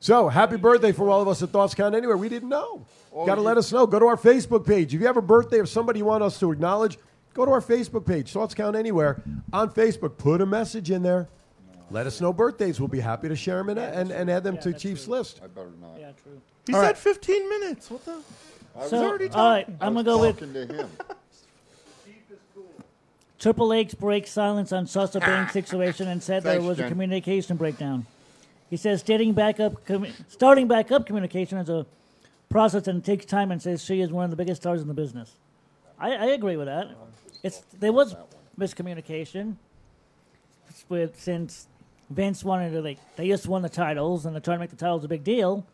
So, happy birthday from all of us at Thoughts Count Anywhere. We didn't know.
Oh,
Got to
you-
let us know. Go to our Facebook page. If you have a birthday of somebody you want us to acknowledge, go to our Facebook page, Thoughts Count Anywhere, on Facebook. Put a message in there. Let us know birthdays. We'll be happy to share them and, and, and add them to Chief's list.
I better not.
Yeah, true.
He
All
said
right.
15 minutes. What the?
I was
So,
already
all right,
talking.
I'm
I
gonna
was
go
talking to him.
Triple H breaks silence on Sosa Banks situation and said there
Ah. Thanks,
was a
Jen.
communication breakdown. He says starting back up, commu- starting back up communication is a process and takes time, and says she is one of the biggest stars in the business. I, I agree with that. It's there was miscommunication with since Vince wanted to like they just won the titles and they're trying to make the titles a big deal,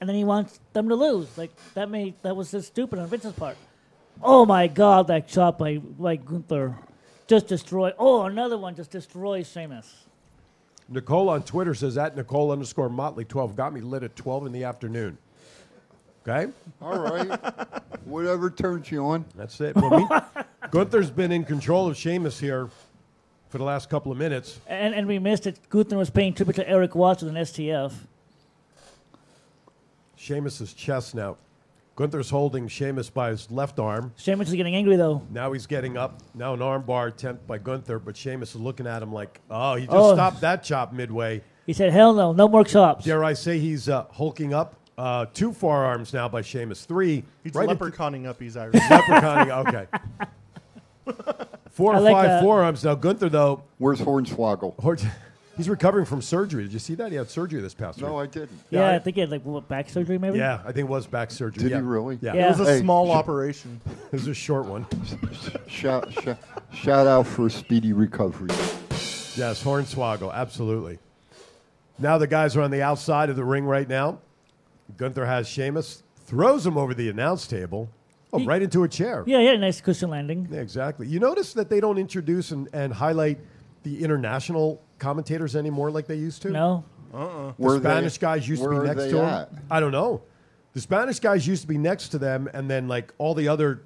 and then he wants them to lose. Like that made that was just stupid on Vince's part. Oh my God, that shot by by Gunther just destroy. Oh, another one just destroys Sheamus.
Nicole on Twitter says at Nicole underscore Motley twelve got me lit at twelve in the afternoon. Okay,
All right. Whatever turns you on.
That's it. Well, me- Gunther's been in control of Sheamus here for the last couple of minutes.
And and we missed it. Gunther was paying tribute to Eric Watts with an STF.
Sheamus's chest now. Gunther's holding Sheamus by his left arm.
Sheamus is getting angry though.
Now he's getting up. Now an armbar attempt by Gunther, but Sheamus is looking at him like, oh, he just
Oh.
stopped that chop midway.
He said, "Hell no, no more chops."
Dare I say he's uh, hulking up. Uh, two forearms now by Sheamus. Three.
He's
right into-
leprechauning up. He's Irish.
leprechauning. Okay. Four
I
or
like
five
that.
forearms now. Gunther though.
Where's Hornswoggle?
he's recovering from surgery. Did you see that? He had surgery this past week.
No, I didn't.
Yeah, I think he had like what, back surgery maybe.
Yeah, I think it was back surgery.
Did
yeah.
he really?
Yeah.
It was a Hey, small sh-
operation. it was a short one.
Shout, shout, shout out for speedy recovery.
Yes, Hornswoggle, absolutely. Now the guys are on the outside of the ring right now. Gunther has Sheamus, throws him over the announce table. Oh, right into a chair.
Yeah, yeah, nice cushion landing.
Yeah, exactly. You notice that they don't introduce and, and highlight the international commentators anymore like they used to?
No.
Uh-uh. The
Were they-
Spanish guys used to be
where are
next
they
to
at?
them. I don't know. The Spanish guys used to be next to them, and then like all the other,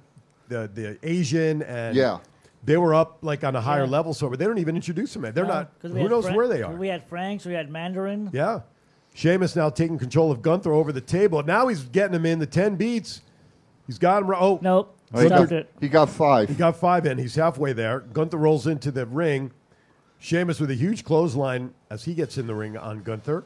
the, the Asian and
Yeah.
they were up like on a higher
Yeah.
level. So they don't even introduce them. man. They're
No,
not.
Uh, 'cause we
Who
had
knows
Fran-
where they are?
We had Franks, we had Mandarin.
Yeah. Sheamus now taking control of Gunther over the table. Now he's getting him in the ten beats. He's got him. ro- Oh
nope.
He got, he got five.
He got five in. He's halfway there. Gunther rolls into the ring. Sheamus with a huge clothesline as he gets in the ring on Gunther.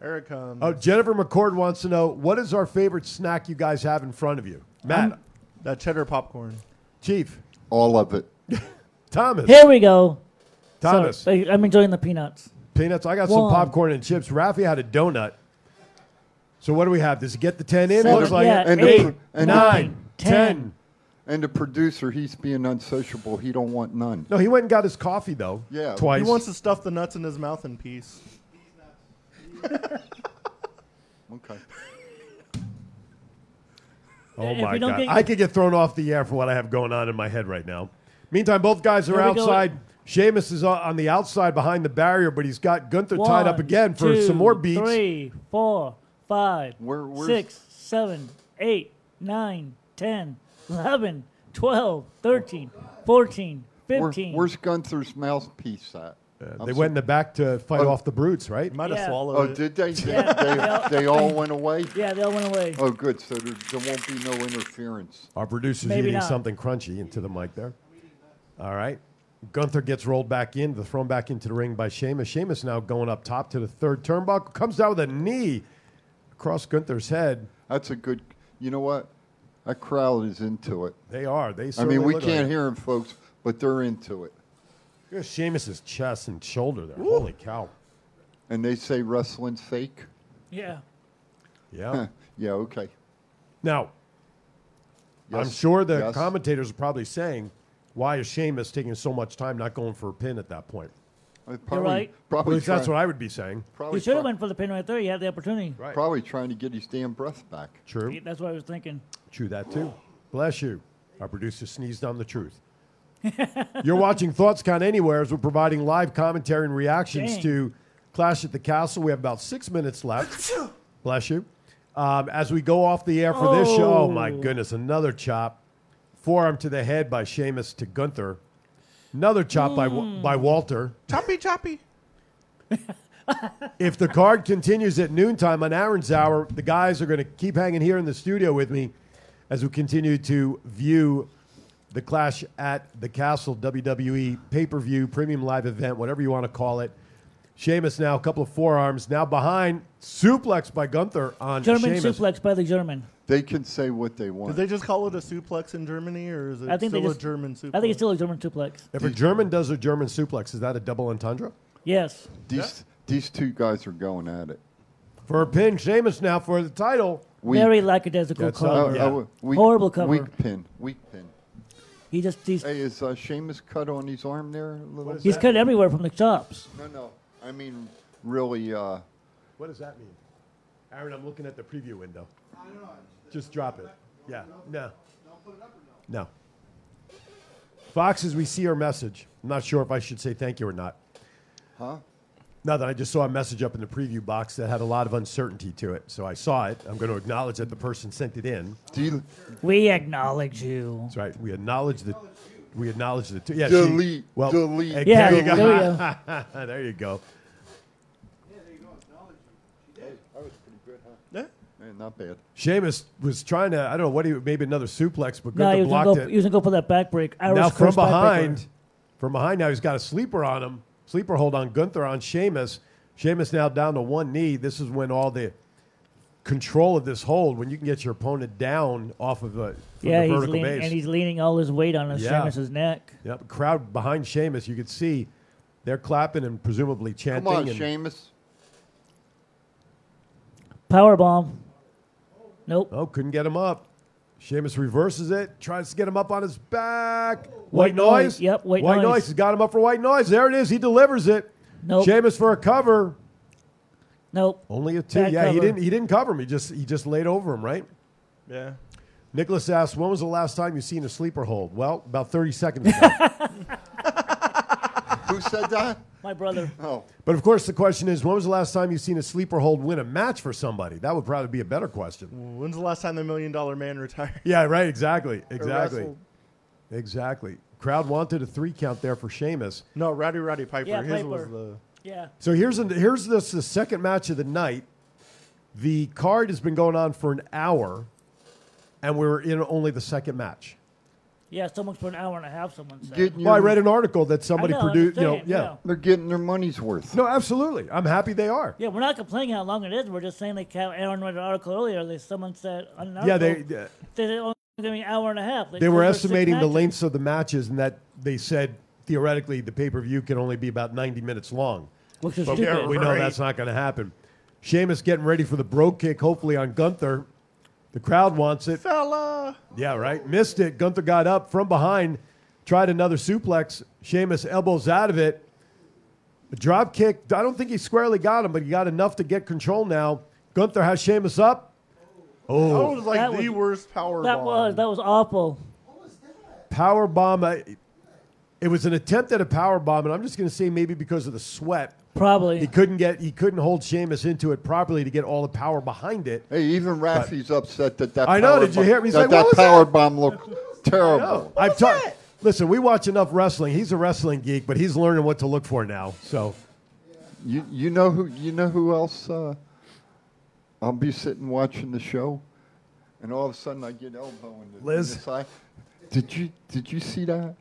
Eric comes.
Oh, Jennifer McCord wants to know what is our favorite snack you guys have in front of you, Matt?
that cheddar popcorn.
Chief
All of it.
Thomas.
Here we go.
Thomas.
Sorry, I- I'm enjoying the peanuts.
Peanuts. I got some
One.
popcorn and chips. Rafi had a donut. So what do we have? Does it get the ten in?
And
Looks
the-
like it.
and the
eight,
pro- and the-
nine, ten.
And the producer, he's being unsociable. He don't want none.
No, he went and got his coffee though.
Yeah.
twice.
He wants to stuff the nuts in his mouth in peace.
okay.
Oh
If
my
we don't
god!
get-
I could get thrown off the air for what I have going on in my head right now. Meantime, both guys are
Here we go.
outside. Sheamus is on- on the outside behind the barrier, but he's got Gunther tied up
One,
again for
two,
some more beats.
Three, four, five,
where's-
six, seven, eight, nine, 10, 11, 12, 13, 14,
Where-
15.
where's Gunther's mouthpiece at? I'm
Uh, They
so-
went in the back to fight
Oh.
off the brutes, right?
Might
Yeah. swallowed
Oh, did they? They,
Yeah.
they, they all went away?
yeah, they all went away.
Oh, good. So there, there won't be no interference.
Our producer's
Maybe
eating
not.
something crunchy into the mic there. All right. Gunther gets rolled back in, the thrown back into the ring by Sheamus. Sheamus now going up top to the third turnbuckle, comes down with a knee across Gunther's head.
That's a good. You know what? That crowd is into it.
They are. They.
I mean,
certainly
we
look
can't
like it.
hear them, folks, but they're into it.
Look at Sheamus's chest and shoulder there. Holy cow.
And they say wrestling's fake.
Yeah.
Yeah.
yeah. Okay.
Now, I'm
Yes,
sure the
yes.
commentators are probably saying, why is Sheamus taking so much time not going for a pin at that point?
I probably,
right.
Probably
At least that's
try-
what I would be saying.
Probably,
You should have
try-
went for the pin right there. You had the opportunity. Right.
probably trying to get his damn breath back.
True.
That's what I was thinking.
True that too. Bless you. Our producer sneezed on the truth. You're watching Thoughts Count Anywhere as we're providing live commentary and reactions
Dang.
to Clash at the Castle. We have about six minutes left. Bless you. Um, as we go off the air for this show, oh my
Oh.
goodness, another chop. Forearm to the head by Sheamus to Gunther. Another chop by,
Hmm.
Wa- by Walter.
Choppy, choppy.
If the card continues at noontime on Aaron's Hour, the guys are going to keep hanging here in the studio with me as we continue to view the Clash at the Castle WWE pay per view, premium live event, whatever you want to call it. Sheamus now, a couple of forearms. Now behind, suplex by Gunther on
German
Sheamus.
suplex by the German.
They can say what they want.
Did they just call it a suplex in Germany, or is it
I think
still
they
a
just,
German suplex?
I think it's still a German suplex.
If a German does a German suplex, is that a double entendre?
Yes.
These these two guys are going at it.
For a pin, Sheamus now for the title.
We-
Very lackadaisical
That's
cover.
not- uh, weak-
Horrible cover.
Weak pin. Weak pin.
He just he's,
hey, is uh, Sheamus cut on his arm there? A little
He's
bit?
cut everywhere from the chops.
No, no. I mean, really. Uh,
What does that mean? Aaron, I'm looking at the preview window. Just drop it. Yeah. No. No. Fox, as we see her message, I'm not sure if I should say thank you or not.
huh?
Now that I just saw a message up in the preview box that had a lot of uncertainty to it, so I saw it. I'm going to acknowledge that the person sent it in.
we acknowledge you.
That's right. We acknowledge the. We acknowledge the. T- yeah, she-
Delete,
well,
delete,
eh,
Yeah,
There you
delete.
go. there you go.
That was pretty good, huh? Yeah. Man, not bad.
Sheamus was trying to. I don't know what he. Maybe another suplex, but good
No, he
to
was gonna go.
blocked it.
He was gonna go for that back break. Irish
now from
curse back breaker.
behind, from behind now he's got a sleeper on him. Sleeper hold on Gunther on Sheamus. Sheamus now down to one knee. This is when all the control of this hold, when you can get your opponent down off of the, from
Yeah,
the
he's
vertical
leaning,
base.
and he's leaning all his weight on his
Yeah.
Sheamus's neck.
Yep, crowd behind Sheamus, you could see they're clapping and presumably chanting.
Come on,
and
Sheamus.
Power bomb. Nope.
Oh, couldn't get him up. Sheamus reverses it, tries to get him up on his back. White, noise.
Yep, white
White
noise.
noise has got him up for white noise. There it is. He delivers it.
Nope.
Sheamus for a cover.
Nope.
Only a two.
Back
yeah, he
cover.
didn't. He didn't cover him. He just he just laid over him. Right.
Yeah.
Nicholas asked, "When was the last time you seen a sleeper hold?" Well, about thirty seconds ago.
Who said that?
My brother.
Oh.
but of course, the question is, when was the last time you seen a sleeper hold win a match for somebody? That would probably be a better question.
When's the last time the Million Dollar Man retired?
Yeah, right. Exactly. Exactly.
wrestled.
Exactly. Crowd wanted a three count there for Sheamus.
No, Rowdy Roddy Piper.
Yeah,
His
Piper.
was the.
Yeah.
So here's an, here's this the second match of the night. The card has been going on for an hour, and we were in only the second match.
Yeah, someone's for an hour and a half. Someone said.
Getting
Well, I
your-
read an article that somebody
I know, I'm
produced. You know,
saying,
yeah.
yeah.
They're getting their money's worth.
No, absolutely. I'm happy they are.
Yeah, we're not complaining how long it is. We're just saying like how Aaron read an article earlier. That someone said on an
Yeah,
article.
they they,
They said only doing an hour and a half. Like,
they were
there six
estimating the
matches.
lengths of the matches, and that they said theoretically the pay per view can only be about 90 minutes long.
Which is
But
stupid.
we know that's not going to happen. Sheamus getting ready for the bro kick, hopefully on Gunther. The crowd wants it.
Fella.
Yeah, right. Missed it. Gunther got up from behind, tried another suplex. Sheamus elbows out of it. A drop kick. I don't think he squarely got him, but he got enough to get control now. Gunther has Sheamus up.
That
Oh,
was like
That
the
was-
worst power
That
bomb.
was that was awful.
power bomb. It was an attempt at a power bomb, and I'm just going to say maybe because of the sweat,
Probably.
he couldn't get he couldn't hold Sheamus into it properly to get all the power behind it.
Hey, even Rafi's upset that that.
I know,
power
did you
bomb-
hear me? He's
That,
like,
that
"What was
power
that?"
bomb looked terrible.
I've taught. Listen, we watch enough wrestling. He's a wrestling geek, but he's learning what to look for now. So
You you know who you know who else? Uh, I'll be sitting watching the show, and all of a sudden I get elbow in the, in
Liz?
the side. Did you did you see that?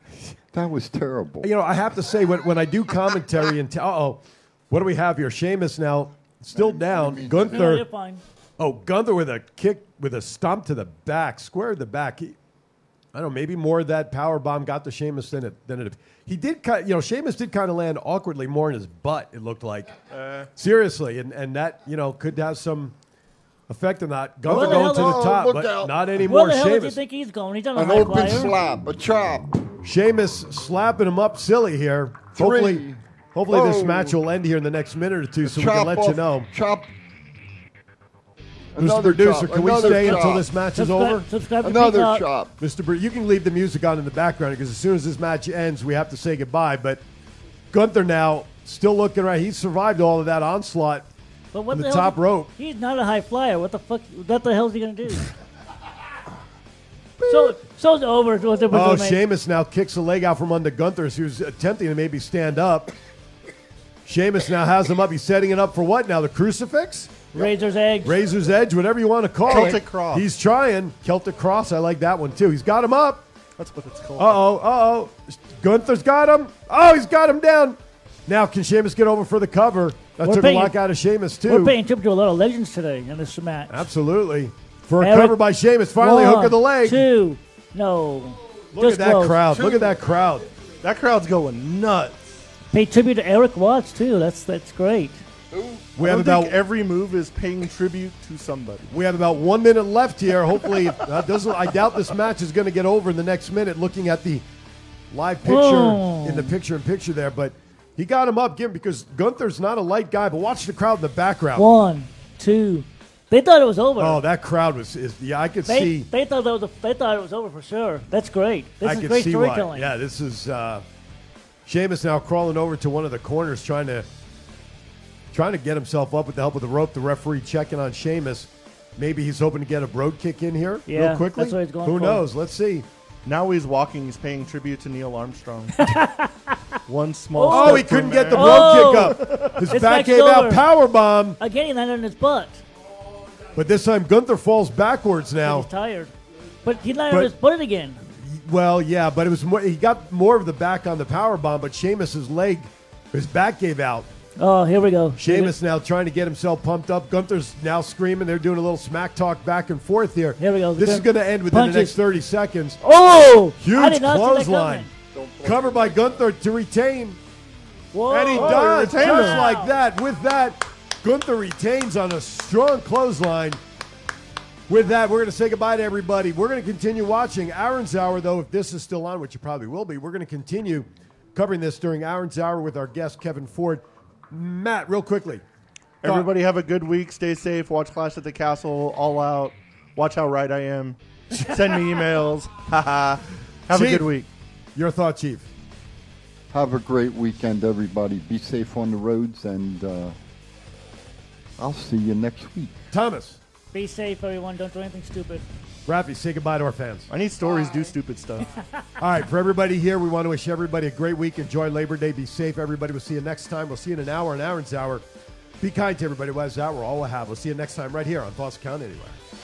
That was terrible.
You know, I have to say when, when I do commentary and t- oh, what do we have here? Sheamus now still down.
No, you're
Gunther.
fine.
Oh, Gunther with a kick with a stomp to the back, square to the back. He, I don't know. Maybe more of that power bomb got to Sheamus than it than it. He did kind. You know, Sheamus did kind of land awkwardly more in his butt. It looked like
Uh,
seriously, and and that you know could have some effect on that. Gunther
Where the
going
hell
to
is-
the
Oh,
top,
look
but
out.
not
Where
anymore.
the hell
Sheamus.
do you think he's going? He's on a
An
high
open
flyer.
slap, a chop.
Sheamus slapping him up silly here. Hopefully,
Three.
hopefully this
Oh.
match will end here in the next minute or two, so we
chop
can let you
off-
know.
Chop.
Mr.
Another
Producer,
chop,
can we
another
stay
chop.
until this match is
Subscribe-
over?
subscribe to
Another
Peacock.
chop.
Mr. Bru- you can leave the music on in the background because as soon as this match ends, we have to say goodbye. But Gunther now still looking right. He survived all of that onslaught.
But what
on the
hell
top
is-
rope.
He's not a high flyer. What the fuck? What the hell is he gonna do? so show's over. is What the
Oh,
man-
Sheamus now kicks a leg out from under Gunther as he was attempting to maybe stand up. Sheamus now has him up. He's setting it up for what now? The crucifix?
Razor's egg.
Razor's Edge, whatever you want to call it.
Celtic Cross.
He's trying. Celtic Cross, I like that one too. He's got him up.
that's what it's
Uh
called.
oh, uh oh. Gunther's got him. Oh, he's got him down. Now, can Sheamus get over for the cover? That
We're
took
paying-
a lock out of Sheamus
We're
too.
paying tribute to a lot of legends today in this match.
Absolutely. For a
Eric-
cover by Sheamus. Finally, hook of the
One,
leg.
Two. No.
Look at that crowd. Look at that crowd.
That crowd's going nuts.
Pay tribute to Eric Watts too. That's that's great.
We
I
have
don't think
about-
every move is paying tribute to somebody.
We have about one minute left here. Hopefully, that doesn't. I doubt this match is going to get over in the next minute. Looking at the live picture
Boom.
in the picture in picture there, but he got him up, give him because Gunther's not a light guy. But watch the crowd in the background.
One, two. They thought it was over.
Oh, that crowd was. Is, yeah, I could
they,
see.
they thought that was a, they thought it was over for sure. That's great. This
I
is
could
great
see why.
storytelling.
Yeah, this is. Uh, Sheamus now crawling over to one of the corners, trying to trying to get himself up with the help of the rope. The referee checking on Sheamus. Maybe he's hoping to get a broad kick in here real quickly. Who knows? Let's see.
Now he's walking. He's paying tribute to Neil Armstrong. One small.
Oh,
step
he couldn't
for
get the
man.
broad kick up. His
Oh! It's
back
next
gave out
over.
power bomb,
Again, he landed on his butt.
but this time Gunther falls backwards now.
He's tired. But he landed
But-
on his butt again.
Well, yeah, but it was more. He got more of the back on the power bomb, but Sheamus's leg, his back gave out.
Oh, here we go.
Sheamus now trying to get himself pumped up. Gunther's now screaming. They're doing a little smack talk back and forth here. Here we go. This is going to end within the
Punches.
next 30 seconds.
Oh!
Huge
I did not see that
clothesline. Cover by Gunther to retain. And he
Oh, he
does
retained
just
it.
like that. With that, Gunther retains on a strong clothesline. With that, we're going to say goodbye to everybody. We're going to continue watching Aaron's Hour, though, if this is still on, which it probably will be. We're going to continue covering this during Aaron's Hour with our guest, Kevin Ford. Matt, real quickly.
Everybody have a good week. Stay safe. Watch Clash at the Castle. All out. Watch how right I am. Send me emails. Haha. have a
Chief.
good week.
Your thought, Chief.
Have a great weekend, everybody. Be safe on the roads, and uh, I'll see you next week.
Thomas.
Be safe, everyone. Don't do anything stupid.
Rafi, say goodbye to our fans.
I need stories, do stupid stuff.
All right, for everybody here, we want to wish everybody a great week. Enjoy Labor Day. Be safe, everybody. We'll see you next time. We'll see you in an hour, an hour's hour. Be kind to everybody. Well, that's that. We're all we have. We'll see you next time right here on Thoughts Count Anywhere.